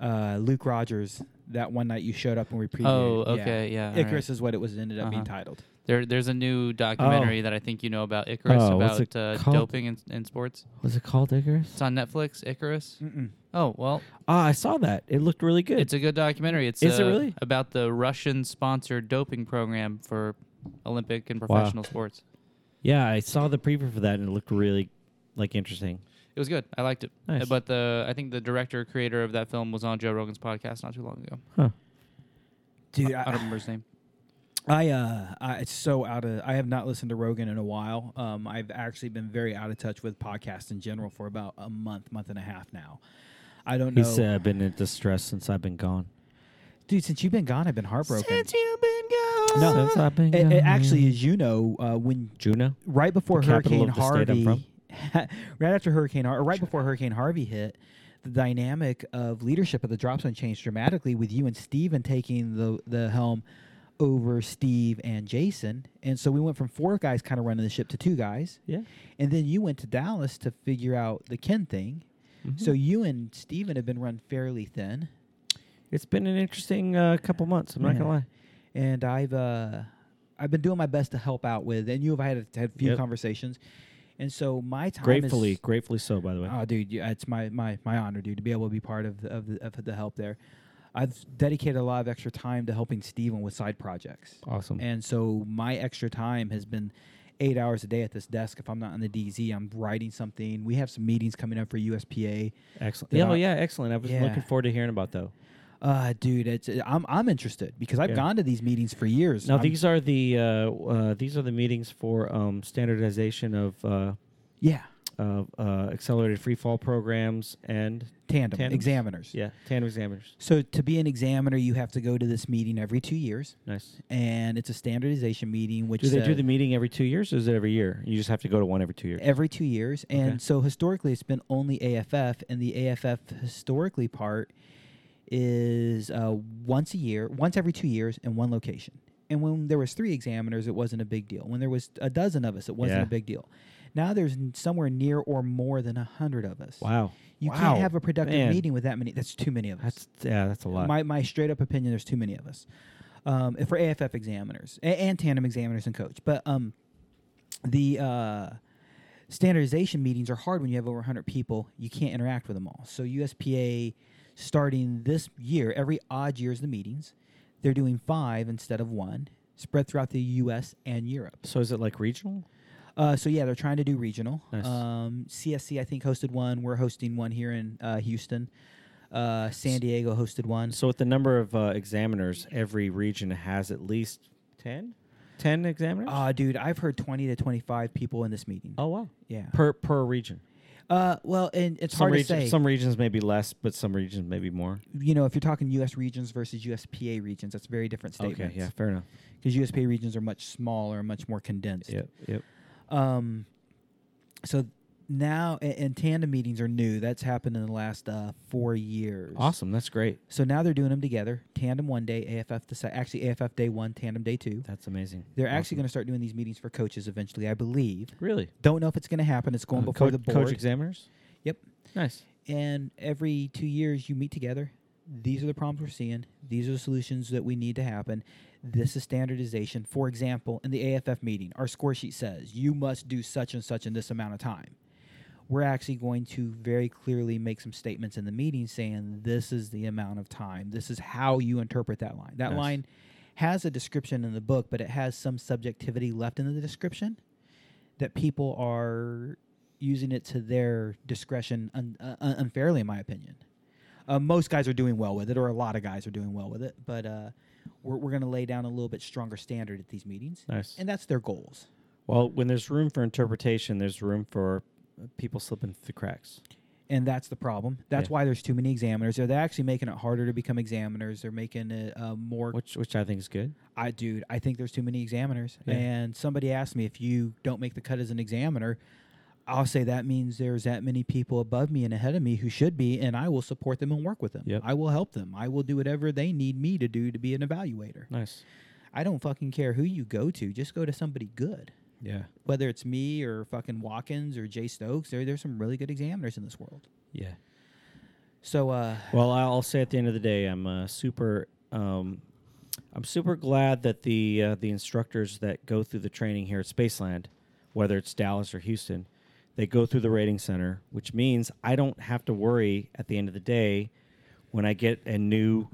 uh, Luke Rogers that one night you showed up and we previewed. Oh, it. okay, yeah, alright. Icarus is what it was ended up being Uh-huh. titled. There, there's a new documentary that I think you know about Icarus Oh, what's about it uh, called? doping in, in sports. Was it called Icarus? It's on Netflix. Icarus. Mm-mm. Oh well, Ah, I saw that. It looked really good. it's a good documentary. It's Is it uh, really? about the Russian-sponsored doping program for Olympic and professional sports. yeah, I saw the preview for that and it looked really like interesting. It was good. I liked it. Uh, Nice. But the I think the director creator of that film was on Joe Rogan's podcast not too long ago. Huh. Dude, I don't I, remember his name. I, uh, I it's so out of. I have not listened to Rogan in a while. Um, I've actually been very out of touch with podcasts in general for about a month, month and a half now. I don't know, He's uh, been in distress since I've been gone. dude. Since you've been gone, I've been heartbroken. you've been gone. No. Since I've been It- gone. it actually, as you know, uh, when Juno. right before The Hurricane capital of the state I'm Harvey, [laughs] right after Hurricane Har- or right before Hurricane Harvey hit, the dynamic of leadership of the drop zone changed dramatically with you and Steven taking the the helm over Steve and Jason, and so we went from four guys kind of running the ship to two guys, Yeah. and then you went to Dallas to figure out the Ken thing. Mm-hmm. So you and Steven have been run fairly thin, It's been an interesting uh, couple months. I'm not Yeah. gonna lie. and I've uh, I've been doing my best to help out with, and you have had had a few Yep. conversations, and so my time Gratefully, is, gratefully so. By the way, Oh, dude, yeah, it's my, my, my honor, dude, to be able to be part of the, of the of the help there. I've dedicated a lot of extra time to helping Steven with side projects, awesome. and so my extra time has been eight hours a day at this desk. If I'm not on the DZ, I'm writing something. We have some meetings coming up for USPA. Excellent. Did Yeah, oh, I- yeah, excellent. I was Yeah. looking forward to hearing about though. Uh, dude, it's I'm I'm interested because I've Yeah. gone to these meetings for years. Now I'm- these are the uh, uh, these are the meetings for um, standardization of uh, yeah, of uh, accelerated free fall programs and tandem Tandems? examiners. yeah, tandem examiners. So to be an examiner, you have to go to this meeting every two years, Nice. and it's a standardization meeting. Which Do they do says- the meeting every two years, or is it every year? You just have to go to one every two years. every two years and Okay. so historically it's been only aff and the aff historically part is uh, once a year once every two years in one location and when there was three examiners it wasn't a big deal when there was a dozen of us it wasn't Yeah. a big deal now there's n- somewhere near or more than a hundred of us Wow. you Wow. can't have a productive Man. meeting with that many that's too many of us That's yeah, that's a lot. my, my straight up opinion there's too many of us um, and for aff examiners and, and tandem examiners and coach but um, the uh, standardization meetings are hard when you have over 100 people you can't interact with them all so uspa starting this year every odd year is the meetings they're doing five instead of one spread throughout the us and europe so is it like regional? uh, so yeah, they're trying to do regional. Nice. Um, CSC I think hosted one. We're hosting one here in uh, Houston. Uh, San Diego hosted one. So with the number of uh, examiners, every region has at least 10? 10 examiners. Ah, dude, I've heard twenty to twenty-five people in this meeting. oh wow. yeah. Per per region. Uh, well, and it's some hard region- to say. Some regions may be less, but some regions may be more. you know, if you're talking U.S. regions versus USPA regions, that's very different statements. Okay, yeah, fair enough. Because USPA regions are much smaller, much more condensed. yep. Um, so now, and, and tandem meetings are new. That's happened in the last uh, four years. Awesome, that's great. So now they're doing them together. Tandem one day, AFF the se- actually AFF day one, tandem day two. That's amazing. They're actually going to start doing these meetings for coaches eventually, I believe. to really Don't know if it's going to happen. It's going Uh, before coach- the board. coach examiners. Yep. Nice. and every two years you meet together. These are the problems we're seeing. These are the solutions that we need to happen. This is standardization. For example, in the AFF meeting, our score sheet says you must do such and such in this amount of time. We're actually going to very clearly make some statements in the meeting saying this is the amount of time. This is how you interpret that line. That Yes. line has a description in the book, but it has some subjectivity left in the description that people are using it to their discretion un- uh, unfairly, in my opinion. Uh, most guys are doing well with it, or a lot of guys are doing well with it. But uh, we're, we're going to lay down a little bit stronger standard at these meetings, Nice. and that's their goals. Well, when there's room for interpretation, there's room for uh, people slipping through the cracks. and that's the problem. That's Yeah. why there's too many examiners. They're they're actually making it harder to become examiners. They're making it uh, more. Which which I think is good. I dude, I think there's too many examiners. Yeah. And somebody asked me if you don't make the cut as an examiner, I'll say that means there's that many people above me and ahead of me who should be, and I will support them and work with them. Yep. I will help them. I will do whatever they need me to do to be an evaluator. Nice. I don't fucking care who you go to. Just go to somebody good. Yeah. Whether it's me or fucking Watkins or Jay Stokes, there, there's some really good examiners in this world. Yeah. So, uh, Well, I'll say at the end of the day, I'm uh, super. Um, I'm super glad that the uh, the instructors that go through the training here at Spaceland, whether it's Dallas or Houston, they go through the rating center, which means I don't have to worry at the end of the day when I get a new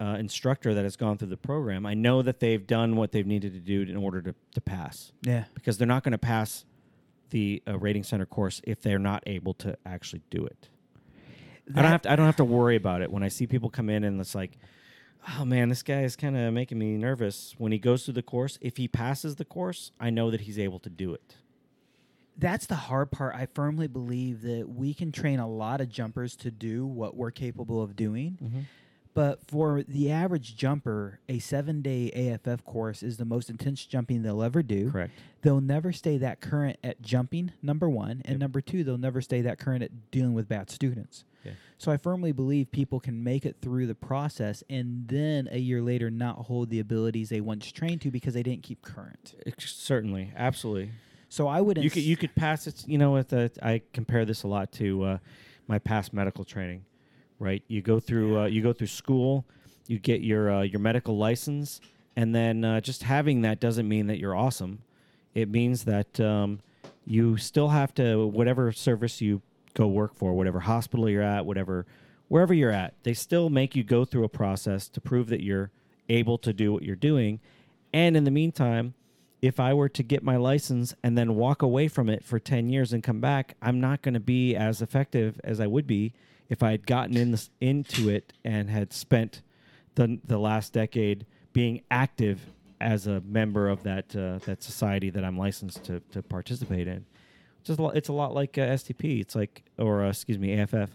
uh, instructor that has gone through the program. I know that they've done what they've needed to do in order to, to pass yeah. because they're not going to pass the uh, rating center course if they're not able to actually do it. I don't have to. I don't have to worry about it when I see people come in and it's like, oh man, this guy is kind of making me nervous. When he goes through the course, if he passes the course, I know that he's able to do it. that's the hard part. I firmly believe that we can train a lot of jumpers to do what we're capable of doing. Mm-hmm. But for the average jumper, a seven day AFF course is the most intense jumping they'll ever do. Correct. They'll never stay that current at jumping, number one. And number two, they'll never stay that current at dealing with bad students. Yeah. So I firmly believe people can make it through the process and then a year later not hold the abilities they once trained to because they didn't keep current. Ex- certainly, absolutely. So I wouldn't. You could s- you could pass it. You know, with uh, I compare this a lot to uh, my past medical training, right? You go through uh, you go through school, you get your uh, your medical license, and then uh, just having that doesn't mean that you're awesome. It means that um, you still have to whatever service you go work for, whatever hospital you're at, whatever wherever you're at, they still make you go through a process to prove that you're able to do what you're doing. And in the meantime, if I were to get my license and then walk away from it for 10 years and come back, I'm not going to be as effective as I would be if I had gotten in this, into it and had spent the, the last decade being active as a member of that, uh, that society that I'm licensed to, to participate in. Just a lot, it's a lot like uh, STP. It's like, or uh, excuse me, AFF.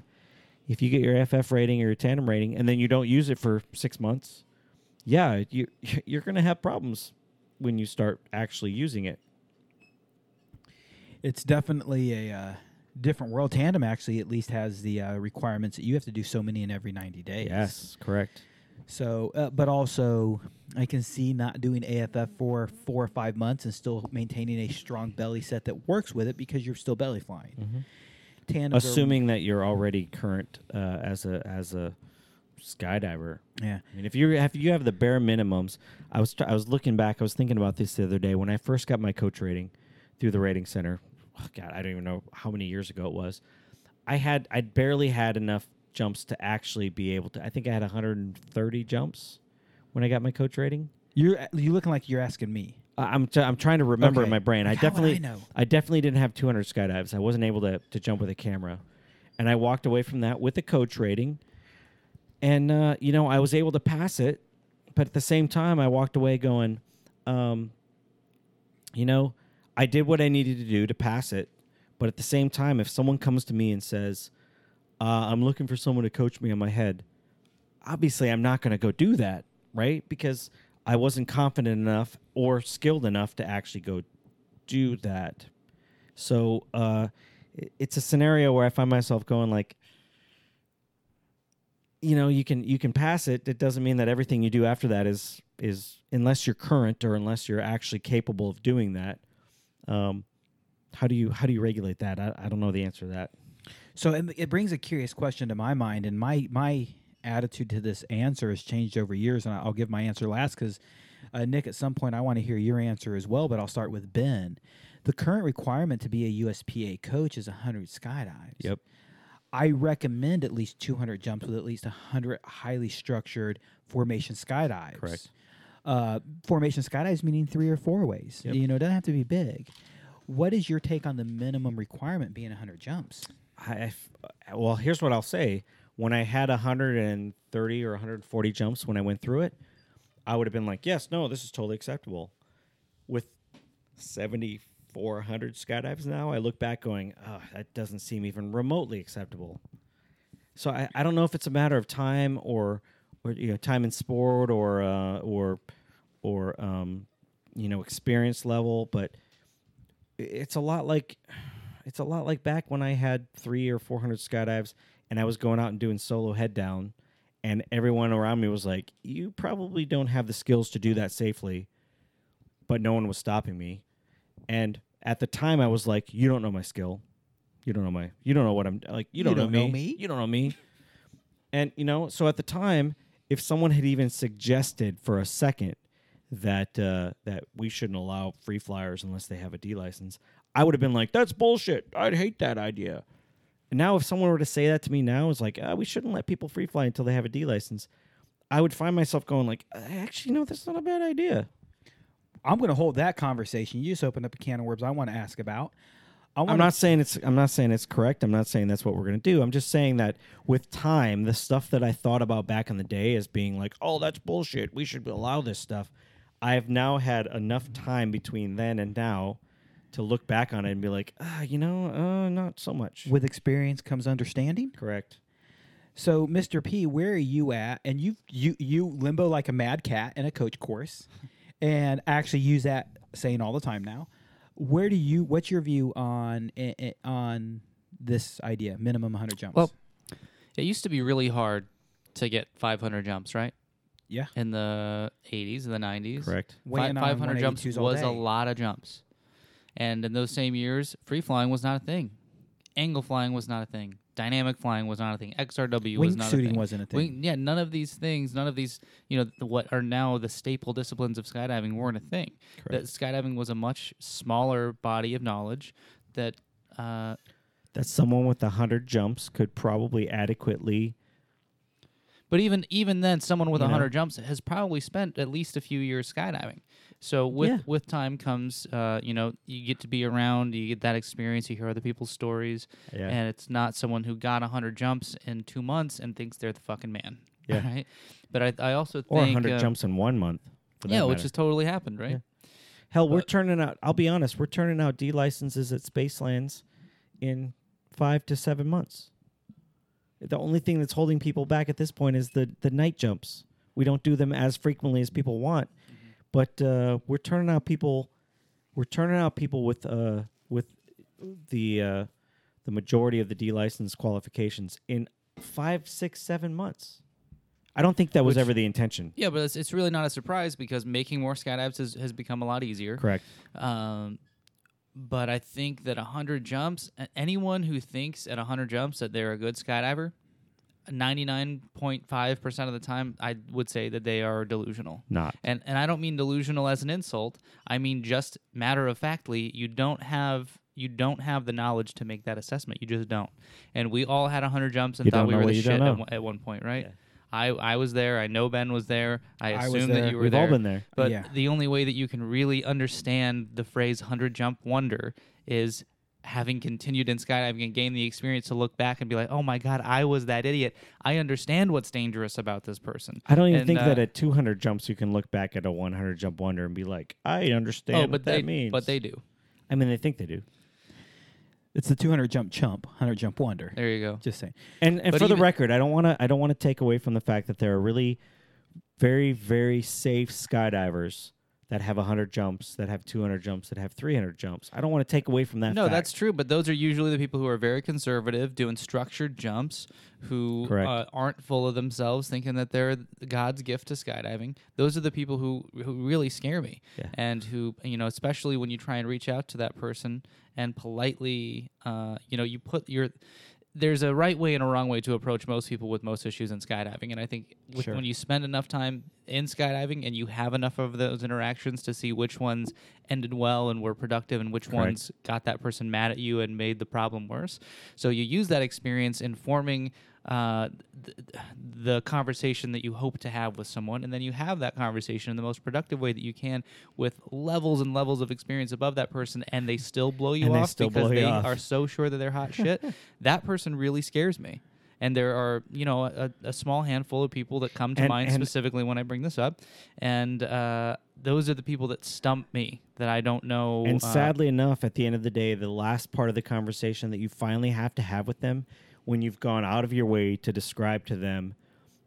If you get your FF rating or your tandem rating and then you don't use it for six months, yeah, you [laughs] you're gonna have problems when you start actually using it. it's definitely a uh, different world. Tandem actually at least has the uh, requirements that you have to do so many in every 90 days. correct. So, uh, but also, I can see not doing AFF for four or five months and still maintaining a strong belly set that works with it because you're still belly flying. Tandems are- Assuming that you're already current uh, as a as a skydiver. yeah, I mean, if you if you have the bare minimums, I was tr- I was looking back. I was thinking about this the other day when I first got my coach rating through the rating center. oh, God, I don't even know how many years ago it was. I had I barely had enough jumps to actually be able to. I think I had 130 jumps when I got my coach rating. you're you looking like you're asking me. I- I'm t- I'm trying to remember in Okay. my brain. I Like, how would I definitely know? I definitely didn't have 200 skydives. I wasn't able to to jump with a camera, and I walked away from that with a coach rating, and uh, you know I was able to pass it, but at the same time I walked away going, um, you know, I did what I needed to do to pass it, but at the same time if someone comes to me and says, uh, I'm looking for someone to coach me on my head, obviously I'm not going to go do that, right? Because I wasn't confident enough or skilled enough to actually go do that. So uh, i- it's a scenario where I find myself going like, you know, you can you can pass it. It doesn't mean that everything you do after that is is unless you're current or unless you're actually capable of doing that. Um, how do you how do you regulate that? I, I don't know the answer to that. So it, it brings a curious question to my mind, and my my attitude to this answer has changed over years. And I- I'll give my answer last because uh, Nick, at some point, I want to hear your answer as well. But I'll start with Ben. The current requirement to be a USPA coach is 100 skydives. Yep. I recommend at least 200 jumps with at least 100 highly structured formation skydives. Correct. Uh, formation skydives meaning three or four ways. You know, it doesn't have to be big. What is your take on the minimum requirement being 100 jumps? I, I f- well, here's what I'll say. when I had 130 or 140 jumps when I went through it, I would have been like, yes, no, this is totally acceptable. With 7,400 skydives now, I look back going, oh, that doesn't seem even remotely acceptable. So I, I don't know if it's a matter of time or, or you know, time in sport or uh, or or um, you know, experience level, but i- it's a lot like it's a lot like back when I had three or four hundred skydives and I was going out and doing solo head down, and everyone around me was like, "You probably don't have the skills to do that safely," but no one was stopping me, and at the time I was like, "You don't know my skill, you don't know my, you don't know what I'm like, you don't, don't know me. you don't know me," and you know, so at the time, if someone had even suggested for a second that uh, that we shouldn't allow free flyers unless they have a D license, I would have been like, "That's bullshit. I'd hate that idea." And now, if someone were to say that to me now, it's like, "Ah, we shouldn't let people free fly until they have a D license. I would find myself going like, "Uh, actually, no, that's not a bad idea. I'm going to hold that conversation. You just opened up a can of worms I want to ask about. I I'm not saying it's I'm not saying it's correct. I'm not saying that's what we're gonna do. I'm just saying that with time, the stuff that I thought about back in the day as being like, oh, that's bullshit. We should allow this stuff. I've now had enough time between then and now to look back on it and be like, ah, you know, uh, not so much. With experience comes understanding. correct. So, Mr. P, where are you at? And you you you limbo like a mad cat in a coach course, and actually use that saying all the time now. Where do you? What's your view on eh, eh, on this idea? Minimum 100 jumps. Well, [sighs] It used to be really hard to get 500 jumps, right? Yeah. In the 80s and the 90s. Correct. Fi- Weighing on 500 jumps 182s all was day. a lot of jumps. And in those same years, free flying was not a thing. Angle flying was not a thing. Dynamic flying was not a thing. XRW was not a Wingsuiting thing. wasn't a thing. Wing- yeah, none of these things, none of these, you know, th- what are now the staple disciplines of skydiving weren't a thing. That skydiving was a much smaller body of knowledge that uh, That someone with a hundred jumps could probably adequately But even even then, someone with You know? hundred jumps has probably spent at least a few years skydiving. So with Yeah. with time comes, uh, you know, you get to be around, you get that experience, you hear other people's stories, Yeah. and it's not someone who got hundred jumps in two months and thinks they're the fucking man. Yeah. [laughs] Right? But I, I also or a think hundred uh, jumps in one month. for that Yeah, which matter. has totally happened, right? Hell, we're But- turning out. I'll be honest. We're turning out D licenses at Spacelands in five to seven months. The only thing that's holding people back at this point is the the night jumps. We don't do them as frequently as people want, Mm-hmm. but uh, we're turning out people. We're turning out people with uh with the uh, the majority of the D license qualifications in five, six, seven months. I don't think that was Which- ever the intention. Yeah, but it's, it's really not a surprise because making more skydives has, has become a lot easier. Correct. Um, but I think that 100 jumps, a- anyone who thinks at 100 jumps that they're a good skydiver, 99.5% of the time, I would say that they are delusional. Not. And, and I don't mean delusional as an insult. I mean just matter of factly, you don't have you don't have the knowledge to make that assessment. You just don't. And we all had 100 jumps and You thought don't we know were what the you don't shit know. at, one- at one point, right? I, I was there. I know Ben was there. I I was assume there. that you were We've there. all been there. But Yeah. the only way that you can really understand the phrase 100 jump wonder is having continued in skydiving and gain the experience to look back and be like, oh my God, I was that idiot. I understand what's dangerous about this person. I don't even And, think that uh, at 200 jumps you can look back at a 100 jump wonder and be like, I understand Oh, what but they, that means. but they do. I mean, they think they do. it's the 200 jump chump, 100 jump wonder. There you go. Just saying. And and But for the even- record, I don't want to I don't want to take away from the fact that there are really very very safe skydivers that have 100 jumps, that have 200 jumps, that have 300 jumps. I don't want to take away from that. No, fact. that's true. But those are usually the people who are very conservative, doing structured jumps, who Correct. uh, aren't full of themselves, thinking that they're God's gift to skydiving. Those are the people who who really scare me, Yeah. and who you know, especially when you try and reach out to that person and politely, uh, you know, you put your there's a right way and a wrong way to approach most people with most issues in skydiving and i think with, Sure. when you spend enough time in skydiving and you have enough of those interactions to see which ones ended well and were productive and which Correct. ones ones got that person mad at you and made the problem worse. So you use that experience informing uh, th- th- the conversation that you hope to have with someone, and then you have that conversation in the most productive way that you can with levels and levels of experience above that person, and they still blow you And they off still because blow you they off. [laughs] are so sure that they're hot shit. That person really scares me. and there are you know a, a small handful of people that come to And- mind and- specifically when I bring this up, and uh, those are the people that stump me that I don't know. And uh, sadly enough, at the end of the day, the last part of the conversation that you finally have to have with them when you've gone out of your way to describe to them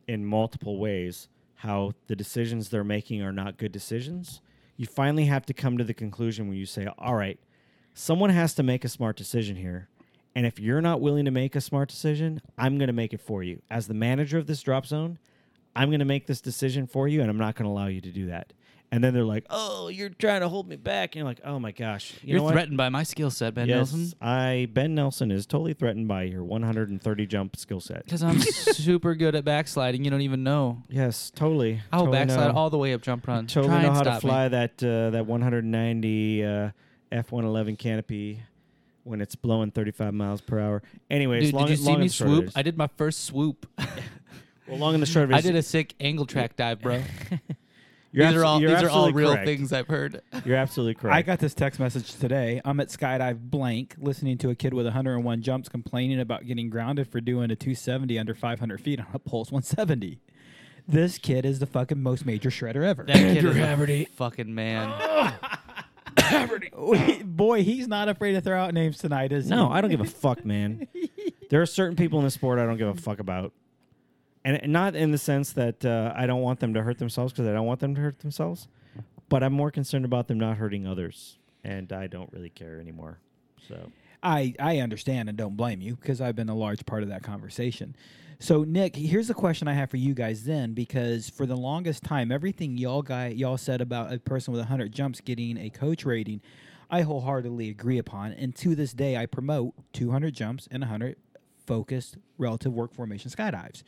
in multiple ways how the decisions they're making are not good decisions, you finally have to come to the conclusion where you say, all right, someone has to make a smart decision here. And if you're not willing to make a smart decision, I'm going to make it for you. As the manager of this drop zone, I'm going to make this decision for you and I'm not going to allow you to do that. And then they're like, oh, you're trying to hold me back. And you're like, oh my gosh. You You know are what? threatened by my skill set, Ben yes, Nelson. [laughs] I, Ben Nelson is totally threatened by your 130 jump [laughs] skill set. Because [laughs] I'm super good at backsliding. You don't even know. Yes, totally. I'll totally backslide know. all the way up jump run. Totally Try know and how to stop me. fly that uh, that 190 uh, F111 canopy when it's blowing 35 miles per hour. Anyways, Dude, long, did you see long me and short of it swoop? is- I did my first swoop. well, long and the short of it I is- did a sick angle track dive, bro. You're these are abso- all you're these are all absolutely real correct. things I've heard. You're absolutely correct. I got this text message today. I'm at skydive blank, listening to a kid with 101 jumps complaining about getting grounded for doing a 270 under 500 feet on a Pulse 170. This kid is the fucking most major shredder ever. That kid is a fucking man. [laughs] Boy, he's not afraid to throw out names tonight, is no, he? I don't give a fuck, [laughs] man. There are certain people in the sport I don't give a fuck about, and and not in the sense that uh, I don't want them to hurt themselves because I don't want them to hurt themselves, but I'm more concerned about them not hurting others, and I don't really care anymore. So I, I understand and don't blame you because I've been a large part of that conversation. So Nick, here's the question I have for you guys then, because for the longest time, everything y'all guy y'all said about a person with 100 jumps getting a coach rating, I wholeheartedly agree upon, and to this day, I promote 200 jumps and 100 focused relative work formation skydives.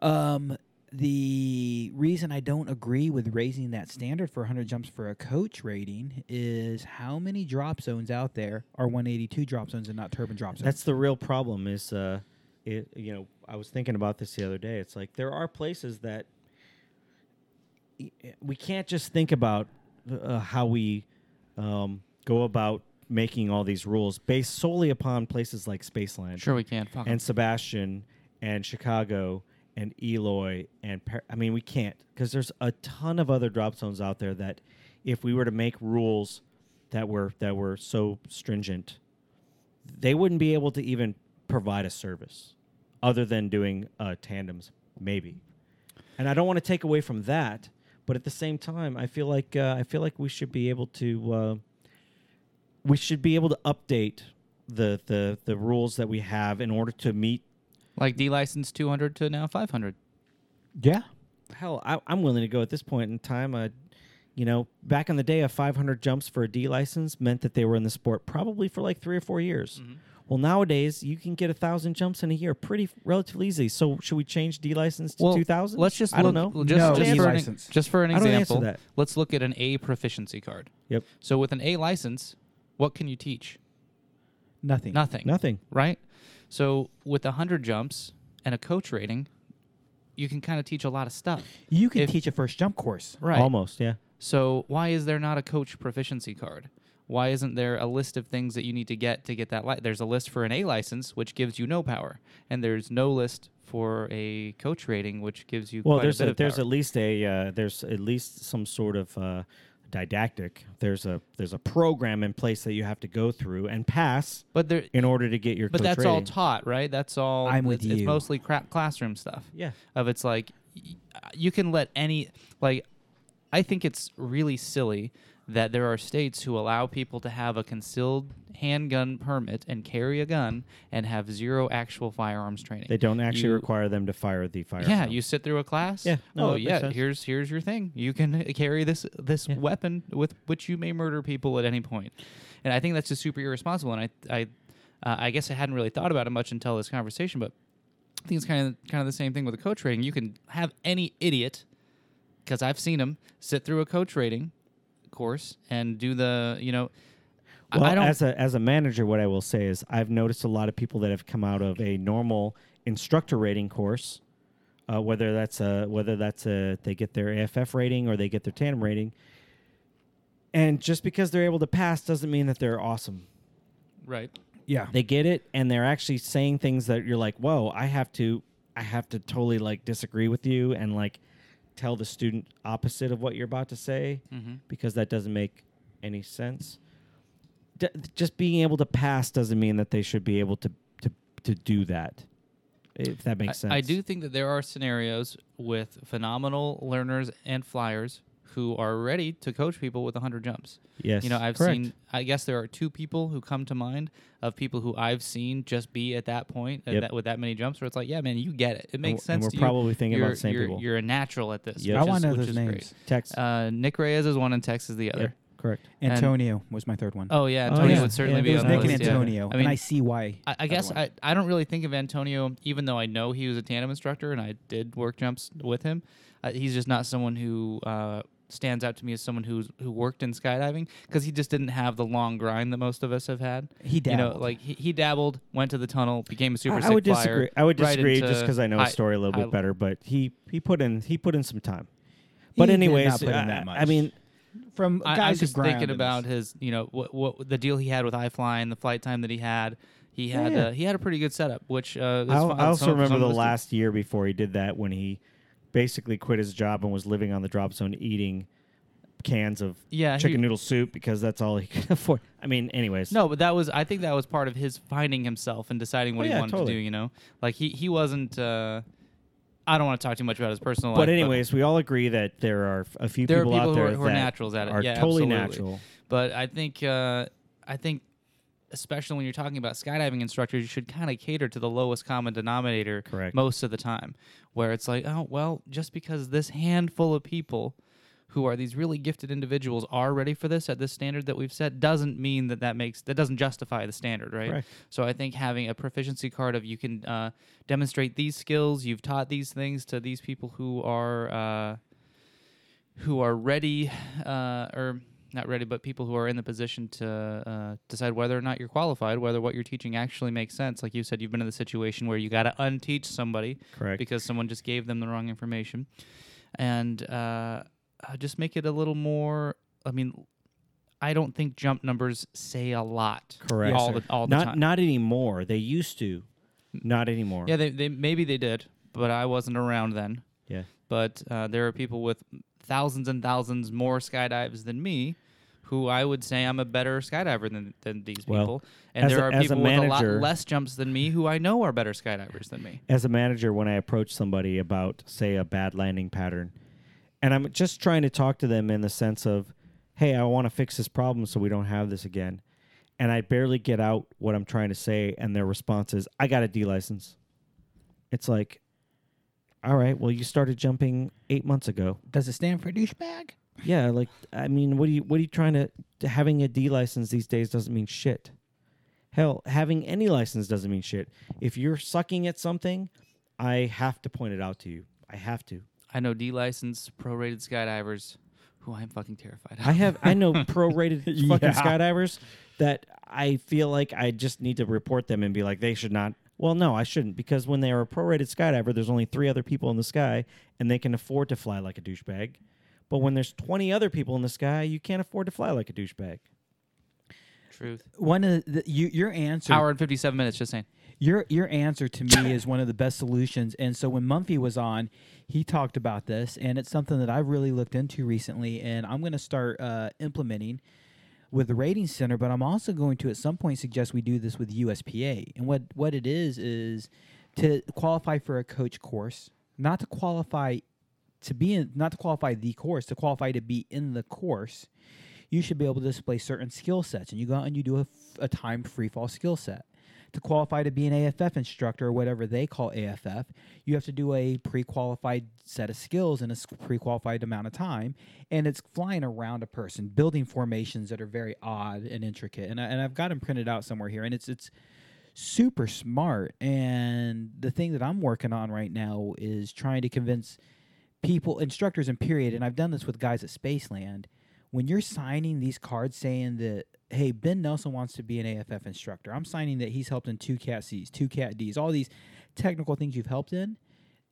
Um, the reason I don't agree with raising that standard for 100 jumps for a coach rating is how many drop zones out there are 182 drop zones and not turbine drop zones. That's the real problem. Is uh, it, you know, I was thinking about this the other day. It's like there are places that y- we can't just think about uh, how we um, go about making all these rules based solely upon places like Spaceland Sure, we can. Fuck. 'em. and Sebastian and Chicago and Eloy and Par- I mean we can't because there's a ton of other drop zones out there that if we were to make rules that were that were so stringent, they wouldn't be able to even provide a service other than doing uh, tandems maybe. And I don't want to take away from that, but at the same time, I feel like uh, I feel like we should be able to. Uh, we should be able to update the the the rules that we have in order to meet. like D license 200 to now 500. yeah. Hell, I, I'm willing to go at this point in time. Uh, you know, back in the day, a 500 jumps for a D license meant that they were in the sport probably for like three or four years. Mm-hmm. Well, nowadays you can get a thousand jumps in a year pretty relatively easy. So should we change D license to 2000? Let's just I don't look- know. Just, No, just, D for an, license. just for an I don't answer example, that. let's look at an A proficiency card. Yep. So with an A license, what can you teach? Nothing. Nothing. Nothing. Right? So with 100 jumps and a coach rating, you can kind of teach a lot of stuff. You can If- teach a first jump course. Right. Almost. Yeah. So why is there not a coach proficiency card? Why isn't there a list of things that you need to get to get that li- There's a list for an A license which gives you no power, and there's no list for a coach rating which gives you well quite there's a bit a, of there's power. at least a uh, there's at least some sort of uh, didactic there's a there's a program in place that you have to go through and pass but there in order to get your but coach that's all rating. taught, right? That's all. I'm with it's, it's you. mostly crap classroom stuff. Yeah. Of it's like, y- you can let any like, I think it's really silly that there are states who allow people to have a concealed handgun permit and carry a gun and have zero actual firearms training. they don't actually You- require them to fire the fire Yeah, you sit through a class. Yeah, no, oh that makes yeah. sense. Here's here's your thing. You can [laughs] carry this this weapon with which you may murder people at any point. And I think that's just super irresponsible. And I I uh, I guess I hadn't really thought about it much until this conversation. But I think it's kind of kind of the same thing with a coach rating. You can have any idiot, because I've seen them sit through a coach rating course and do the you know. I- well I don't. as a as a manager what i will say is i've noticed a lot of people that have come out of a normal instructor rating course uh, whether that's a whether that's a they get their aff rating or they get their tandem rating and just because they're able to pass doesn't mean that they're awesome right. Yeah. they get it and they're actually saying things that you're like whoa i have to i have to totally like disagree with you and like tell the student opposite of what you're about to say Mm-hmm. because that doesn't make any sense D- just being able to pass doesn't mean that they should be able to to, to do that if that makes I- sense I do think that there are scenarios with phenomenal learners and flyers who are ready to coach people with 100 jumps. yes You know, I've Correct. seen, I guess there are two people who come to mind of people who I've seen just be at that point at Yep. that, with that many jumps where it's like, yeah, man, you get it. It makes w- and sense. we're to you. probably thinking about you're, the same you're, people. You're a natural at this. Yep. I which wanna is- know which those is names. text Great. Uh, Nick Reyes is one and Tex is the other. Yep, correct And- Antonio was my third one. Oh, yeah. Oh, Antonio yeah. would certainly Yeah, be those on Nick the Nick and and list, yeah. Antonio, I mean, and I see why. I, I guess I, I don't really think of Antonio, even though I know he was a tandem instructor and I did work jumps with him. Uh, he's just not someone who uh, stands out to me as someone who's who worked in skydiving because he just didn't have the long grind that most of us have had. He You know, dabbled. like he, he dabbled, went to the tunnel, became a super. I- I sick would flyer, disagree. I would right disagree just 'cause just into because I know his high- story a little high- bit better. But he he put in he put in some time. But He did anyways, not put in I- that I- I much. mean, From I, uh, guys I who was just ground in thinking this. about his, you know, what what the deal he had with iFlying, the flight time that he had. He had Yeah. uh, he had a pretty good setup, which uh, is I, fine. I also Some- remember some the of us did- last year before he did that when he basically quit his job and was living on the drop zone eating cans of Yeah, chicken he- noodle soup because that's all he [laughs] could afford. I mean, anyways, No, but that was I think that was part of his finding himself and deciding what Oh, he yeah, wanted totally. to do, you know? Like he he wasn't uh I don't want to talk too much about his personal life. But anyways, we all agree that there are a few there are people, people out who there are- who are that naturals at it. Are Yeah, totally absolutely. natural. but I think uh I think especially when you're talking about skydiving instructors, you should kind of cater to the lowest common denominator Correct. most of the time. Where it's like, oh well, just because this handful of people who are these really gifted individuals are ready for this at this standard that we've set doesn't mean that that makes that doesn't justify the standard, right? Correct. So I think having a proficiency card of you can uh, demonstrate these skills, you've taught these things to these people who are. Uh, who are ready, uh, or not ready, but people who are in the position to uh, decide whether or not you're qualified, whether what you're teaching actually makes sense. Like you said, you've been in the situation where you got to unteach somebody Correct. because someone just gave them the wrong information, and uh, uh, just make it a little more. I mean, I don't think jump numbers say a lot. Correct. All the all the Not time. not anymore. They used to. Not anymore. yeah, they, they maybe they did, but I wasn't around then. yeah. but uh, there are people with thousands and thousands more skydives than me who I would say I'm a better skydiver than, than these Well, people. And as there a- are as a people with a manager- lot less jumps than me who I know are better skydivers than me. as a manager when I approach somebody about, say, a bad landing pattern, and I'm just trying to talk to them in the sense of, hey, I want to fix this problem so we don't have this again. And I barely get out what I'm trying to say, and their response is, I got a D license. It's like, all right, well, you started jumping eight months ago. Does it stand for douchebag? Yeah, like I mean, what are you what are you trying to having a D license these days doesn't mean shit. Hell, having any license doesn't mean shit. If you're sucking at something, I have to point it out to you. I have to. I know D licensed, prorated skydivers who I'm fucking terrified of. I have I know prorated fucking Yeah. skydivers that I feel like I just need to report them and be like they should not well, no, I shouldn't because when they are a prorated skydiver, there's only three other people in the sky and they can afford to fly like a douchebag. But when there's 20 other people in the sky, you can't afford to fly like a douchebag. Truth. One of the, you, your answer Hour and 57 minutes, just saying. Your your answer to me is one of the best solutions. And so when Mumphy was on, he talked about this, and it's something that I've really looked into recently, and I'm going to start uh, implementing with the rating center. But I'm also going to at some point suggest we do this with USPA. And what what it is is to qualify for a coach course, not to qualify to be in, not to qualify the course, to qualify to be in the course. You should be able to display certain skill sets, and you go out and you do a, f- a timed free fall skill set to qualify to be an AFF instructor or whatever they call AFF, you have to do a pre-qualified set of skills in a s- pre-qualified amount of time, and it's flying around a person, building formations that are very odd and intricate. And, I, and I've got them printed out somewhere here, and it's it's super smart. And the thing that I'm working on right now is trying to convince people, instructors, and period. And I've done this with guys at Spaceland. When you're signing these cards saying that, hey, Ben Nelson wants to be an AFF instructor, I'm signing that he's helped in two Cat C's, two Cat D's, all these technical things you've helped in,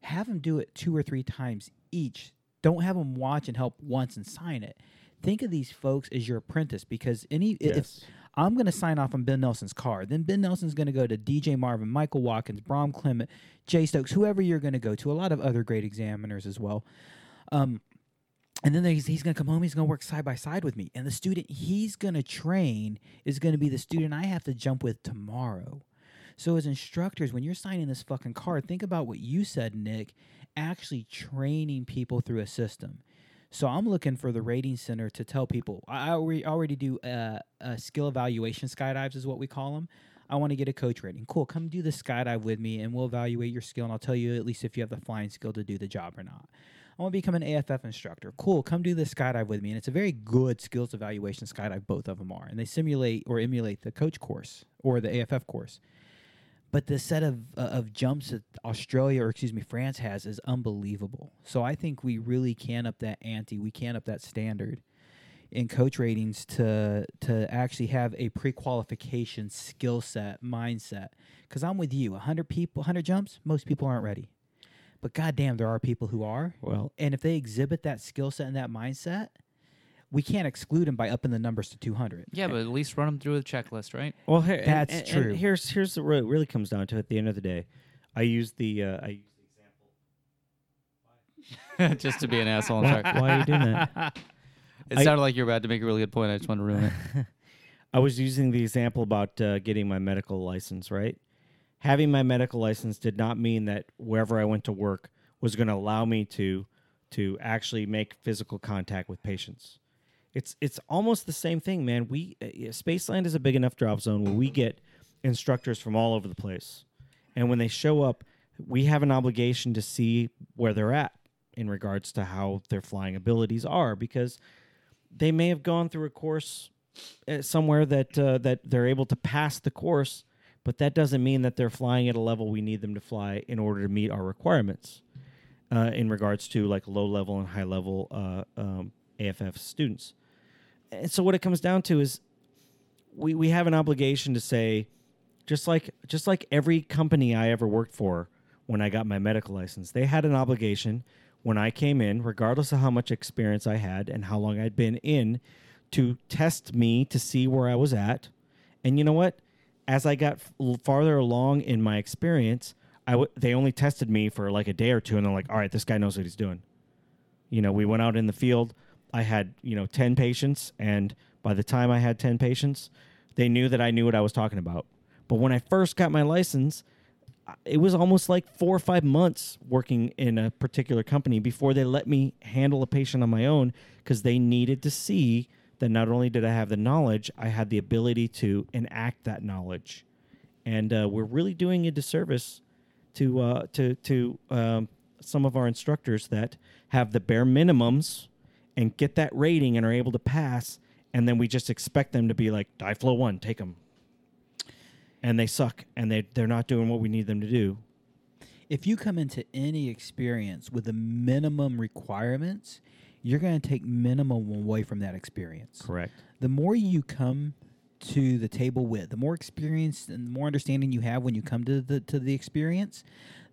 have them do it two or three times each. Don't have them watch and help once and sign it. Think of these folks as your apprentice because any i- if Yes. I'm going to sign off on Ben Nelson's car. Then Ben Nelson's going to go to DJ Marvin, Michael Watkins, Brom Clement, Jay Stokes, whoever you're going to go to, a lot of other great examiners as well. Um, and then he's, he's going to come home. He's going to work side by side with me. And the student he's going to train is going to be the student I have to jump with tomorrow. So, as instructors, when you're signing this fucking card, think about what you said, Nick, actually training people through a system. So, I'm looking for the rating center to tell people. I already, already do uh, uh, skill evaluation skydives, is what we call them. I want to get a coach rating. Cool, come do the skydive with me and we'll evaluate your skill and I'll tell you at least if you have the flying skill to do the job or not. I want to become an AFF instructor. Cool, come do this skydive with me. And it's a very good skills evaluation skydive, both of them are. And they simulate or emulate the coach course or the AFF course. But the set of, uh, of jumps that Australia, or excuse me, France has is unbelievable. So I think we really can up that ante. We can up that standard in coach ratings to to actually have a pre-qualification skill set mindset because i'm with you 100 people 100 jumps most people aren't ready but goddamn there are people who are Well, and if they exhibit that skill set and that mindset we can't exclude them by upping the numbers to 200 Yeah, but at least run them through a checklist, right? well, here, and- That's and- and true. here's here's the, what it really comes down to. At the end of the day, I use the uh, I use the example. [laughs] just to be an asshole. I'm sorry. Why are you doing that? It I- sounded like you were about to make a really good point. I just wanted to ruin it. I was using the example about uh, getting my medical license. Right, having my medical license did not mean that wherever I went to work was going to allow me to to actually make physical contact with patients. It's it's almost the same thing, man. We uh, yeah, Spaceland is a big enough drop zone where we get instructors from all over the place, and when they show up, we have an obligation to see where they're at in regards to how their flying abilities are because they may have gone through a course uh, somewhere that uh, that they're able to pass the course, but that doesn't mean that they're flying at a level we need them to fly in order to meet our requirements uh, in regards to like low level and high level uh, um, AFF students. And so what it comes down to is we, we have an obligation to say, just like just like every company I ever worked for when I got my medical license, they had an obligation when I came in, regardless of how much experience I had and how long I'd been in, to test me to see where I was at. And you know what? As I got f- farther along in my experience, I w- they only tested me for like a day or two, and they're like, "All right, this guy knows what he's doing." you know, we went out in the field. I had, you know, 10 patients. And by the time I had 10 patients, they knew that I knew what I was talking about. But when I first got my license, I- it was almost like four or five months working in a particular company before they let me handle a patient on my own because they needed to see that not only did I have the knowledge, I had the ability to enact that knowledge. And uh, we're really doing a disservice to uh, to to um, some of our instructors that have the bare minimums and get that rating and are able to pass, and then we just expect them to be like die flow one, take them, and they suck, and they they're not doing what we need them to do. if you come into any experience with the minimum requirements you're going to take minimum away from that experience Correct. the more you come to the table with, the more experience and the more understanding you have when you come to the to the experience,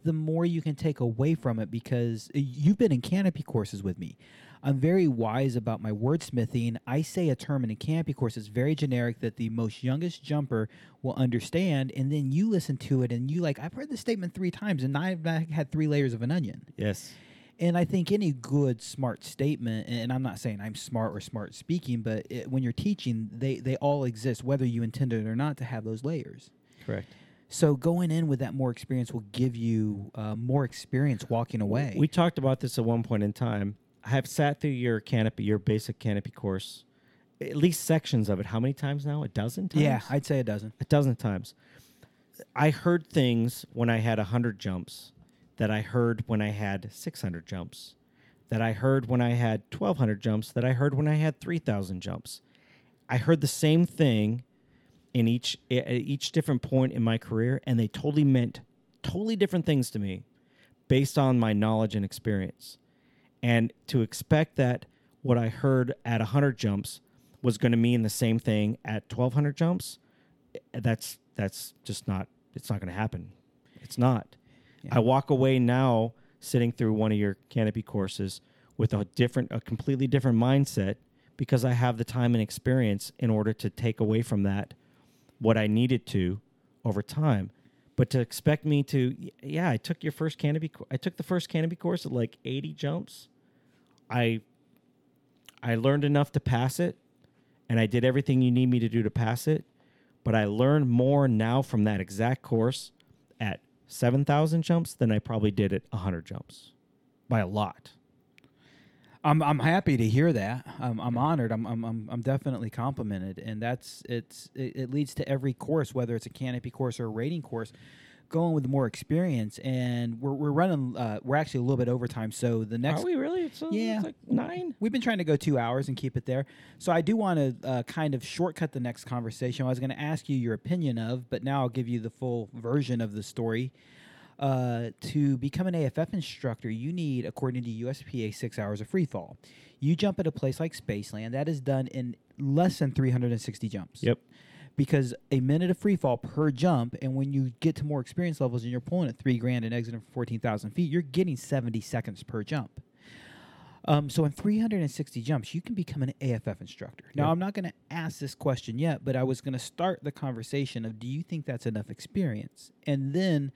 the more you can take away from it because uh, you've been in canopy courses with me. I'm very wise about my wordsmithing. I say a term in a canopy course that's very generic that the most youngest jumper will understand, and then you listen to it and you like, I've heard this statement three times, and I've had three layers of an onion. Yes. And I think any good smart statement, and I'm not saying I'm smart or smart speaking, but it, when you're teaching, they, they all exist, whether you intend it or not, to have those layers. Correct. So going in with that more experience will give you uh, more experience walking away. We talked about this at one point in time. I have sat through your canopy, your basic canopy course, at least sections of it. How many times now? A dozen times. yeah, I'd say a dozen. a dozen times. I heard things when I had 100 jumps that I heard when I had 600 jumps, that I heard when I had 1,200 jumps, that I heard when I had 3,000 jumps. I heard the same thing in each at each different point in my career, and they totally meant totally different things to me based on my knowledge and experience. And to expect that what I heard at 100 jumps was going to mean the same thing at 1,200 jumps, eh, that's that's just not it's not going to happen it's not i walk away now sitting through one of your canopy courses with a different a completely different mindset because I have the time and experience in order to take away from that what I needed to over time. But to expect me to, y- yeah, I took your first canopy. co- I took the first canopy course at like 80 jumps. I I learned enough to pass it, and I did everything you need me to do to pass it. But I learned more now from that exact course at 7,000 jumps than I probably did at 100 jumps by a lot. I'm I'm happy to hear that. I'm I'm honored. I'm I'm I'm, I'm definitely complimented, and that's it's it, it leads to every course, whether it's a canopy course or a rating course, going with more experience. And we're we're running. Uh, we're actually a little bit over time, so the next Are we really? It's, uh, Yeah. it's like nine? We've been trying to go two hours and keep it there. So I do want to uh, kind of shortcut the next conversation. I was going to ask you your opinion of, but now I'll give you the full version of the story. Uh, to become an AFF instructor, you need, according to USPA, six hours of free fall. You jump at a place like Spaceland, that is done in less than 360 jumps because a minute of free fall per jump, and when you get to more experience levels and you're pulling at three grand and exiting from 14,000 feet, you're getting 70 seconds per jump. Um, so in 360 jumps, you can become an AFF instructor. Now, I'm not going to ask this question yet, but I was going to start the conversation of do you think that's enough experience? And then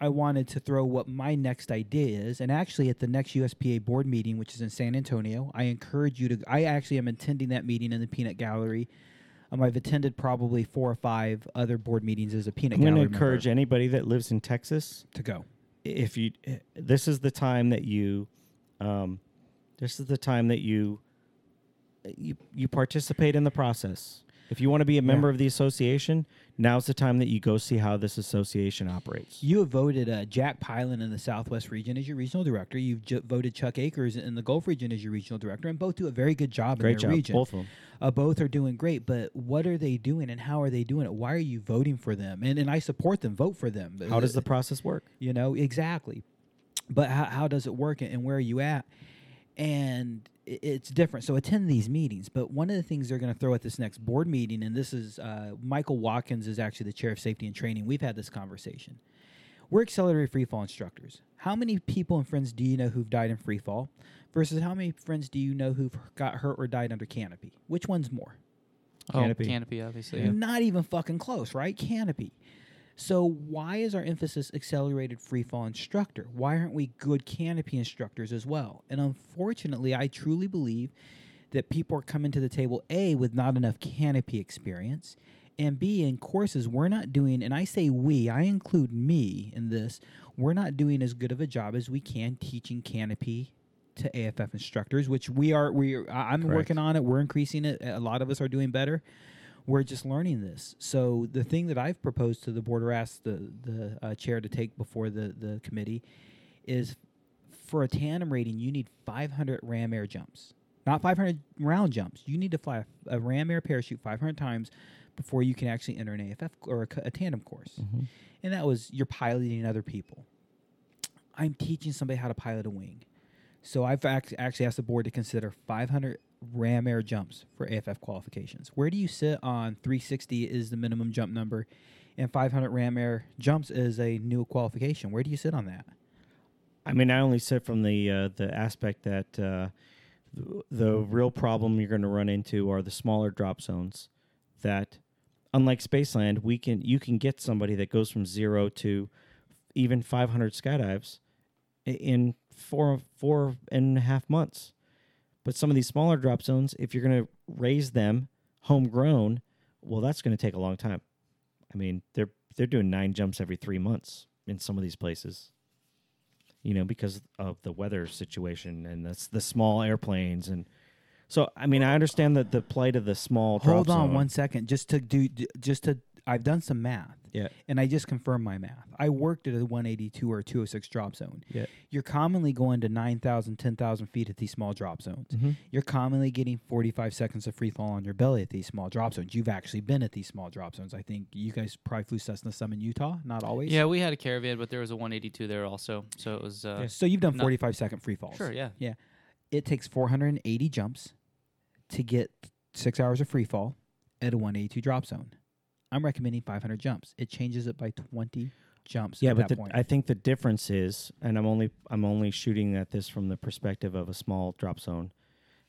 I wanted to throw what my next idea is. And actually, at the next USPA board meeting, which is in San Antonio, I encourage you to. I actually am attending that meeting in the Peanut Gallery. Um, I've attended probably four or five other board meetings as a Peanut I'm going to Gallery encourage member anybody that lives in Texas to go. if you eh, this is the time that you um, this is the time that you eh, you you participate in the process if you want to be a member of the association now's the time that you go see how this association operates You have voted uh, Jack Pylon in the Southwest region as your regional director. You've ju- voted Chuck Akers in the Gulf region as your regional director, and both do a very good job in Great their job, region. both of 'em. Uh, both are doing great, but what are they doing and how are they doing it? Why are you voting for them? And, and I support them, vote for them. how does the Uh, process work you know exactly but how, how does it work and where are you at and i- it's different so attend these meetings but one of the things they're going to throw at this next board meeting and this is uh, michael watkins is actually the chair of safety and training we've had this conversation we're accelerated free fall instructors how many people and friends do you know who've died in free fall versus how many friends do you know who've got hurt or died under canopy which one's more Oh, [laughs] Canopy. canopy, obviously. yeah. not even fucking close, right? Canopy. So why is our emphasis accelerated free fall instructor? Why aren't we good canopy instructors as well? And unfortunately, I truly believe that people are coming to the table A with not enough canopy experience and B in courses we're not doing and I say we, I include me in this. We're not doing as good of a job as we can teaching canopy to AFF instructors, which we are we are, I- I'm working on it. We're increasing it. A lot of us are doing better we're just learning this. So the thing that I've proposed to the board or asked the the uh, chair to take before the the committee is for a tandem rating, you need 500 ram air jumps, not 500 round jumps. You need to fly a, a ram air parachute 500 times before you can actually enter an AFF c- or a, c- a tandem course. And that was you're piloting other people. I'm teaching somebody how to pilot a wing. So I've act- actually asked the board to consider 500 ram air jumps for AFF qualifications. Where do you sit on 360 is the minimum jump number, and 500 ram air jumps is a new qualification? Where do you sit on that? I mean, I only said from the uh, the aspect that uh, th- the real problem you're going to run into are the smaller drop zones. That, unlike Spaceland, we can you can get somebody that goes from zero to even 500 skydives i- in four four and a half months. But some of these smaller drop zones, if you're going to raise them homegrown, well, that's going to take a long time. I mean, they're they're doing nine jumps every three months in some of these places you know, because of the weather situation and the, s- the small airplanes. And so, I mean, I understand that the plight of the small. drop Hold on zone. one second, just to do, d- just to. I've done some math. Yeah. And I just confirmed my math. I worked at a 182 or 206 drop zone. Yeah. You're commonly going to 9,000, 10,000 feet at these small drop zones. You're commonly getting 45 seconds of free fall on your belly at these small drop zones. You've actually been at these small drop zones. I think you guys probably flew Cessna some in Utah, not always. Yeah, we had a caravan, but there was a 182 there also, so it was. Uh, So you've done No. 45 second free falls. Sure, yeah. Yeah. It takes 480 jumps to get six hours of free fall at a 182 drop zone. I'm recommending 500 jumps. It changes it by 20 jumps. Yeah, at that but the, point. I think the difference is, and I'm only I'm only shooting at this from the perspective of a small drop zone,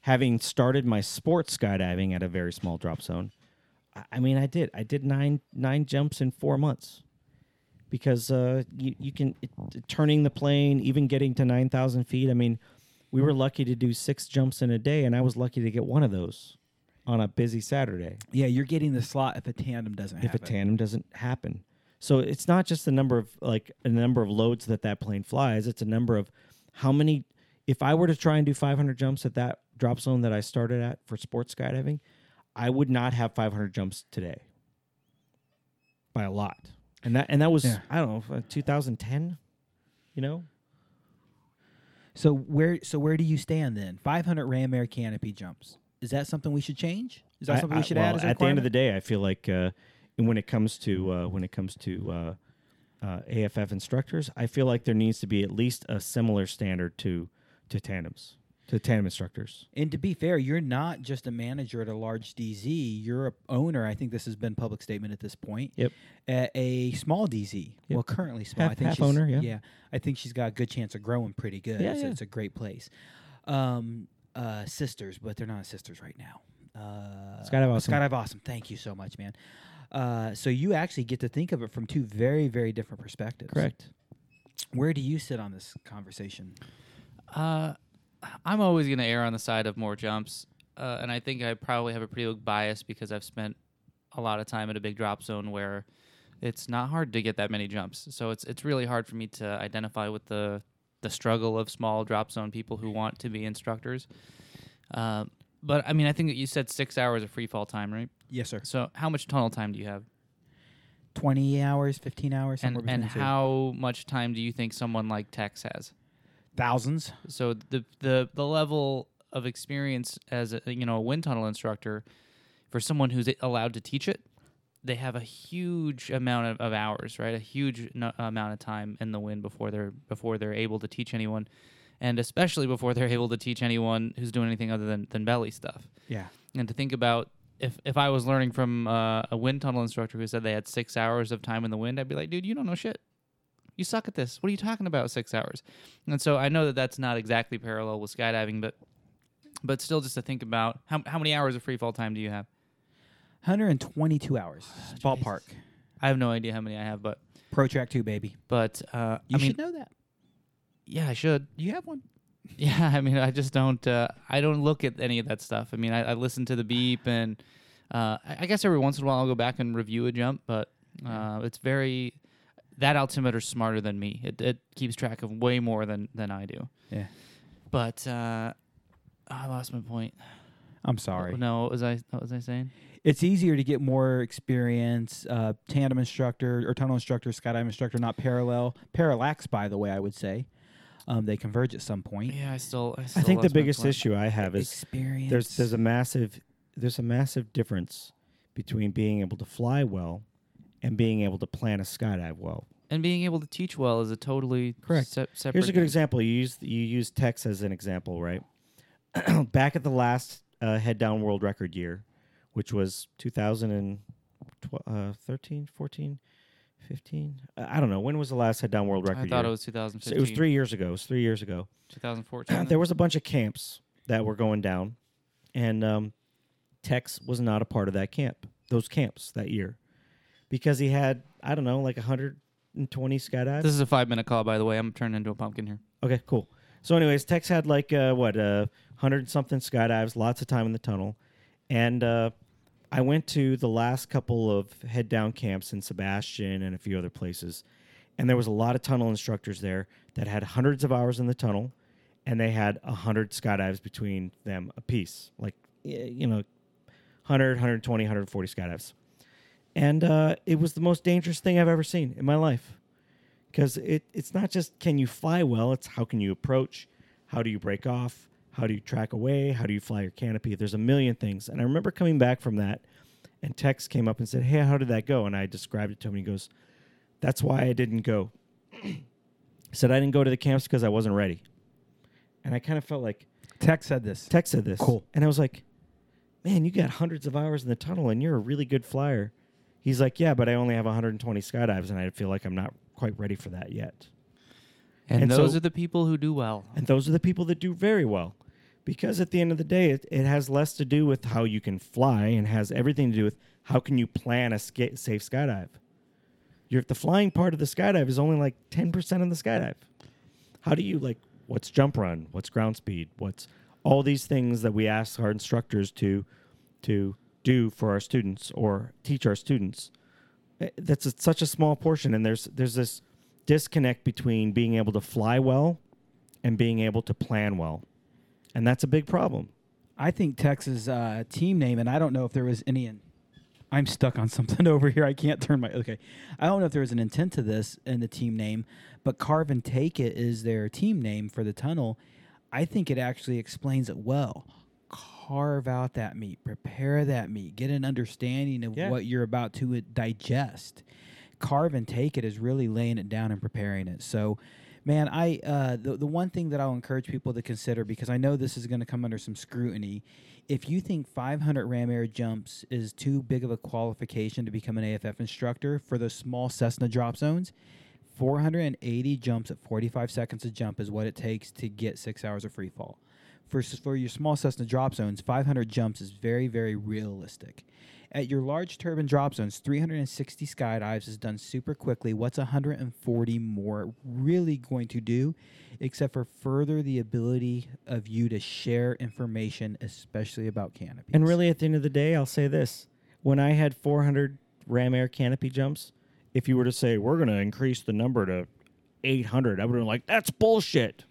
having started my sports skydiving at a very small drop zone, I, I mean, I did. I did nine nine jumps in four months because uh, you you can it, turning the plane, even getting to nine thousand feet. I mean, we were lucky to do six jumps in a day, and I was lucky to get one of those on a busy Saturday Yeah, you're getting the slot if a tandem doesn't if have a tandem doesn't happen. So it's not just the number of like a number of loads that that plane flies. It's a number of how many. If I were to try and do 500 jumps at that drop zone that I started at for sports skydiving, I would not have 500 jumps today. By a lot, and that and that was Yeah. I don't know uh, 2010. You know, So where so where do you stand then? 500 Ram Air canopy jumps. Is that something we should change? Is that I- something we I- should well, add? As a at the end of the requirement? day, I feel like, uh, and when it comes to uh, when it comes to uh, uh, AFF instructors, I feel like there needs to be at least a similar standard to to tandems to tandem instructors. And to be fair, you're not just a manager at a large DZ. You're a owner. I think this has been public statement at this point. Yep. At a small DZ. Well, currently small. I Half- think half she's, owner, yeah. I think she's got a good chance of growing pretty good. Yeah, so yeah. It's a great place. Um, uh, sisters, but they're not sisters right now. Uh, Skydive Awesome. Skydive Awesome. Thank you so much, man. Uh, so you actually get to think of it from two very, very different perspectives. Where do you sit on this conversation? Uh, I'm always going to err on the side of more jumps, uh, and I think I probably have a pretty big bias because I've spent a lot of time at a big drop zone where it's not hard to get that many jumps. So it's it's really hard for me to identify with the the struggle of small drop zone people who want to be instructors. Um, but I mean, I think that you said six hours of free fall time, right? Yes, sir. So how much tunnel time do you have? 20 hours, 15 hours, somewhere And, between and the two. how much time do you think someone like Tex has? Thousands. So the the the level of experience as a, you know a wind tunnel instructor for someone who's allowed to teach it, they have a huge amount of, of hours, right? A huge n- amount of time in the wind before they're before they're able to teach anyone, and especially before they're able to teach anyone who's doing anything other than than belly stuff. Yeah. And to think about if if I was learning from uh, a wind tunnel instructor who said they had six hours of time in the wind, I'd be like, dude, you don't know shit. You suck at this. What are you talking about? Six hours. And so I know that that's not exactly parallel with skydiving, but but still, just to think about how how many hours of free fall time do you have? 122 hours. Ah, ballpark. I have no idea how many I have, but Pro Track 2, baby. but uh, You I mean, should know that. yeah, I should. You have one. Yeah, [laughs] I mean, I just don't. Uh, I don't look at any of that stuff. I mean, I, I listen to the beep, and uh, I, I guess every once in a while I'll go back and review a jump, but uh, it's very that altimeter's smarter than me. It, it keeps track of way more than than I do. Yeah. But uh, I lost my point. I'm sorry. Oh, No, what was I? What was I saying? It's easier to get more experience, uh, tandem instructor or tunnel instructor, skydive instructor, not parallel. Parallax, by the way, I would say. Um, they converge at some point. Yeah, I still. I, I still think the lost my biggest point. issue I have is Experience. there's there's a massive there's a massive difference between being able to fly well and being able to plan a skydive well. and being able to teach well is a totally Correct. se- separate. Here's a good example. You use you use Tex as an example, right? [clears throat] Back at the last uh, head down world record year, which was uh, 2013, 14, 15. uh, I I don't know when was the last head down world record. I thought year? it was So 2015. it was three years ago. It was three years ago. [clears throat] 2014. there was a bunch of camps that were going down, and um, Tex was not a part of that camp, those camps that year, because he had I don't know like 120 skydives. This is a five minute call, by the way. I'm turning into a pumpkin here. Okay, cool. So, anyways, Tex had like uh, what uh, hundred something skydives, lots of time in the tunnel, and uh, I went to the last couple of head down camps in Sebastian and a few other places, and there was a lot of tunnel instructors there that had hundreds of hours in the tunnel, and they had hundred skydives between them apiece, like y- you know, 100, 120, 140 skydives, and uh, it was the most dangerous thing I've ever seen in my life because it, it's not just can you fly well it's how can you approach how do you break off how do you track away how do you fly your canopy there's a million things and i remember coming back from that and tex came up and said hey how did that go and i described it to him and he goes that's why i didn't go said i didn't go to the camps because i wasn't ready and i kind of felt like Tech said this. Tex said this. Cool. And I was like, man, you got hundreds of hours in the tunnel and you're a really good flyer. He's like, yeah, but I only have 120 skydives and I feel like I'm not quite ready for that yet. And, And those so- are the people who do well. And those are the people that do very well because at the end of the day, it, it has less to do with how you can fly and has everything to do with how can you plan a sca- safe skydive. You're, the flying part of the skydive is only like 10% of the skydive. How do you like what's jump run? What's ground speed? What's all these things that we ask our instructors to to do for our students or teach our students? Eh, That's a, such a small portion, and there's there's this disconnect between being able to fly well and being able to plan well. And that's a big problem. I think Texas uh, team name, and I don't know if there was any. In, I'm stuck on [laughs] something over here. I can't turn my. Okay, I don't know if there was an intent to this in the team name, but carve and take it is their team name for the tunnel. I think it actually explains it well. Carve out that meat, prepare that meat, get an understanding of Yeah. what you're about to uh, digest. Carve and take it is really laying it down and preparing it. So, man, I uh, the the one thing that I'll encourage people to consider because I know this is going to come under some scrutiny. If you think 500 ram air jumps is too big of a qualification to become an AFF instructor for those small Cessna drop zones, 480 jumps at 45 seconds a jump is what it takes to get six hours of free fall. For, s- for your small Cessna drop zones, 500 jumps is very, very realistic. At your large turbine drop zones, 360 skydives is done super quickly. What's 140 more really going to do, except for further the ability of you to share information, especially about canopies? And really, at the end of the day, I'll say this: when I had 400 Ram Air canopy jumps, if you were to say we're going to increase the number to 800, I would have been like, "That's bullshit."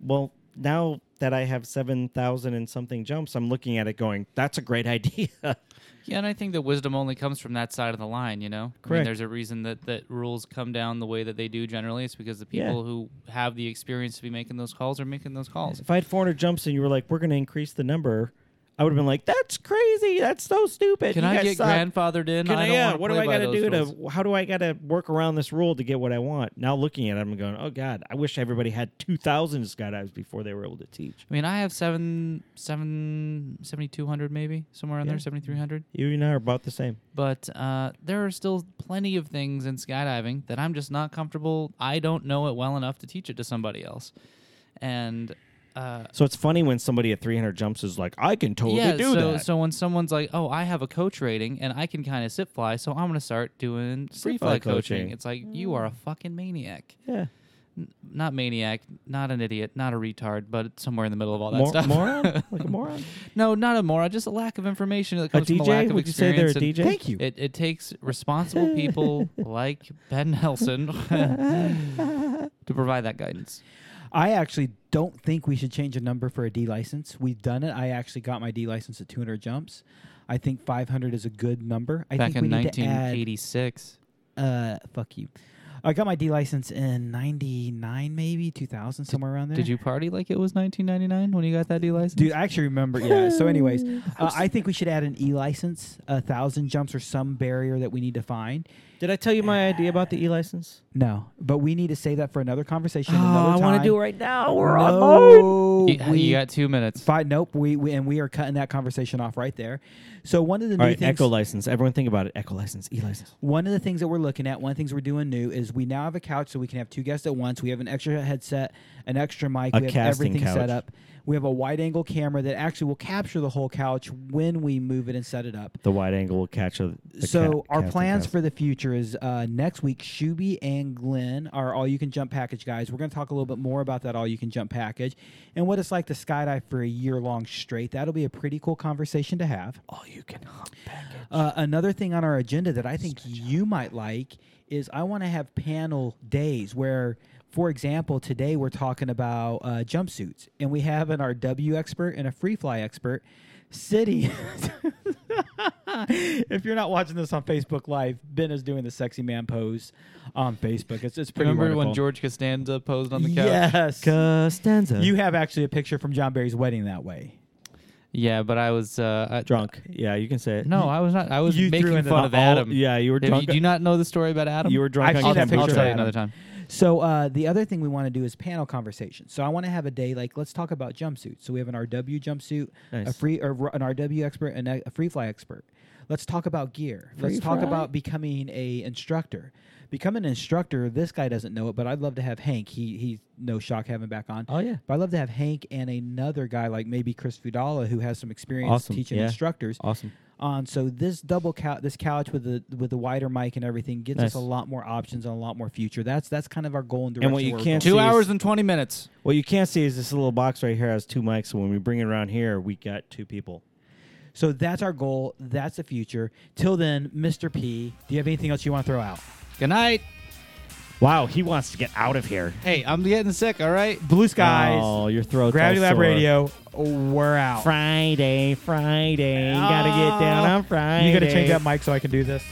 Well, now that I have 7,000 and something jumps, I'm looking at it going, "That's a great [laughs] idea." Yeah, and I think that wisdom only comes from that side of the line, you know? I Correct. mean, there's a reason that, that rules come down the way that they do generally. It's because the Yeah. people who have the experience to be making those calls are making those calls. if I had 400 jumps and you were like, "We're going to increase the number," I would have been like, "That's crazy. That's so stupid." Can You I guys get suck." grandfathered in? Can I I, don't yeah, wanna what do play I by got to those do rules. to? How do I got to work around this rule to get what I want? Now looking at it, I'm going, oh god, I wish everybody had 2,000 skydives before they were able to teach. I mean, I have seven, seven, 7,200 maybe, somewhere in Yeah. there, 7,300. You and I are about the same. But uh, there are still plenty of things in skydiving that I'm just not comfortable. I don't know it well enough to teach it to somebody else. And uh, So it's funny when somebody at 300 jumps is like, I can totally yeah, do so, that. so when someone's like, "Oh, I have a coach rating and I can kind of sit fly, so I'm gonna start doing free fly fly coaching. coaching. It's like you are a fucking maniac. yeah, Not maniac, not an idiot, not a retard, but somewhere in the middle of all that Mor- stuff. moron, [laughs] like a moron. [laughs] no, not a moron. Just a lack of information that a comes from a lack DJ? of Would you say they're a experience. and- DJ? Thank you. It, it takes responsible [laughs] people like Ben Nelson to provide that guidance. I actually don't think we should change a number for a D license. We've done it. I actually got my D license at 200 jumps. I think 500 is a good number. I Back think in we need to add. 1986. Uh, fuck you. I got my D license in 99, maybe 2000, somewhere around there. Did you party like it was 1999 when you got that D license? Dude, I actually remember. Yeah. So, [laughs] anyways, uh, I think we should add an E license, a thousand jumps, or some barrier that we need to find. Did I tell you my idea about the e license? No, but we need to save that for another conversation. Oh, another I want time. to do it right now. We're on mode. no, You- you, we- got two minutes. Fine. Nope. We, we and we are cutting that conversation off right there. So one of the All new right, things, echo license. Everyone think about it. Echo license, e license. one of the things that we're looking at, one of the things we're doing new is we now have a couch so we can have two guests at once. We have an extra headset, an extra mic. A we have casting everything couch. set up. We have a wide angle camera that actually will capture the whole couch when we move it and set it up. The wide angle will catch a. the so ca- our casting plans couch. for the future is uh, next week shuby and glenn are all you can jump package guys we're going to talk a little bit more about that all you can jump package and what it's like to skydive for a year long straight that'll be a pretty cool conversation to have all you can hump package. uh, another thing on our agenda that I think you might like is I want to have panel days where, for example, today we're talking about uh, jumpsuits, and we have an RW expert and a free fly expert. City. [laughs] if you're not watching this on Facebook Live, Ben is doing the sexy man pose on Facebook. It's, it's pretty Remember wonderful. when George Costanza posed on the couch? Yes. Costanza. You have actually a picture from John Barry's wedding that way. Yeah, but I was uh, I- drunk. Yeah, you can say it. No, I was not. I was You threw making in the- fun of all- Adam. yeah, you were Have drunk- do you not know the story about Adam? You were drunk. I've on seen I'll, that campus. tell- I'll picture tell of you Adam. another time. So uh, the other thing we want to do is panel conversations. So I want to have a day like let's talk about jumpsuits. So we have an RW jumpsuit, a Nice. free or an RW expert, and a, a free fly expert. Let's talk about gear. Free Let's talk fry? about becoming a instructor. Become an instructor. This guy doesn't know it, but I'd love to have Hank. He he's no shock having back on. Oh, yeah. But I'd love to have Hank and another guy like maybe Chris Fudala who has some experience Awesome, teaching yeah. instructors Awesome. on. So this double couch, this couch with the with the wider mic and everything, gives us Nice. a lot more options and a lot more future. That's that's kind of our goal and direction. And what you where we're can't going. Two See, hours it's- and twenty minutes. What you can't see is this little box right here has two mics. So when we bring it around here, we got two people. So that's our goal. That's the future. Till then, Mr. P, do you have anything else you want to throw out? Good night. Wow, he wants to get out of here. Hey, I'm getting sick. All right. Blue skies. oh, your throat. Gravity Lab Radio. We're out. Friday, Friday, gotta get down on Friday. You Oh. gotta change that mic so I can do this.